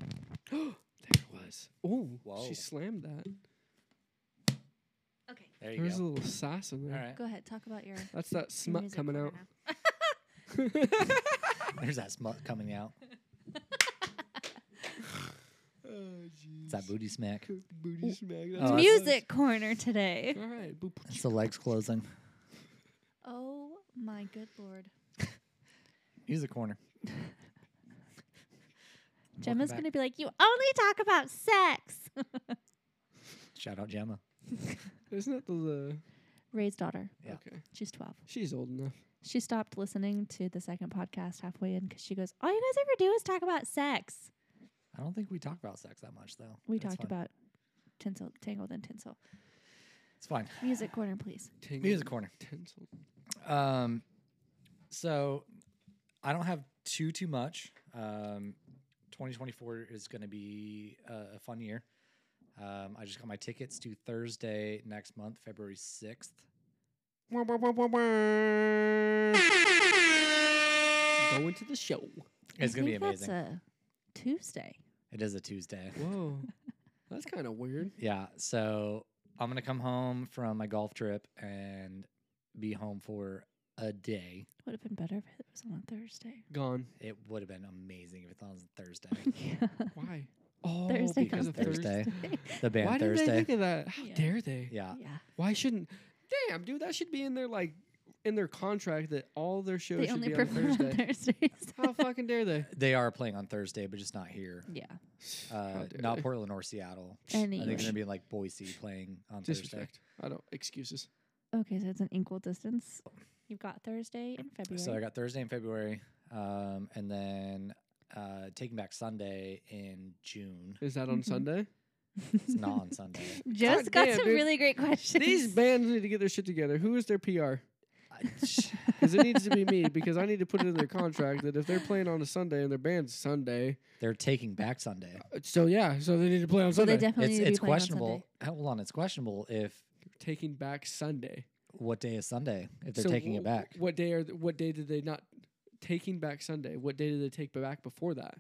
[SPEAKER 5] It went like this. there it was. Oh,
[SPEAKER 4] Whoa.
[SPEAKER 5] she slammed that.
[SPEAKER 2] Okay,
[SPEAKER 4] There you
[SPEAKER 5] There's
[SPEAKER 4] go.
[SPEAKER 5] a little sass in
[SPEAKER 4] All
[SPEAKER 5] there.
[SPEAKER 4] right.
[SPEAKER 2] go ahead. Talk about your your
[SPEAKER 5] That's that smut
[SPEAKER 2] music
[SPEAKER 5] coming
[SPEAKER 2] corner
[SPEAKER 5] out.
[SPEAKER 2] now.
[SPEAKER 4] There's that smut coming out. It's that booty smack.
[SPEAKER 5] Oh, Booty
[SPEAKER 4] Oh,
[SPEAKER 5] smack. That's
[SPEAKER 4] that's-
[SPEAKER 5] what it was.
[SPEAKER 2] Music corner today.
[SPEAKER 5] All right. boop.
[SPEAKER 4] It's the legs closing.
[SPEAKER 2] Oh my good lord.
[SPEAKER 4] Music corner.
[SPEAKER 2] Gemma's
[SPEAKER 4] back.
[SPEAKER 2] going to be like, you only talk about sex.
[SPEAKER 4] Shout out Gemma.
[SPEAKER 5] Isn't that the, the
[SPEAKER 2] Ray's daughter.
[SPEAKER 4] Yeah.
[SPEAKER 5] okay?
[SPEAKER 2] She's 12.
[SPEAKER 5] She's old enough.
[SPEAKER 2] She stopped listening to the second podcast halfway in because she goes, all you guys ever do is talk about sex.
[SPEAKER 4] I don't think we talk about sex that much though.
[SPEAKER 2] We
[SPEAKER 4] That's
[SPEAKER 2] talked
[SPEAKER 4] fine.
[SPEAKER 2] about tinsel, tangled and tinsel.
[SPEAKER 4] It's fine.
[SPEAKER 2] Music corner, please.
[SPEAKER 5] Tangled
[SPEAKER 4] Music corner.
[SPEAKER 5] Tinsel.
[SPEAKER 4] Um, so I don't have too too much. Um, 2024 is going to be uh, a fun year. Um, I just got my tickets to Thursday next month, February 6th.
[SPEAKER 5] Wah, wah, wah, wah, wah. Go into the show.
[SPEAKER 4] It's
[SPEAKER 2] I
[SPEAKER 4] going to be
[SPEAKER 2] think
[SPEAKER 4] amazing.
[SPEAKER 2] That's a Tuesday.
[SPEAKER 4] it is a Tuesday.
[SPEAKER 5] Whoa, that's kind of weird.
[SPEAKER 4] Yeah. So I'm going to come home from my golf trip and be home for a day.
[SPEAKER 2] Would have been better if it was on a Thursday.
[SPEAKER 5] Gone.
[SPEAKER 4] It would have been amazing if it was on Thursday.
[SPEAKER 2] yeah.
[SPEAKER 5] Why? Oh,
[SPEAKER 2] Thursday
[SPEAKER 5] because
[SPEAKER 2] comes
[SPEAKER 5] of
[SPEAKER 2] first.
[SPEAKER 5] Thursday.
[SPEAKER 4] the band
[SPEAKER 5] Why did
[SPEAKER 4] Thursday.
[SPEAKER 5] they think of that? How
[SPEAKER 2] Yeah.
[SPEAKER 5] dare they?
[SPEAKER 4] yeah.
[SPEAKER 2] Yeah.
[SPEAKER 5] Why shouldn't? Damn, dude, that should be in their like in their contract that all their shows
[SPEAKER 2] They
[SPEAKER 5] should
[SPEAKER 2] only
[SPEAKER 5] be on
[SPEAKER 2] perform on
[SPEAKER 5] Thursday.
[SPEAKER 2] Thursdays.
[SPEAKER 5] How fucking dare they?
[SPEAKER 4] They are playing on Thursday, but just not here.
[SPEAKER 2] yeah.
[SPEAKER 4] Uh,
[SPEAKER 5] dare
[SPEAKER 4] not
[SPEAKER 5] they.
[SPEAKER 4] Portland or Seattle. I think
[SPEAKER 2] Anyway.
[SPEAKER 4] they're gonna be in, like Boise playing on Thursday.
[SPEAKER 5] Disrespect. I don't excuses.
[SPEAKER 2] Okay, so it's an equal distance. You've got Thursday in February.
[SPEAKER 4] So I got Thursday in February, um, and then uh, Taking Back Sunday in June.
[SPEAKER 5] Is that on
[SPEAKER 2] Mhm.
[SPEAKER 5] Sunday?
[SPEAKER 4] It's not on Sunday.
[SPEAKER 2] Just
[SPEAKER 5] God
[SPEAKER 2] got
[SPEAKER 5] damn,
[SPEAKER 2] some
[SPEAKER 5] dude.
[SPEAKER 2] really great questions.
[SPEAKER 5] These bands need to get their shit together. Who is their PR?
[SPEAKER 4] I- sh-
[SPEAKER 5] Because it needs to be me. Because I need to put it in their contract that if they're playing on a Sunday and their band's Sunday, uh,
[SPEAKER 4] they're Taking Back Sunday.
[SPEAKER 5] so yeah, so they need to play on
[SPEAKER 2] so
[SPEAKER 5] Sunday.
[SPEAKER 2] they definitely
[SPEAKER 4] It's
[SPEAKER 2] need to
[SPEAKER 4] it's
[SPEAKER 2] be playing on Sunday.
[SPEAKER 4] questionable. Uh, Hold on, it's questionable if
[SPEAKER 5] taking back Sunday.
[SPEAKER 4] what day is Sunday if they're
[SPEAKER 5] So
[SPEAKER 4] taking it
[SPEAKER 5] wh-
[SPEAKER 4] back.
[SPEAKER 5] What day are? th- What day did they not taking back Sunday? What day did they take back before that?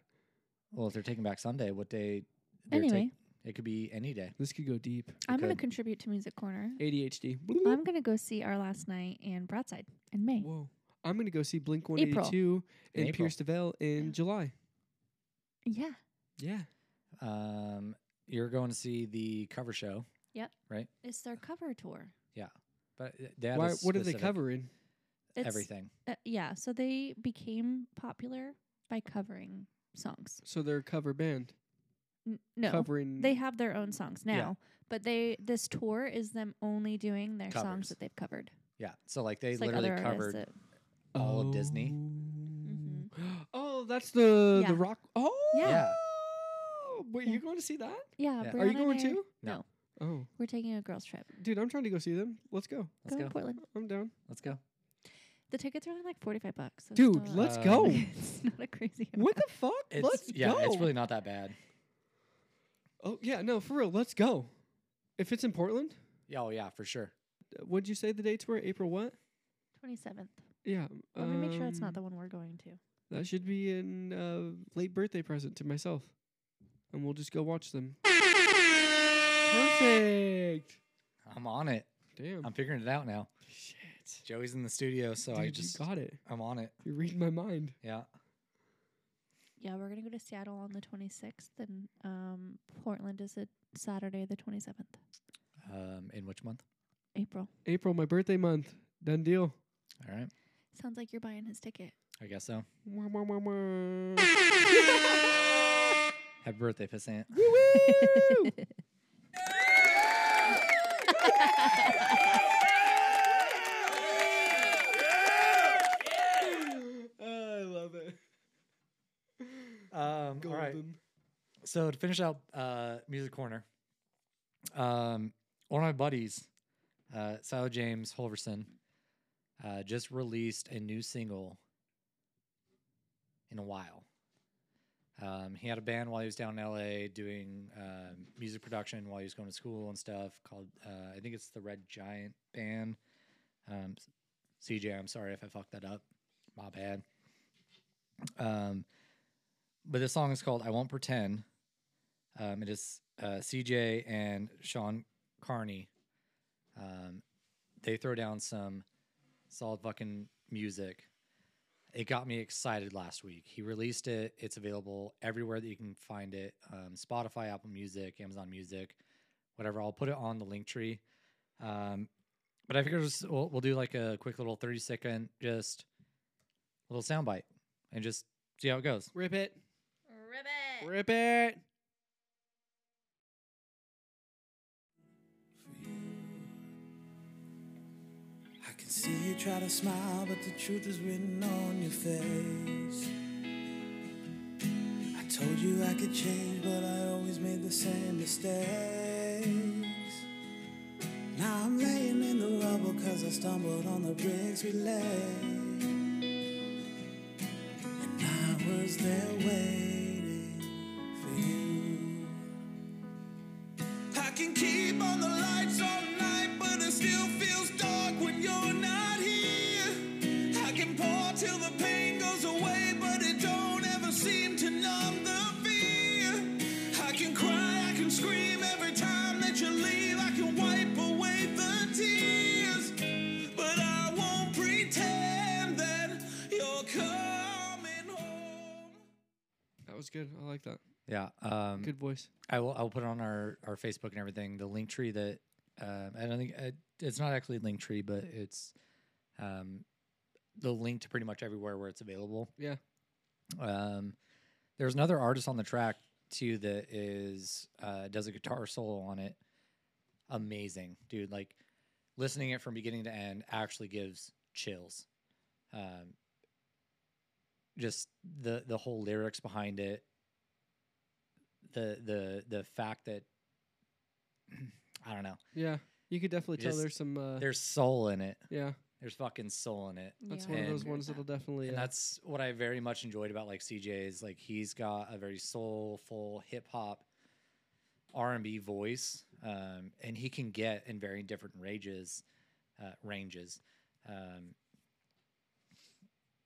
[SPEAKER 4] Well, if they're taking back Sunday, what day? they're take-
[SPEAKER 2] Anyway.
[SPEAKER 4] it could be any day.
[SPEAKER 5] This could go deep.
[SPEAKER 2] I'm going to
[SPEAKER 4] could.
[SPEAKER 2] contribute to Music Corner.
[SPEAKER 5] ADHD.
[SPEAKER 2] I'm going to go see Our Last Night and Broadside in May.
[SPEAKER 5] Whoa. I'm gonna go see Blink 182 and
[SPEAKER 4] April.
[SPEAKER 5] Pierce DeVille in
[SPEAKER 2] Yeah.
[SPEAKER 5] July.
[SPEAKER 2] Yeah.
[SPEAKER 5] Yeah.
[SPEAKER 4] Um, you're going to see the cover show,
[SPEAKER 2] It's their cover tour.
[SPEAKER 4] but uh, they had a
[SPEAKER 5] Why, what are they
[SPEAKER 4] specific-
[SPEAKER 5] covering?
[SPEAKER 2] It's,
[SPEAKER 4] Everything.
[SPEAKER 2] Uh, yeah. So they became popular by covering songs.
[SPEAKER 5] So they're a cover band
[SPEAKER 2] N- no.
[SPEAKER 5] covering.
[SPEAKER 2] They have their own songs
[SPEAKER 4] Yeah.
[SPEAKER 2] now, but they this tour is them only doing their
[SPEAKER 4] Covers.
[SPEAKER 2] songs that they've covered.
[SPEAKER 4] Yeah. So like they
[SPEAKER 2] It's
[SPEAKER 4] literally
[SPEAKER 2] like other
[SPEAKER 4] covered.
[SPEAKER 2] artists
[SPEAKER 4] all of Disney.
[SPEAKER 5] Oh, that's the
[SPEAKER 2] Mm-hmm. Yeah.
[SPEAKER 5] the rock. Oh,
[SPEAKER 2] Yeah.
[SPEAKER 4] Yeah.
[SPEAKER 5] Wait,
[SPEAKER 2] Yeah.
[SPEAKER 5] you're going to see that?
[SPEAKER 2] that- yeah,
[SPEAKER 4] Yeah.
[SPEAKER 2] Brianna
[SPEAKER 5] Are you
[SPEAKER 2] and
[SPEAKER 5] going
[SPEAKER 2] I
[SPEAKER 5] too?
[SPEAKER 4] No.
[SPEAKER 2] No.
[SPEAKER 5] Oh,
[SPEAKER 2] We're taking a girls trip.
[SPEAKER 5] dude, I'm trying to go see them. Let's go.
[SPEAKER 4] Let's
[SPEAKER 2] go
[SPEAKER 4] go.
[SPEAKER 2] to Portland.
[SPEAKER 5] I'm down.
[SPEAKER 4] Let's go.
[SPEAKER 2] The tickets are only like forty five bucks. so it's
[SPEAKER 5] Dude,
[SPEAKER 2] not-
[SPEAKER 5] let's
[SPEAKER 4] Uh,
[SPEAKER 5] go.
[SPEAKER 2] it's not a crazy. amount.
[SPEAKER 5] What the fuck?
[SPEAKER 4] It's,
[SPEAKER 5] let's
[SPEAKER 4] yeah,
[SPEAKER 5] go.
[SPEAKER 4] it's really not that bad.
[SPEAKER 5] oh yeah, no, for real. Let's go. If it's in Portland,
[SPEAKER 4] Yeah, Oh yeah, for sure.
[SPEAKER 5] uh, what'd you say the dates were? April what?
[SPEAKER 2] Twenty seventh.
[SPEAKER 5] Yeah.
[SPEAKER 2] Let me make sure it's
[SPEAKER 5] um,
[SPEAKER 2] not the one we're going to.
[SPEAKER 5] That should be an uh, late birthday present to myself. And we'll just go watch them. Perfect.
[SPEAKER 4] I'm on it.
[SPEAKER 5] Damn.
[SPEAKER 4] I'm figuring it out now.
[SPEAKER 5] Shit.
[SPEAKER 4] Joey's in the studio, so
[SPEAKER 5] Um, Dude,
[SPEAKER 4] I
[SPEAKER 5] you
[SPEAKER 4] just
[SPEAKER 5] got it.
[SPEAKER 4] I'm on it.
[SPEAKER 5] You're reading my mind.
[SPEAKER 4] Yeah.
[SPEAKER 2] Yeah, we're gonna go to Seattle on the twenty sixth, and um, Portland is a Saturday the twenty seventh,
[SPEAKER 4] Um, in which month?
[SPEAKER 2] April.
[SPEAKER 5] April, my birthday month. Done deal.
[SPEAKER 4] All right.
[SPEAKER 2] Sounds like you're buying his ticket.
[SPEAKER 4] I guess so.
[SPEAKER 5] Wah, wah, wah, wah.
[SPEAKER 4] Happy birthday, Pissant.
[SPEAKER 5] I love it.
[SPEAKER 4] Um, all right.
[SPEAKER 5] Golden.
[SPEAKER 4] So to finish out uh, music corner, um, one of my buddies, uh, Silo James Holverson, uh, just released a new single in a while. Um, he had a band while he was down in LA doing um, music production while he was going to school and stuff called, uh, I think it's the Red Giant Band. Um, s- CJ, I'm sorry if I fucked that up. My bad. Um, but this song is called "I Won't Pretend." Um, it is uh, CJ and Sean Carney. Um, they throw down some solid fucking music. It got me excited last week. He released it. It's available everywhere that you can find it: um, Spotify, Apple Music, Amazon Music, whatever. I'll put it on the link tree. Um, but I figured we'll s- we'll, we'll do like a quick little thirty second, just little soundbite, and just see how it goes.
[SPEAKER 5] Rip it. Rip it.
[SPEAKER 8] I can see you try to smile, but the truth is written on your face. I told you I could change, but I always made the same mistakes. Now I'm laying in the rubble cause I stumbled on the bricks we laid. And I was there waiting for you. I can keep on the lights all night, but it still feels dark when you're not here. I can pour till the pain goes away, but it don't ever seem to numb the fear. I can cry, I can scream every time that you leave. I can wipe away the tears, but I won't pretend.
[SPEAKER 5] was good. I like that.
[SPEAKER 4] Yeah. Um,
[SPEAKER 5] Good voice.
[SPEAKER 4] I will. I'll put it on our our Facebook and everything. The link tree that um, I don't think uh, it's not actually link tree, but it's um, the link to pretty much everywhere where it's available.
[SPEAKER 5] Yeah.
[SPEAKER 4] Um, there's another artist on the track too that is uh, does a guitar solo on it. Amazing, dude! Like listening it from beginning to end actually gives chills. Um, just the the whole lyrics behind it, the the the fact that I don't know.
[SPEAKER 5] Yeah. You could definitely tell
[SPEAKER 4] Just-
[SPEAKER 5] there's some. Uh,
[SPEAKER 4] There's soul in it.
[SPEAKER 5] yeah.
[SPEAKER 4] There's fucking soul in it.
[SPEAKER 5] That's
[SPEAKER 2] Yeah,
[SPEAKER 5] one
[SPEAKER 2] I
[SPEAKER 5] of those
[SPEAKER 2] agree
[SPEAKER 5] ones
[SPEAKER 2] with
[SPEAKER 5] that'll definitely.
[SPEAKER 4] And
[SPEAKER 5] uh,
[SPEAKER 4] that's what I very much enjoyed about like CJ is like he's got a very soulful hip hop R and B voice, um, and he can get in very different ranges. Uh, ranges. Um,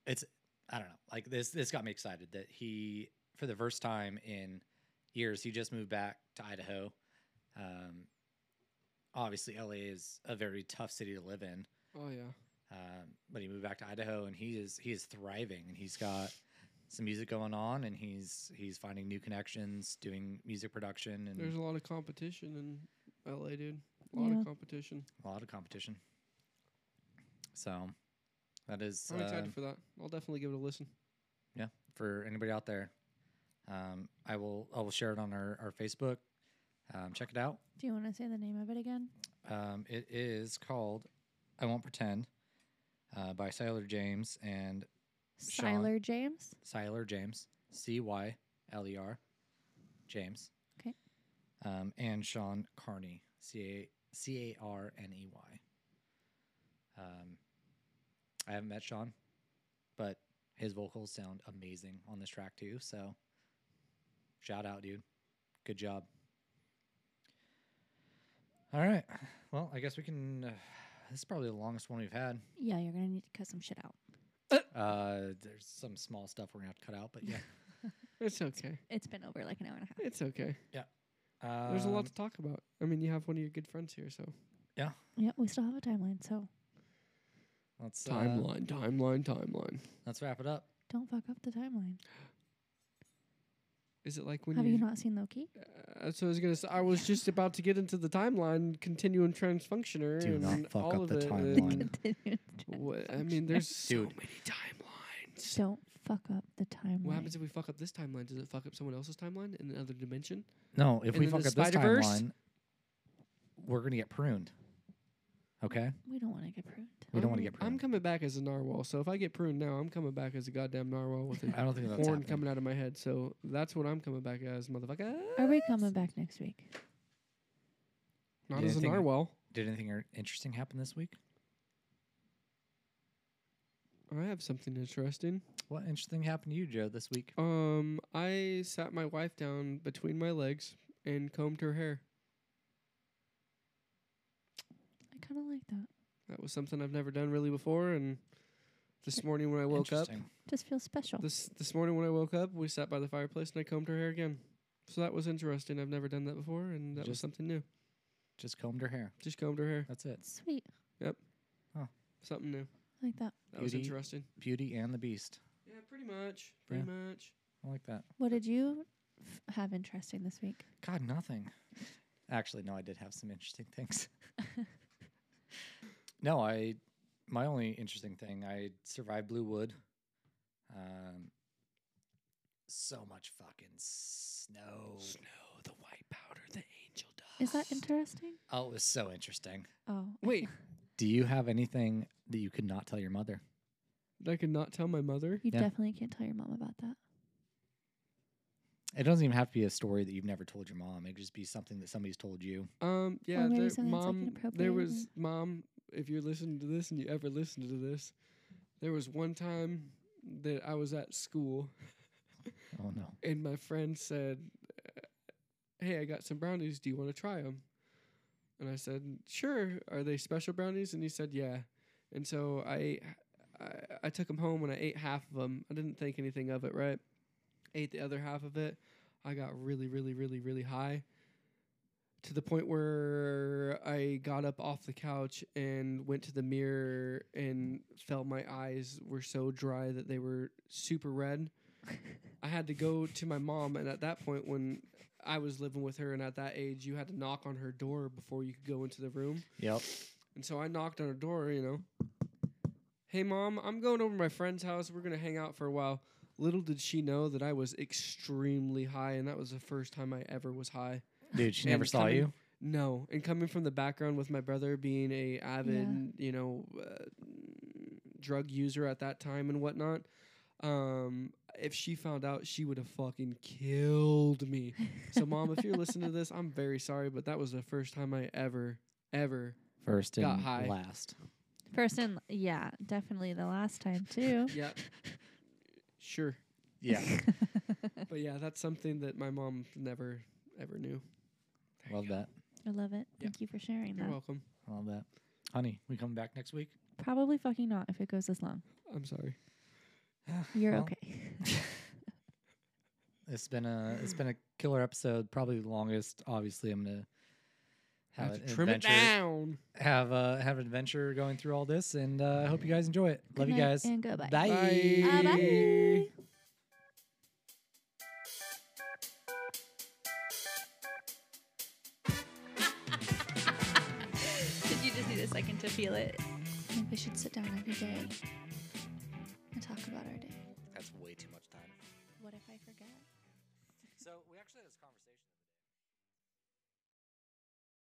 [SPEAKER 4] it's I don't know. Like this this got me excited that he for the first time in years he just moved back to Idaho. Um, obviously, LA is a very tough city to live in.
[SPEAKER 5] oh yeah.
[SPEAKER 4] Um, but he moved back to Idaho, and he is he is thriving, and he's got some music going on, and he's he's finding new connections, doing music production, and
[SPEAKER 5] There's a lot of competition in LA, dude. A lot
[SPEAKER 2] Yeah.
[SPEAKER 5] of competition.
[SPEAKER 4] a lot of competition. So that is
[SPEAKER 5] I'm
[SPEAKER 4] uh,
[SPEAKER 5] excited for that. I'll definitely give it a listen.
[SPEAKER 4] yeah for anybody out there. Um, I will I will share it on our our Facebook. Um, check it out.
[SPEAKER 2] Do you want to say the name of it again?
[SPEAKER 4] Um, it is called "I Won't Pretend" uh, by Siler James and Sean.
[SPEAKER 2] Siler James.
[SPEAKER 4] Siler James, C Y L E R, James.
[SPEAKER 2] Okay.
[SPEAKER 4] Um, and Sean Carney, C A C A R N E Y. Um, I haven't met Sean, but his vocals sound amazing on this track too. So, shout out, dude. Good job. All right. Well, I guess we can. Uh, this is probably the longest one we've had.
[SPEAKER 2] Yeah, you're gonna need to cut some shit out.
[SPEAKER 4] Uh, there's some small stuff we're gonna have to cut out, but yeah.
[SPEAKER 5] It's okay.
[SPEAKER 2] It's been over like an hour and a half.
[SPEAKER 5] It's okay.
[SPEAKER 4] Um,
[SPEAKER 5] There's a lot to talk about. I mean, you have one of your good friends here, so
[SPEAKER 2] Yeah, we still have a timeline, so
[SPEAKER 4] Let's uh,
[SPEAKER 5] timeline, timeline, timeline.
[SPEAKER 4] let's wrap it up.
[SPEAKER 2] don't fuck up the timeline.
[SPEAKER 5] Is it like when
[SPEAKER 2] have
[SPEAKER 5] you?
[SPEAKER 2] you not seen Loki?
[SPEAKER 5] uh, so I was gonna. s I I was just about to get into the timeline, continuum transfunctioner,
[SPEAKER 4] Do
[SPEAKER 5] and
[SPEAKER 4] not fuck
[SPEAKER 5] all
[SPEAKER 4] up
[SPEAKER 5] of
[SPEAKER 4] the
[SPEAKER 5] it.
[SPEAKER 4] timeline.
[SPEAKER 5] and what- I mean, there's so
[SPEAKER 4] Dude.
[SPEAKER 5] many timelines.
[SPEAKER 2] don't fuck up the timeline.
[SPEAKER 5] What happens if we fuck up this timeline? Does it fuck up someone else's timeline in another dimension?
[SPEAKER 4] No, if
[SPEAKER 5] And
[SPEAKER 4] we
[SPEAKER 5] then
[SPEAKER 4] fuck
[SPEAKER 5] the
[SPEAKER 4] up this
[SPEAKER 5] Spider-Verse?
[SPEAKER 4] timeline, we're gonna get pruned. Okay,
[SPEAKER 2] we don't want to get pruned.
[SPEAKER 4] we don't want to
[SPEAKER 5] I'm-
[SPEAKER 4] get
[SPEAKER 5] I'm
[SPEAKER 4] pruned.
[SPEAKER 5] coming back as a narwhal, so if I get pruned now, I'm coming back as a goddamn narwhal with a
[SPEAKER 4] I don't think that's
[SPEAKER 5] horn
[SPEAKER 4] happening.
[SPEAKER 5] coming out of my head. So that's what I'm coming back as, motherfucker.
[SPEAKER 2] Are we coming back next week?
[SPEAKER 5] Not
[SPEAKER 4] Do you
[SPEAKER 5] as a
[SPEAKER 4] think-
[SPEAKER 5] narwhal.
[SPEAKER 4] Did anything er- interesting happen this week?
[SPEAKER 5] I have something interesting.
[SPEAKER 4] What interesting happened to you, Joe, this week?
[SPEAKER 5] Um, I sat my wife down between my legs and combed her hair.
[SPEAKER 2] I kind of like that.
[SPEAKER 5] That was something I've never done really before. And this morning when I woke up,
[SPEAKER 4] Interesting.
[SPEAKER 2] Just feels special.
[SPEAKER 5] this this morning when I woke up, we sat by the fireplace and I combed her hair again. So that was interesting. I've never done that before, and that was
[SPEAKER 4] Just-
[SPEAKER 5] something new.
[SPEAKER 4] Just combed her hair.
[SPEAKER 5] Just combed her hair.
[SPEAKER 4] That's it.
[SPEAKER 2] Sweet,
[SPEAKER 5] Something new.
[SPEAKER 2] I like that.
[SPEAKER 5] That was
[SPEAKER 4] Beauty.
[SPEAKER 5] interesting.
[SPEAKER 4] Beauty and the Beast.
[SPEAKER 5] Yeah, pretty much.
[SPEAKER 4] Yeah.
[SPEAKER 5] Pretty much.
[SPEAKER 4] I like that.
[SPEAKER 2] What did you f- have interesting this week?
[SPEAKER 4] God, nothing. Actually, no, I did have some interesting things. no, I. My only interesting thing, I survived Blue Wood. Um, so much fucking snow.
[SPEAKER 5] Snow, the white powder, the angel dust.
[SPEAKER 2] Is that interesting?
[SPEAKER 4] Oh, it was so interesting.
[SPEAKER 2] Oh,
[SPEAKER 5] Wait,
[SPEAKER 4] Do you have anything that you could not tell your mother?
[SPEAKER 5] that I could not tell my mother.
[SPEAKER 2] you
[SPEAKER 4] Yeah.
[SPEAKER 2] definitely can't tell your mom about that.
[SPEAKER 4] It doesn't even have to be a story that you've never told your mom. It could just be something that somebody's told you.
[SPEAKER 5] Um, yeah,
[SPEAKER 2] maybe
[SPEAKER 5] there,
[SPEAKER 2] something that's, like,
[SPEAKER 5] mom. there
[SPEAKER 2] inappropriate
[SPEAKER 5] was mom. If you're listening to this and you ever listened to this, there was one time that I was at school
[SPEAKER 4] Oh no.
[SPEAKER 5] and my friend said, "Hey, I got some brownies. Do you want to try them?" And I said, "Sure. Are they special brownies?" And he said, "Yeah." And so I ate. I, I took them home and I ate half of them. I didn't think anything of it, right? Ate the other half of it. I got really, really, really, really high to the point where I got up off the couch and went to the mirror and felt my eyes were so dry that they were super red. I had to go to my mom, and at that point, when I was living with her, and at that age, you had to knock on her door before you could go into the room.
[SPEAKER 4] Yep.
[SPEAKER 5] And so I knocked on her door, you know. Hey, mom, I'm going over to my friend's house. We're going to hang out for a while. Little did she know that I was extremely high, and that was the first time I ever was high.
[SPEAKER 4] Dude, she
[SPEAKER 5] And
[SPEAKER 4] never saw
[SPEAKER 5] coming-
[SPEAKER 4] you.
[SPEAKER 5] No, and coming from the background with my brother being a avid, you know, uh, drug user at that time and whatnot, um, if she found out, she would have fucking killed me. So, mom, if you're listening to this, I'm very sorry, but that was the first time I ever, ever.
[SPEAKER 4] First
[SPEAKER 5] Got
[SPEAKER 4] and
[SPEAKER 5] high.
[SPEAKER 4] last.
[SPEAKER 2] Person, yeah, definitely the last time too.
[SPEAKER 5] Yeah. sure.
[SPEAKER 4] Yeah.
[SPEAKER 5] But yeah, that's something that my mom never, ever knew.
[SPEAKER 4] Love that.
[SPEAKER 2] I love it. Thank you for sharing
[SPEAKER 5] You're
[SPEAKER 2] that.
[SPEAKER 5] welcome.
[SPEAKER 4] Love that. Honey, we coming back next week?
[SPEAKER 2] Probably fucking not if it goes this long.
[SPEAKER 5] I'm sorry.
[SPEAKER 2] You're
[SPEAKER 4] Well,
[SPEAKER 2] okay.
[SPEAKER 4] It's been a it's been a killer episode, probably the longest. Obviously, I'm gonna have,
[SPEAKER 5] Have
[SPEAKER 4] an
[SPEAKER 5] to trim it
[SPEAKER 4] adventure,
[SPEAKER 5] down.
[SPEAKER 4] have uh, have an adventure going through all this, and uh, I hope you guys enjoy it. Love
[SPEAKER 2] Good
[SPEAKER 4] you
[SPEAKER 2] night
[SPEAKER 4] guys.
[SPEAKER 2] And goodbye.
[SPEAKER 4] Bye.
[SPEAKER 2] Uh, bye. Did you just need a second to feel it? Maybe we should sit down every day and talk about our day.
[SPEAKER 3] That's way too much time.
[SPEAKER 2] What if I forget?
[SPEAKER 3] So we actually had this conversation.